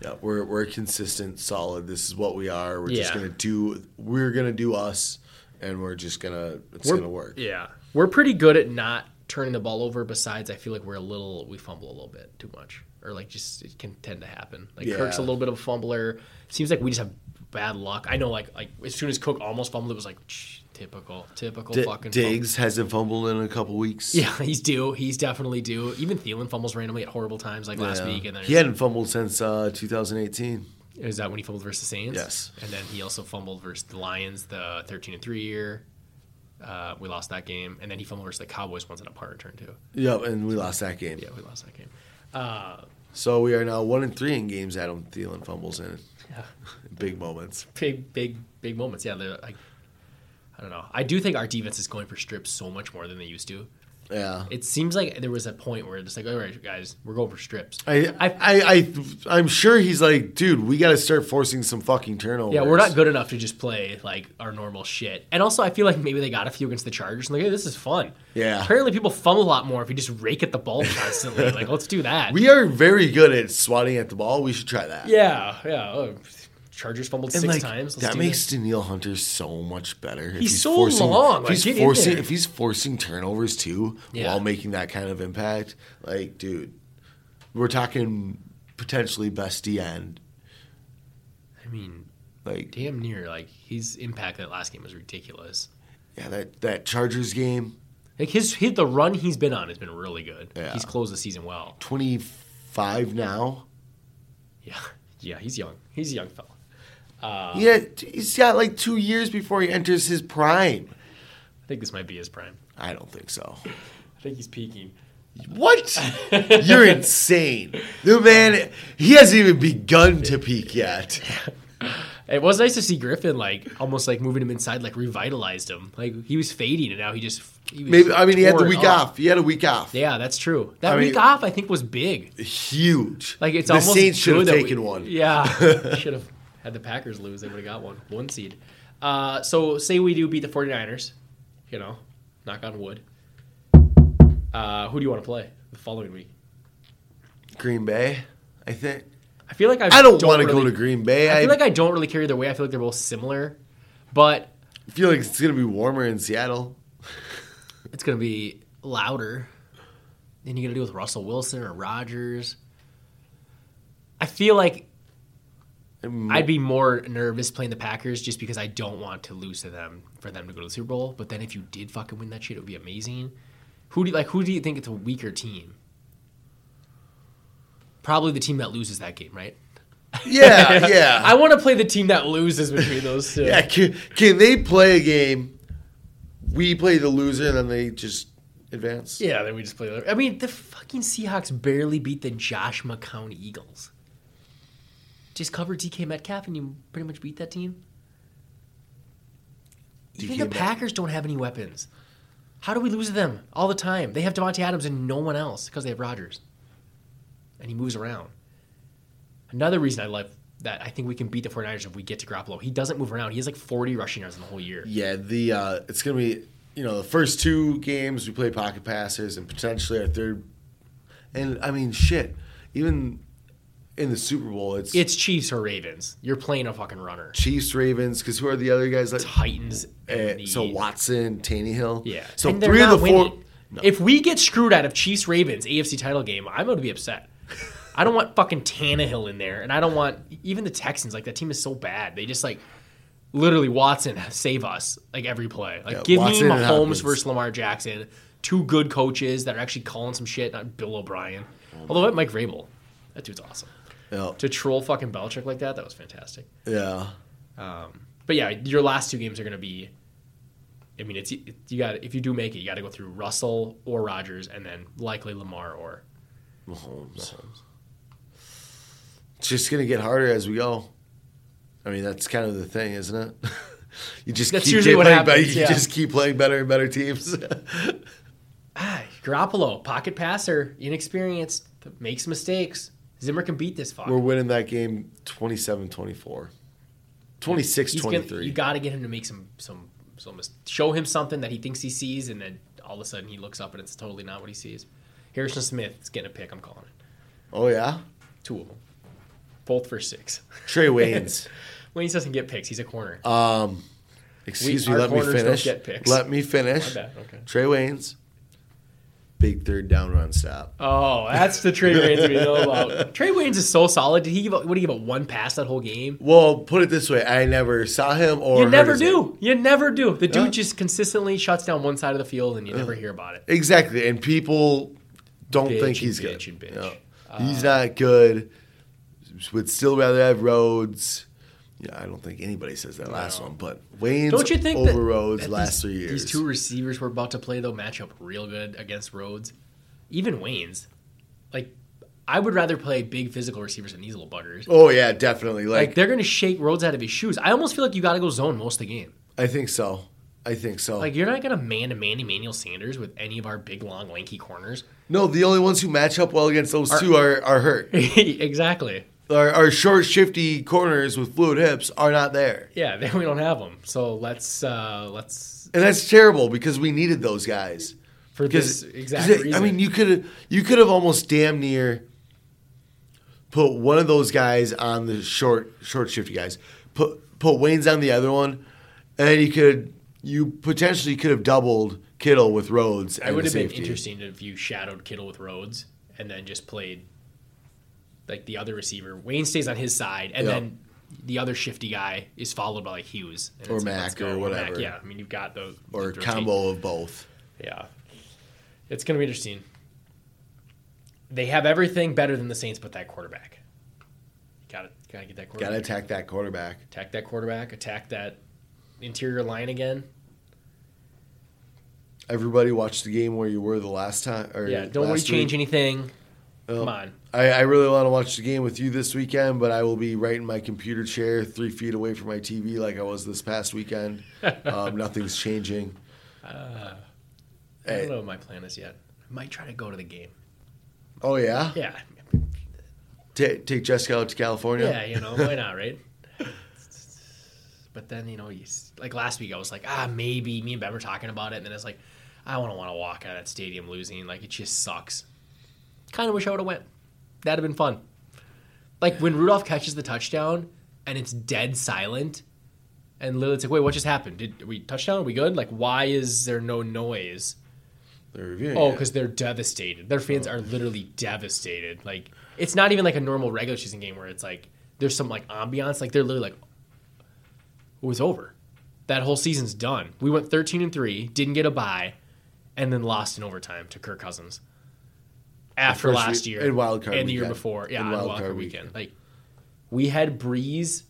Speaker 2: Yeah, we're we're consistent, solid. This is what we are. We're just
Speaker 3: Yeah.
Speaker 2: going to do. We're going to do us, and we're just going to. It's going to work.
Speaker 3: Yeah. We're pretty good at not turning the ball over. Besides, I feel like we're a little we fumble a little bit too much, or like just it can tend to happen. Like
Speaker 2: Yeah.
Speaker 3: Kirk's a little bit of a fumbler. Seems like we just have bad luck. I know, like like as soon as Cook almost fumbled, it was like "Shh, typical, typical
Speaker 2: D-
Speaker 3: fucking. fumble."
Speaker 2: Diggs hasn't fumbled in a couple weeks.
Speaker 3: Yeah, he's due. He's definitely due. Even Thielen fumbles randomly at horrible times like last
Speaker 2: Yeah.
Speaker 3: week, and then
Speaker 2: he hadn't fumbled since uh, 2018.
Speaker 3: Is that when he fumbled versus the Saints?
Speaker 2: Yes.
Speaker 3: And then he also fumbled versus the Lions, the thirteen and three year. Uh, we lost that game, and then he fumbled versus the Cowboys once on a punt return too.
Speaker 2: Yep, and we lost that game.
Speaker 3: Yeah, we lost that game.
Speaker 2: So we are now one and three in games. Adam Thielen fumbles in big moments.
Speaker 3: Big, big, big moments. Yeah, they're like, I don't know. I do think our defense is going for strips so much more than they used to.
Speaker 2: Yeah,
Speaker 3: It seems like there was a point where it's like, all right, guys, we're going for strips.
Speaker 2: I, I, I, I, am sure he's like, dude, we got to start forcing some fucking turnovers.
Speaker 3: Yeah, we're not good enough to just play like our normal shit. And also, I feel like maybe they got a few against the Chargers. And like, hey, this is fun.
Speaker 2: Yeah.
Speaker 3: Apparently, people fumble a lot more if you just rake at the ball constantly. like, let's do that.
Speaker 2: We are very good at swatting at the ball. We should try that.
Speaker 3: yeah, yeah. Oh, Chargers fumbled
Speaker 2: And
Speaker 3: six
Speaker 2: like,
Speaker 3: times. Let's
Speaker 2: that
Speaker 3: do
Speaker 2: makes
Speaker 3: this.
Speaker 2: Daniil Hunter so much better. If
Speaker 3: He's so
Speaker 2: If
Speaker 3: long, like,
Speaker 2: he's
Speaker 3: get in
Speaker 2: forcing,
Speaker 3: there.
Speaker 2: if he's forcing turnovers too,
Speaker 3: Yeah.
Speaker 2: while making that kind of impact, like, dude, we're talking potentially best D end.
Speaker 3: I mean,
Speaker 2: Like,
Speaker 3: damn near. Like his impact that last game was ridiculous.
Speaker 2: yeah, that that Chargers game,
Speaker 3: Like his, his the run he's been on has been really good.
Speaker 2: Yeah.
Speaker 3: He's closed the season well.
Speaker 2: twenty five now.
Speaker 3: Yeah, yeah. He's young. He's a young fella. Uh,
Speaker 2: yeah, he's got like two years before he enters his prime.
Speaker 3: I think this might be his prime.
Speaker 2: I don't think so.
Speaker 3: I think he's peaking.
Speaker 2: What? You're insane. The man, he hasn't even begun to peak yet.
Speaker 3: It was nice to see Griffin like almost like moving him inside, like revitalized him. Like he was fading, and now he just he was
Speaker 2: Maybe I mean he had the
Speaker 3: tore it
Speaker 2: week
Speaker 3: up.
Speaker 2: off. He had a week off.
Speaker 3: Yeah, that's true. That
Speaker 2: I
Speaker 3: week
Speaker 2: mean-
Speaker 3: off, I think, was big.
Speaker 2: Huge.
Speaker 3: Like it's
Speaker 2: the
Speaker 3: almost
Speaker 2: Saints should
Speaker 3: good
Speaker 2: have
Speaker 3: that we-
Speaker 2: taken one.
Speaker 3: Yeah, should have had the Packers lose. They would have got one, one seed. Uh, so say we do beat the 49ers, you know, knock on wood. Uh, who do you want to play the following week?
Speaker 2: Green Bay, I think.
Speaker 3: I feel like I,
Speaker 2: I don't, want to go
Speaker 3: really-
Speaker 2: to Green Bay.
Speaker 3: I
Speaker 2: I
Speaker 3: feel like I don't really care either way. I feel like they're both similar, but
Speaker 2: feel like it's gonna be warmer in Seattle.
Speaker 3: it's gonna be louder. Then you're gonna deal with Russell Wilson or Rodgers. I feel like I'd be more nervous playing the Packers just because I don't want to lose to them for them to go to the Super Bowl. But then if you did fucking win that shit, it would be amazing. Who do you, like? Who do you think it's a weaker team? Probably the team that loses that game, right?
Speaker 2: Yeah, yeah.
Speaker 3: I want to play the team that loses between those two.
Speaker 2: Yeah, can, can they play a game? We play the loser, and then they just advance.
Speaker 3: Yeah, then we just play. I mean, the fucking Seahawks barely beat the Josh McCown Eagles. Just cover DK Metcalf and you pretty much beat that team. Even
Speaker 2: DK
Speaker 3: the
Speaker 2: Met-
Speaker 3: Packers don't have any weapons. How do we lose to them all the time? They have Devontae Adams and no one else because they have Rodgers. And he moves around. Another reason I love that I think we can beat the 49ers if we get to Garoppolo. He doesn't move around. He has like 40 rushing yards in the whole year.
Speaker 2: Yeah, the uh, it's gonna be you know the first two games we play pocket passes, and potentially our third. And I mean, shit, even in the Super Bowl, it's,
Speaker 3: It's Chiefs or Ravens. You're playing a fucking runner.
Speaker 2: Chiefs, Ravens, because who are the other guys? Like
Speaker 3: Titans. and
Speaker 2: eh, so
Speaker 3: the-
Speaker 2: Watson, Tannehill.
Speaker 3: Yeah.
Speaker 2: So
Speaker 3: And they're
Speaker 2: three of the
Speaker 3: not
Speaker 2: four.
Speaker 3: winning. If we get screwed out of Chiefs Ravens AFC title game, I'm going to be upset. I don't want fucking Tannehill in there, and I don't want even the Texans. Like that team is so bad. They just like literally Watson save us like every play. Like
Speaker 2: Yeah,
Speaker 3: give
Speaker 2: Watson
Speaker 3: me
Speaker 2: and Hopkins.
Speaker 3: Mahomes versus Lamar Jackson. Two good coaches that are actually calling some shit, not Bill O'Brien.
Speaker 2: Oh,
Speaker 3: Although I Mike Vrabel, that dude's awesome.
Speaker 2: Yeah.
Speaker 3: To troll fucking Belichick like that, that was fantastic.
Speaker 2: yeah.
Speaker 3: But yeah, your last two games are going to be. I mean, it's you got if you do make it, you got to go through Russell or Rogers, and then likely Lamar or
Speaker 2: Mahomes. It's just gonna get harder as we go. I mean, that's kind of the thing, isn't it? you just
Speaker 3: That's
Speaker 2: keep
Speaker 3: usually what
Speaker 2: playing
Speaker 3: happens,
Speaker 2: better- you
Speaker 3: yeah.
Speaker 2: just keep playing better and better teams.
Speaker 3: ah, Garoppolo, pocket passer, inexperienced, makes mistakes. Zimmer can beat this fuck.
Speaker 2: We're winning that game 27-24. 26
Speaker 3: He's gonna-
Speaker 2: 23.
Speaker 3: you got to get him to make some some some mis- show him something that he thinks he sees, and then all of a sudden he looks up and it's totally not what he sees. Harrison Smith is getting a pick. I'm calling it.
Speaker 2: oh yeah.
Speaker 3: Two of them, both for six.
Speaker 2: Trey Waynes.
Speaker 3: Wayne doesn't get picks. He's a corner.
Speaker 2: Excuse
Speaker 3: We-
Speaker 2: me,
Speaker 3: our
Speaker 2: let me
Speaker 3: corners don't
Speaker 2: finish.
Speaker 3: get picks.
Speaker 2: Let me finish.
Speaker 3: My bad, okay.
Speaker 2: Trey Waynes. Big third down run stop.
Speaker 3: Oh, that's the Trey Waynes we know about. Trey Waynes is so solid. Did he give? up- What did he give up? One pass that whole game?
Speaker 2: Well, put it this way, I never saw him or
Speaker 3: You
Speaker 2: heard
Speaker 3: never
Speaker 2: his name.
Speaker 3: do. You never do. The dude
Speaker 2: Yeah.
Speaker 3: just consistently shuts down one side of the field, and you never hear about it.
Speaker 2: Exactly, and people don't
Speaker 3: Bitch
Speaker 2: think
Speaker 3: and
Speaker 2: he's
Speaker 3: bitch
Speaker 2: good.
Speaker 3: and bitch.
Speaker 2: No. he's not good. Would still rather have Rhodes. Yeah, I don't think anybody says that last one, but Wayne's
Speaker 3: Don't you think
Speaker 2: over
Speaker 3: that,
Speaker 2: Rhodes
Speaker 3: that
Speaker 2: last
Speaker 3: these,
Speaker 2: three years.
Speaker 3: These two receivers we're about to play though match up real good against Rhodes, even Wayne's. Like, I would rather play big physical receivers than these little buggers.
Speaker 2: oh yeah, definitely. Like,
Speaker 3: Like they're gonna shake Rhodes out of his shoes. I almost feel like you got to go zone most of the game.
Speaker 2: I think so. I think so.
Speaker 3: Like you're not gonna man to man Emmanuel Sanders with any of our big long lanky corners.
Speaker 2: no, the only ones who match up well against those two are are hurt.
Speaker 3: exactly.
Speaker 2: our, our short, shifty corners with fluid hips are not there,
Speaker 3: Yeah, then we don't have them. So let's uh let's
Speaker 2: and that's terrible because we needed those guys.
Speaker 3: for
Speaker 2: Because
Speaker 3: this exact
Speaker 2: because it-
Speaker 3: reason.
Speaker 2: I mean, you could have you could have almost damn near put one of those guys on the short short shifty guys, put put Wayne's on the other one, and then you could you potentially could have doubled Kittle with Rhodes.
Speaker 3: it
Speaker 2: and
Speaker 3: would
Speaker 2: the
Speaker 3: have been
Speaker 2: safety.
Speaker 3: interesting if you shadowed Kittle with Rhodes and then just played like the other receiver. Wayne stays on his side, and
Speaker 2: Yeah.
Speaker 3: then the other shifty guy is followed by like Hughes and
Speaker 2: Or
Speaker 3: it's like,
Speaker 2: Mack
Speaker 3: let's go,
Speaker 2: or
Speaker 3: Mack.
Speaker 2: whatever.
Speaker 3: Yeah, I mean you've got those
Speaker 2: or
Speaker 3: the
Speaker 2: a
Speaker 3: rotation.
Speaker 2: combo of both.
Speaker 3: Yeah. It's going to be interesting. They have everything better than the Saints but that quarterback. Got to got to get that
Speaker 2: Got
Speaker 3: quarterback.
Speaker 2: to attack that quarterback.
Speaker 3: attack that quarterback, attack that interior line again.
Speaker 2: Everybody watch the game where you were the last time. Or
Speaker 3: Yeah, don't really
Speaker 2: last
Speaker 3: change
Speaker 2: week.
Speaker 3: anything. Come on.
Speaker 2: I, I really want to watch the game with you this weekend, but I will be right in my computer chair, three feet away from my TV, like I was this past weekend. um, nothing's changing.
Speaker 3: I
Speaker 2: Hey.
Speaker 3: don't know what my plan is yet. I might try to go to the game.
Speaker 2: Oh yeah,
Speaker 3: Yeah.
Speaker 2: Ta- take Jessica out to California.
Speaker 3: Yeah, you know, why not, right? But then, you know, you, s- like last week I was like, ah, maybe. Me and Ben were talking about it, and then it's like, I don't want to walk out of that stadium losing. Like it just sucks. Kind of wish I would have went. That'd have been fun. Like when Rudolph catches the touchdown and it's dead silent, and Lilith's like, "Wait, what just happened? Did we touchdown? Are we good? Like, why is there no noise?"
Speaker 2: They're reviewing.
Speaker 3: Oh,
Speaker 2: it.
Speaker 3: because they're devastated. Their
Speaker 2: Oh.
Speaker 3: fans are literally devastated. Like it's not even like a normal regular season game where it's like there's some like ambiance. Like they're literally like, it was over. That whole season's done. We went 13 and three, didn't get a bye, and then lost in overtime to Kirk Cousins after
Speaker 2: first
Speaker 3: last
Speaker 2: week-
Speaker 3: year
Speaker 2: in wild card
Speaker 3: and the year
Speaker 2: weekend.
Speaker 3: before. Yeah,
Speaker 2: In
Speaker 3: in
Speaker 2: wild
Speaker 3: wild,
Speaker 2: card
Speaker 3: card weekend. Like we had Breeze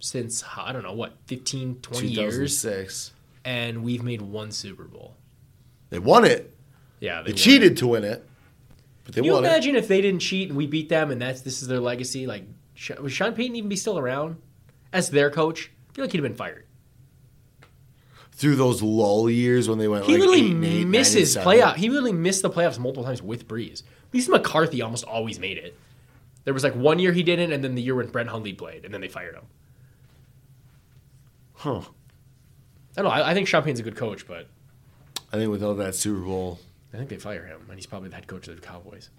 Speaker 3: since I don't know what 15, 20 years,
Speaker 2: 2006.
Speaker 3: and we've made one Super Bowl.
Speaker 2: They won it.
Speaker 3: Yeah,
Speaker 2: They
Speaker 3: won.
Speaker 2: cheated to win it, but they
Speaker 3: Can you
Speaker 2: won it.
Speaker 3: imagine if they didn't cheat and we beat them, and that's this is their legacy? Like, Sh- would Sean Payton even be still around as their coach? I feel like he'd have been fired.
Speaker 2: Through those lull years when they went,
Speaker 3: He
Speaker 2: like
Speaker 3: literally
Speaker 2: eight and eight, nine and
Speaker 3: misses
Speaker 2: seven.
Speaker 3: playoff. He literally missed the playoffs multiple times with Breeze. At least McCarthy almost always made it. There was like one year he didn't, and then the year when Brent Hundley played, and then they fired him.
Speaker 2: Huh.
Speaker 3: I don't know. I, I think Sean Payton's a good coach, but
Speaker 2: I think with all that Super Bowl,
Speaker 3: I think they fire him, and he's probably the head coach of the Cowboys.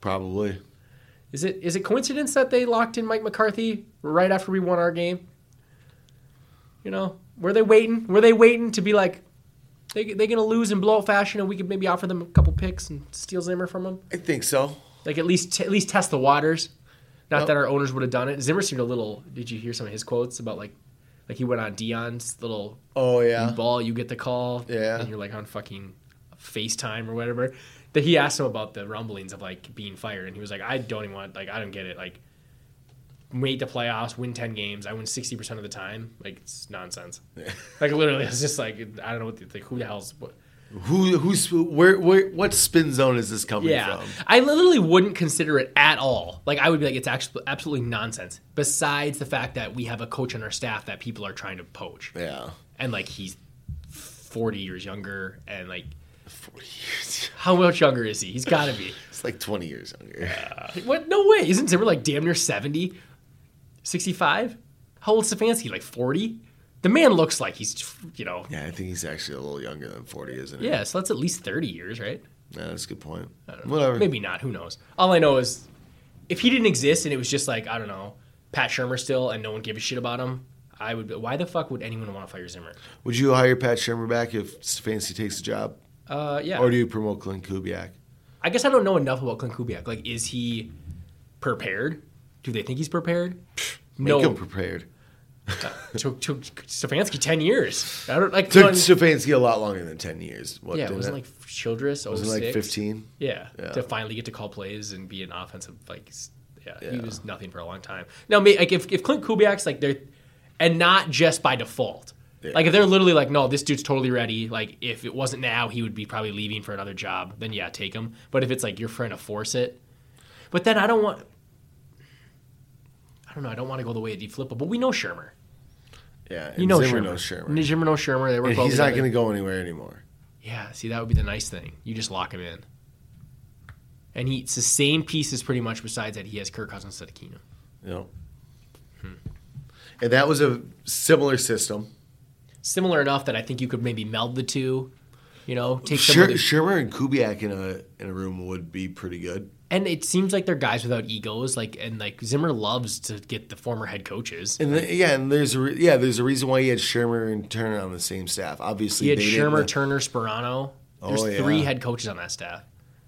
Speaker 2: probably.
Speaker 3: Is it is it coincidence that they locked in Mike McCarthy right after we won our game? You know, were they waiting? Were they waiting to be like they they gonna lose in blowout fashion, and we could maybe offer them a couple picks and steal Zimmer from them?
Speaker 2: I think so.
Speaker 3: Like at least at least test the waters. Not that our owners would have done it. Zimmer seemed a little. Did you hear some of his quotes about like like he went on Dion's little
Speaker 2: Oh yeah.
Speaker 3: ball, you get the call.
Speaker 2: Yeah.
Speaker 3: And you're like on fucking FaceTime or whatever. That he asked him about the rumblings of like being fired, and he was like, I don't even want, like, I don't get it. Like, made the playoffs, win 10 games, I win 60% of the time. Like, it's nonsense. like, literally, it's just like, I don't know what, the, like, who the hell's, what.
Speaker 2: Who who's where where what spin zone is this coming
Speaker 3: Yeah,
Speaker 2: from?
Speaker 3: I literally wouldn't consider it at all. Like I would be like, it's actually absolutely nonsense. Besides the fact that we have a coach on our staff that people are trying to poach,
Speaker 2: Yeah.
Speaker 3: and like he's forty years younger, and like
Speaker 2: Forty years.
Speaker 3: how much younger is he? He's got to be.
Speaker 2: It's like twenty years younger.
Speaker 3: What? No way. Isn't Zimmer like damn near 70? 65? How old Stefanski? Like 40? The man looks like he's, you know.
Speaker 2: Yeah, I think he's actually a little younger than forty, isn't he?
Speaker 3: Yeah, so that's at least 30 years, right?
Speaker 2: Yeah, that's a good point. Whatever.
Speaker 3: Maybe not. Who knows? All I know is if he didn't exist and it was just like, I don't know, Pat Shermer still and no one gave a shit about him, I would be, why the fuck would anyone want to fire Zimmer?
Speaker 2: Would you hire Pat Shermer back if Stefanski takes the job,
Speaker 3: Uh, yeah.
Speaker 2: or do you promote Clint Kubiak?
Speaker 3: I guess I don't know enough about Clint Kubiak. Like, is he prepared? Do they think he's prepared?
Speaker 2: Make him prepared.
Speaker 3: took, took Stefanski 10 years. I don't like.
Speaker 2: Took
Speaker 3: no,
Speaker 2: Stefanski a lot longer than ten years. What,
Speaker 3: Yeah, it
Speaker 2: didn't
Speaker 3: wasn't like Childress. oh
Speaker 2: Wasn't it like 15?
Speaker 3: Yeah,
Speaker 2: Yeah.
Speaker 3: to finally get to call plays and be an offensive like, s- yeah, he was nothing for a long time. Now, ma- like if if Clint Kubiak's like they're, and not just by default. Like if they're literally like, no, this dude's totally ready. Like if it wasn't now, he would be probably leaving for another job. Then yeah, take him. But if it's like you're trying to force it, but then I don't want. I don't know. I don't want to go the way of D. Flippo, but we know Shermer.
Speaker 2: Yeah, and
Speaker 3: You know
Speaker 2: Zimmer
Speaker 3: Shermer.
Speaker 2: knows Shermer.
Speaker 3: N- Zimmer knows Shermer. They work
Speaker 2: And
Speaker 3: well
Speaker 2: he's not
Speaker 3: together.
Speaker 2: going to go anywhere anymore.
Speaker 3: Yeah, see, that would be the nice thing. You just lock him in. And he, it's the same pieces pretty much, besides that he has Kirk Cousins instead of Keenum.
Speaker 2: You know.
Speaker 3: Hmm.
Speaker 2: And that was a similar system.
Speaker 3: Similar enough that I think you could maybe meld the two, you know, take some
Speaker 2: Sher-
Speaker 3: of the-
Speaker 2: Shermer and Kubiak in a in a room would be pretty good.
Speaker 3: And it seems like they're guys without egos, like and like Zimmer loves to get the former head coaches.
Speaker 2: And the, yeah, and there's a re- yeah, there's a reason why he had Shermer and Turner on the same staff. Obviously,
Speaker 3: He had
Speaker 2: they didn't-
Speaker 3: Shermer, Turner, Sperano. There's
Speaker 2: Oh, yeah.
Speaker 3: three head coaches on that staff.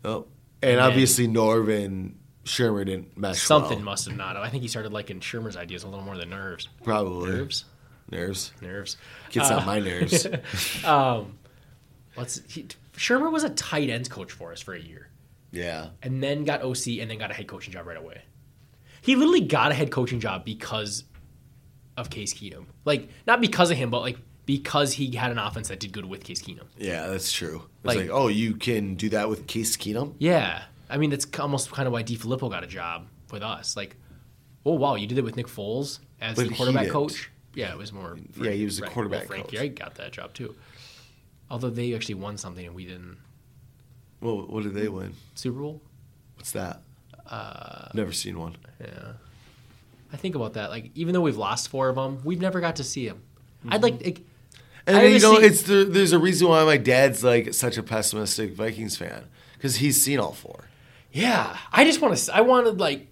Speaker 2: Oh. and obviously Norv and Shermer didn't mesh.
Speaker 3: Something
Speaker 2: well,
Speaker 3: must have not. I think he started liking Shermer's ideas a little more than nerves.
Speaker 2: probably
Speaker 3: Nerves,
Speaker 2: Nerves
Speaker 3: nerves.
Speaker 2: gets on my nerves.
Speaker 3: Let's. He, Shermer was a tight ends coach for us for a year.
Speaker 2: yeah,
Speaker 3: and then got OC and then got a head coaching job right away. He literally got a head coaching job because of Case Keenum. Like not because of him, but like because he had an offense that did good with Case Keenum.
Speaker 2: yeah, that's true. It's like,
Speaker 3: Like-
Speaker 2: oh, you can do that with Case Keenum.
Speaker 3: Yeah. I mean, that's k- almost kind of why DiFilippo got a job with us. Like, oh, wow, you did it with Nick Foles as
Speaker 2: But
Speaker 3: the
Speaker 2: he
Speaker 3: quarterback
Speaker 2: didn't.
Speaker 3: coach? Yeah, it was more.
Speaker 2: Yeah, he was the
Speaker 3: Right. Well,
Speaker 2: quarterback
Speaker 3: Frankie
Speaker 2: coach.
Speaker 3: Reich got that job too. Although they actually won something and we didn't.
Speaker 2: Well, what did they win?
Speaker 3: Super Bowl?
Speaker 2: What's that?
Speaker 3: Uh,
Speaker 2: Never seen one.
Speaker 3: Yeah.
Speaker 2: Mm-hmm.
Speaker 3: I think about that. Like, even though we've lost four of them, we've never got to see him. I'd like, like
Speaker 2: And
Speaker 3: I
Speaker 2: then, you know,
Speaker 3: honestly-
Speaker 2: it's the, there's a reason why my dad's like such a pessimistic Vikings fan because he's seen all four.
Speaker 3: Yeah, I just want to. I wanted like,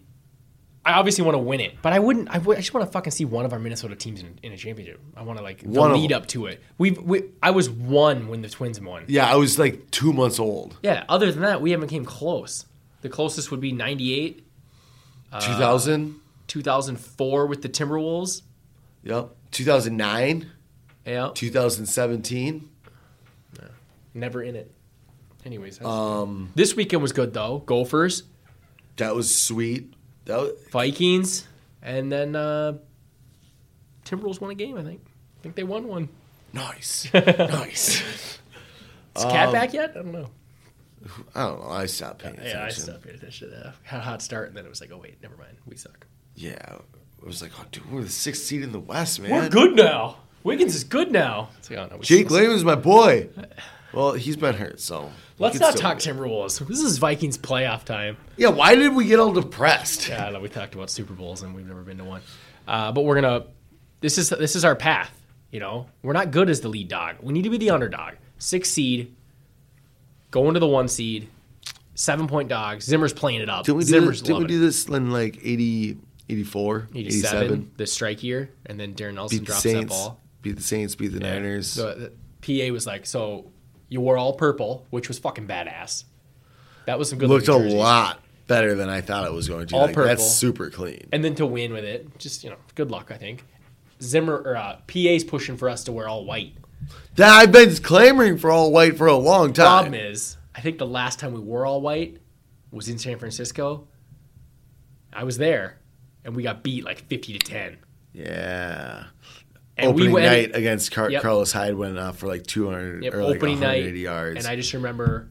Speaker 3: I obviously want to win it, but I wouldn't. I would- I just want to fucking see one of our Minnesota teams in, in a championship. I want to like the
Speaker 2: One of
Speaker 3: lead
Speaker 2: them.
Speaker 3: up to it. We've. We, I was one when the Twins won.
Speaker 2: Yeah, I was like two months old,
Speaker 3: Yeah. Other than that, we haven't came close. The closest would be '98, Ah.
Speaker 2: 2000.
Speaker 3: 2004 with the Timberwolves.
Speaker 2: Yep, 2009,
Speaker 3: Yeah.
Speaker 2: 2017.
Speaker 3: Never in it. Anyways. that's-
Speaker 2: Um.
Speaker 3: this weekend was good though. Gophers,
Speaker 2: That was sweet. That was,
Speaker 3: Vikings, and then uh, Timberwolves won a game. I think. I think they won one.
Speaker 2: nice, nice.
Speaker 3: Is Cat back yet? I don't know.
Speaker 2: I don't know. Um, I stopped paying attention.
Speaker 3: Yeah, I stopped paying attention to that. Had a hot start, and then it was like, oh wait, never mind, we suck.
Speaker 2: Yeah, I was like, oh, dude, we're the sixth seed in the West, man.
Speaker 3: We're good now. Wiggins is good now. It's like, oh, no, we
Speaker 2: Jake
Speaker 3: still-
Speaker 2: Lehman's my boy. Well, he's been hurt, so we
Speaker 3: Let's
Speaker 2: can
Speaker 3: not
Speaker 2: still
Speaker 3: talk
Speaker 2: win.
Speaker 3: Timberwolves. This is Vikings playoff time.
Speaker 2: Yeah, why did we get all depressed?
Speaker 3: Yeah, I know, Uh, we talked about Super Bowls, and we've never been to one. Uh, but we're gonna. This is this is our path. You know, we're not good as the lead dog. We need to be the underdog. Six seed, going to the one seed, seven point dog. Zimmer's playing it up.
Speaker 2: Did we do
Speaker 3: Zimmer's
Speaker 2: this, did we
Speaker 3: loving
Speaker 2: do
Speaker 3: it.
Speaker 2: this in like 80, 84,
Speaker 3: 87,
Speaker 2: 87?
Speaker 3: the strike year, and then Darren Nelson
Speaker 2: Beat the
Speaker 3: drops that
Speaker 2: Saints.
Speaker 3: ball.
Speaker 2: Beat the Saints. Beat the Niners.
Speaker 3: the, the PA was like, so you wore all purple, which was fucking badass. That was some good.
Speaker 2: Looked a
Speaker 3: looking jerseys.
Speaker 2: lot better than I thought it was going to.
Speaker 3: All
Speaker 2: Like, That's
Speaker 3: purple.
Speaker 2: super clean.
Speaker 3: And then to win with it, just you know, good luck. I think Zimmer or uh, PA's pushing for us to wear all white.
Speaker 2: That I've been clamoring for all white for a long time.
Speaker 3: Problem is, I think the last time we wore all white was in San Francisco. I was there, and we got beat like fifty to ten.
Speaker 2: Yeah.
Speaker 3: And
Speaker 2: opening
Speaker 3: we went
Speaker 2: night against Car-
Speaker 3: Yep.
Speaker 2: Carlos Hyde went off for like 200
Speaker 3: Yep,
Speaker 2: or like
Speaker 3: opening night,
Speaker 2: 180 yards.
Speaker 3: and I just remember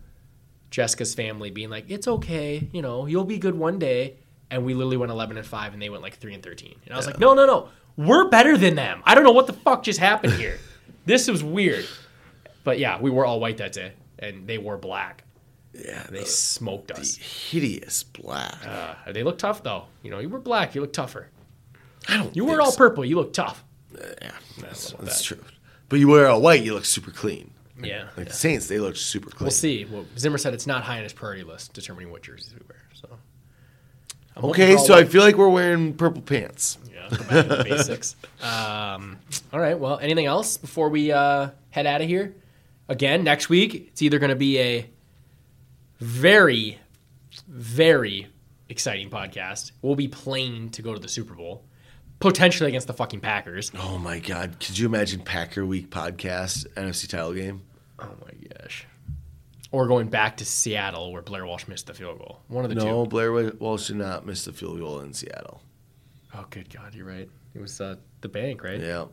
Speaker 3: Jessica's family being like, "It's okay, you know, you'll be good one day." And we literally went eleven and five, and they went like three and thirteen. And I was like, "No, no, no, we're better than them." I don't know what the fuck just happened here. this was weird, but yeah, we were all white that day, and they wore black.
Speaker 2: yeah,
Speaker 3: They
Speaker 2: they
Speaker 3: smoked us.
Speaker 2: hideous black.
Speaker 3: Uh, they look tough though. You know, you were black, you look tougher.
Speaker 2: I don't.
Speaker 3: You
Speaker 2: think
Speaker 3: were all
Speaker 2: so.
Speaker 3: purple, you look tough.
Speaker 2: Yeah, that's, that's true. But you wear all white, you look super clean.
Speaker 3: Yeah,
Speaker 2: Like the Saints, they look super clean.
Speaker 3: we'll see. Well, Zimmer said it's not high on his priority list determining what jerseys we wear. So. I'm hoping
Speaker 2: Okay,
Speaker 3: for all
Speaker 2: so
Speaker 3: white.
Speaker 2: I feel like we're wearing purple pants.
Speaker 3: Yeah, go back to the basics. Um, all right. Well, anything else before we uh, head out of here? Again, next week it's either going to be a very, very exciting podcast. We'll be playing to go to the Super Bowl, potentially against the fucking Packers.
Speaker 2: Oh my God, could you imagine Packer Week podcast NFC title game?
Speaker 3: Oh my gosh! Or going back to Seattle where Blair Walsh missed the field goal. One of the
Speaker 2: No,
Speaker 3: two.
Speaker 2: Blair Wa- Walsh did not miss the field goal in Seattle.
Speaker 3: Oh, good God! You're right. It was uh, the bank, right?
Speaker 2: Yeah,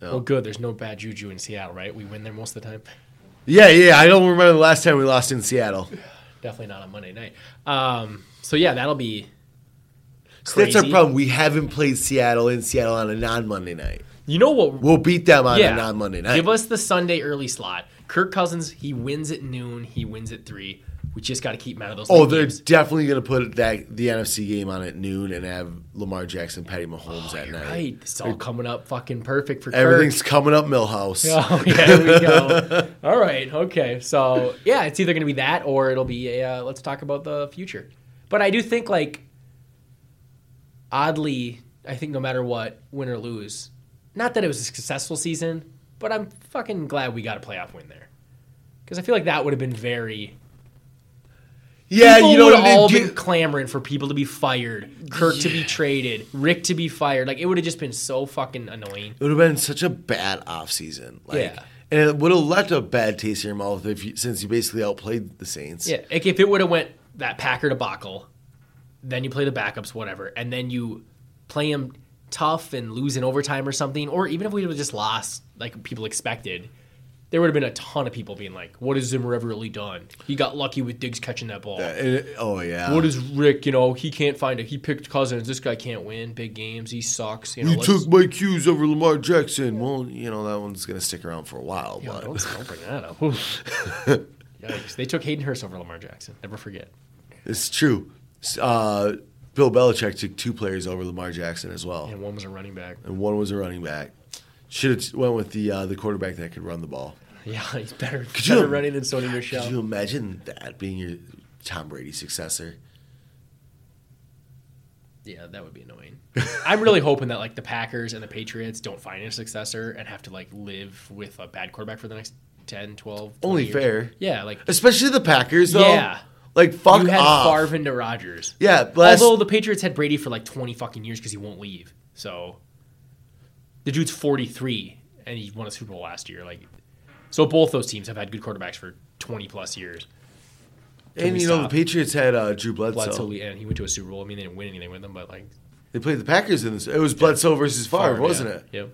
Speaker 3: Well, good. There's no bad juju in Seattle, right? We win there most of the time.
Speaker 2: yeah, yeah. I don't remember the last time we lost in Seattle.
Speaker 3: Definitely not on Monday night. Um, so yeah, that'll be.
Speaker 2: So that's our
Speaker 3: crazy.
Speaker 2: problem. We haven't played Seattle in Seattle on a non-Monday night.
Speaker 3: You know what?
Speaker 2: We'll beat them on
Speaker 3: yeah,
Speaker 2: a non-Monday night.
Speaker 3: Give us the Sunday early slot. Kirk Cousins, he wins at noon. He wins at three. We just got to keep him out of those.
Speaker 2: Oh,
Speaker 3: late
Speaker 2: they're
Speaker 3: games.
Speaker 2: definitely going to put that the NFC game on at noon and have Lamar Jackson, Patty Mahomes at night.
Speaker 3: Oh, right. It's all coming up fucking perfect for
Speaker 2: Everything's
Speaker 3: Kirk.
Speaker 2: coming up, Millhouse.
Speaker 3: Oh yeah, here we go. all right, okay. So yeah, it's either going to be that or it'll be a, uh, let's talk about the future. But I do think like oddly, I think no matter what, win or lose, not that it was a successful season, but I'm fucking glad we got a playoff win there. Because I feel like that would have been very.
Speaker 2: Yeah,
Speaker 3: people
Speaker 2: you know
Speaker 3: would
Speaker 2: what I
Speaker 3: have all
Speaker 2: mean?
Speaker 3: been
Speaker 2: Get-
Speaker 3: clamoring for people to be fired, Kirk to be traded, Rick to be fired. Like it would have just been so fucking annoying.
Speaker 2: it would have been such a bad offseason. Like,
Speaker 3: Yeah.
Speaker 2: And it would have left a bad taste in your mouth if you, since you basically outplayed the Saints.
Speaker 3: Yeah, like if it would have went that Packer debacle, then you play the backups, whatever, and then you play them tough and lose in overtime or something, or even if we would have just lost, like people expected, there would have been a ton of people being like, "What has Zimmer ever really done? He got lucky with Diggs catching that ball.
Speaker 2: And it- oh, yeah.
Speaker 3: What is Rick? You know, he can't find it. He picked Cousins. This guy can't win big games. He sucks. You know,
Speaker 2: you
Speaker 3: let's-
Speaker 2: took my cues over Lamar Jackson. Well, you know, that one's going to stick around for a while.
Speaker 3: Oh,
Speaker 2: but
Speaker 3: don't, don't bring that up. Yikes! They took Hayden Hurst over Lamar Jackson. Never forget.
Speaker 2: it's true. S- Uh, Bill Belichick took two players over Lamar Jackson as well.
Speaker 3: And one was a running back.
Speaker 2: and one was a running back. Should have went with the uh, the quarterback that could run the ball.
Speaker 3: Yeah, he's better,
Speaker 2: Could you-
Speaker 3: better running than Sony Michelle.
Speaker 2: Could you imagine that being your Tom Brady successor?
Speaker 3: Yeah, that would be annoying. I'm really hoping that like the Packers and the Patriots don't find a successor and have to like live with a bad quarterback for the next 10, 12, 20
Speaker 2: Only
Speaker 3: years.
Speaker 2: fair.
Speaker 3: Yeah, like
Speaker 2: Especially the Packers, though.
Speaker 3: Yeah.
Speaker 2: Like fuck
Speaker 3: you had
Speaker 2: off.
Speaker 3: Favre into Rodgers.
Speaker 2: Yeah, last-
Speaker 3: Although the Patriots had Brady for like 20 fucking years because he won't leave. So the dude's 43 and he won a Super Bowl last year. Like, so both those teams have had good quarterbacks for 20 plus years.
Speaker 2: and
Speaker 3: we
Speaker 2: you know
Speaker 3: stop?
Speaker 2: the Patriots had uh, Drew Bledsoe.
Speaker 3: Bledsoe, and he went to a Super Bowl. I mean, they didn't win anything with him, but like,
Speaker 2: They played the Packers in this. It was Bledsoe versus Favre,
Speaker 3: Favre,
Speaker 2: wasn't
Speaker 3: yeah.
Speaker 2: it?
Speaker 3: Yep.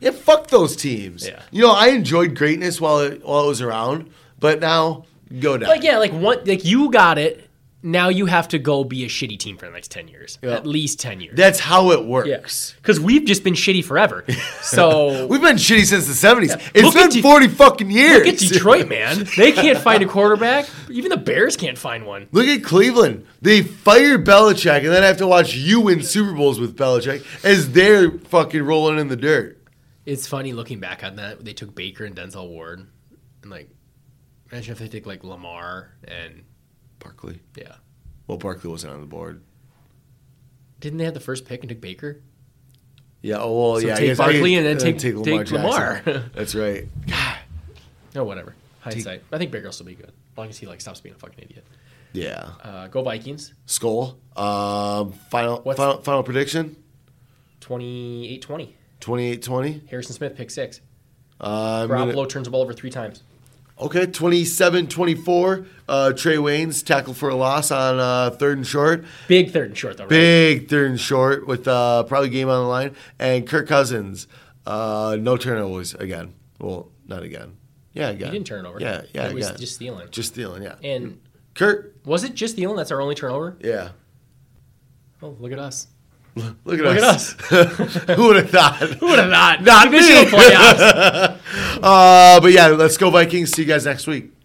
Speaker 2: Yeah, fuck those teams.
Speaker 3: Yeah.
Speaker 2: You know, I enjoyed greatness while it, while it was around, but now go down.
Speaker 3: Like yeah, like one like you got it. Now you have to go be a shitty team for the next ten years,
Speaker 2: Yeah.
Speaker 3: at least ten years.
Speaker 2: That's how it works.
Speaker 3: because we've just been shitty forever. So
Speaker 2: We've been shitty since the seventies. It's
Speaker 3: Look
Speaker 2: been
Speaker 3: at De-
Speaker 2: forty fucking years.
Speaker 3: look at Detroit, man. They can't find a quarterback. Even the Bears can't find one.
Speaker 2: Look at Cleveland. They fire Belichick, and then I have to watch you win Super Bowls with Belichick as they're fucking rolling in the dirt.
Speaker 3: It's funny looking back on that. They took Baker and Denzel Ward, and like imagine if they take like Lamar and
Speaker 2: Barkley.
Speaker 3: yeah.
Speaker 2: Well, Barkley wasn't on the board.
Speaker 3: Didn't they have the first pick and took Baker?
Speaker 2: Yeah. Oh, well,
Speaker 3: So
Speaker 2: yeah. I
Speaker 3: take
Speaker 2: guess I
Speaker 3: Barkley
Speaker 2: could-
Speaker 3: and then
Speaker 2: uh,
Speaker 3: take- take Lamar.
Speaker 2: Jackson. That's right.
Speaker 3: No, whatever. Hindsight. I think Baker will still be good, as long as he like stops being a fucking idiot.
Speaker 2: Yeah.
Speaker 3: Uh, go Vikings.
Speaker 2: Skull. Um, final,
Speaker 3: What's-
Speaker 2: final final prediction.
Speaker 3: 28-20.
Speaker 2: 28-20.
Speaker 3: Harrison Smith pick six.
Speaker 2: Uh, I'm
Speaker 3: Garoppolo
Speaker 2: gonna-
Speaker 3: turns the ball over three times.
Speaker 2: Okay, 27-24. Uh, Trey Waynes tackle for a loss on uh, third and short.
Speaker 3: Big third and short though, right?
Speaker 2: Big third and short with uh, probably game on the line. And Kirk Cousins, uh, no turnovers again. Well, not again. Yeah, again.
Speaker 3: He didn't turn it over.
Speaker 2: Yeah, yeah,
Speaker 3: It was
Speaker 2: again.
Speaker 3: just stealing.
Speaker 2: Just stealing, yeah.
Speaker 3: and
Speaker 2: Kirk,
Speaker 3: was it just stealing? That's our only turnover.
Speaker 2: yeah.
Speaker 3: Oh, look at us.
Speaker 2: Look at
Speaker 3: Look
Speaker 2: us.
Speaker 3: at us.
Speaker 2: Who would have thought?
Speaker 3: Who would have not?
Speaker 2: Not me.
Speaker 3: Divisional playoffs.
Speaker 2: Uh, but yeah, let's go Vikings. See you guys next week.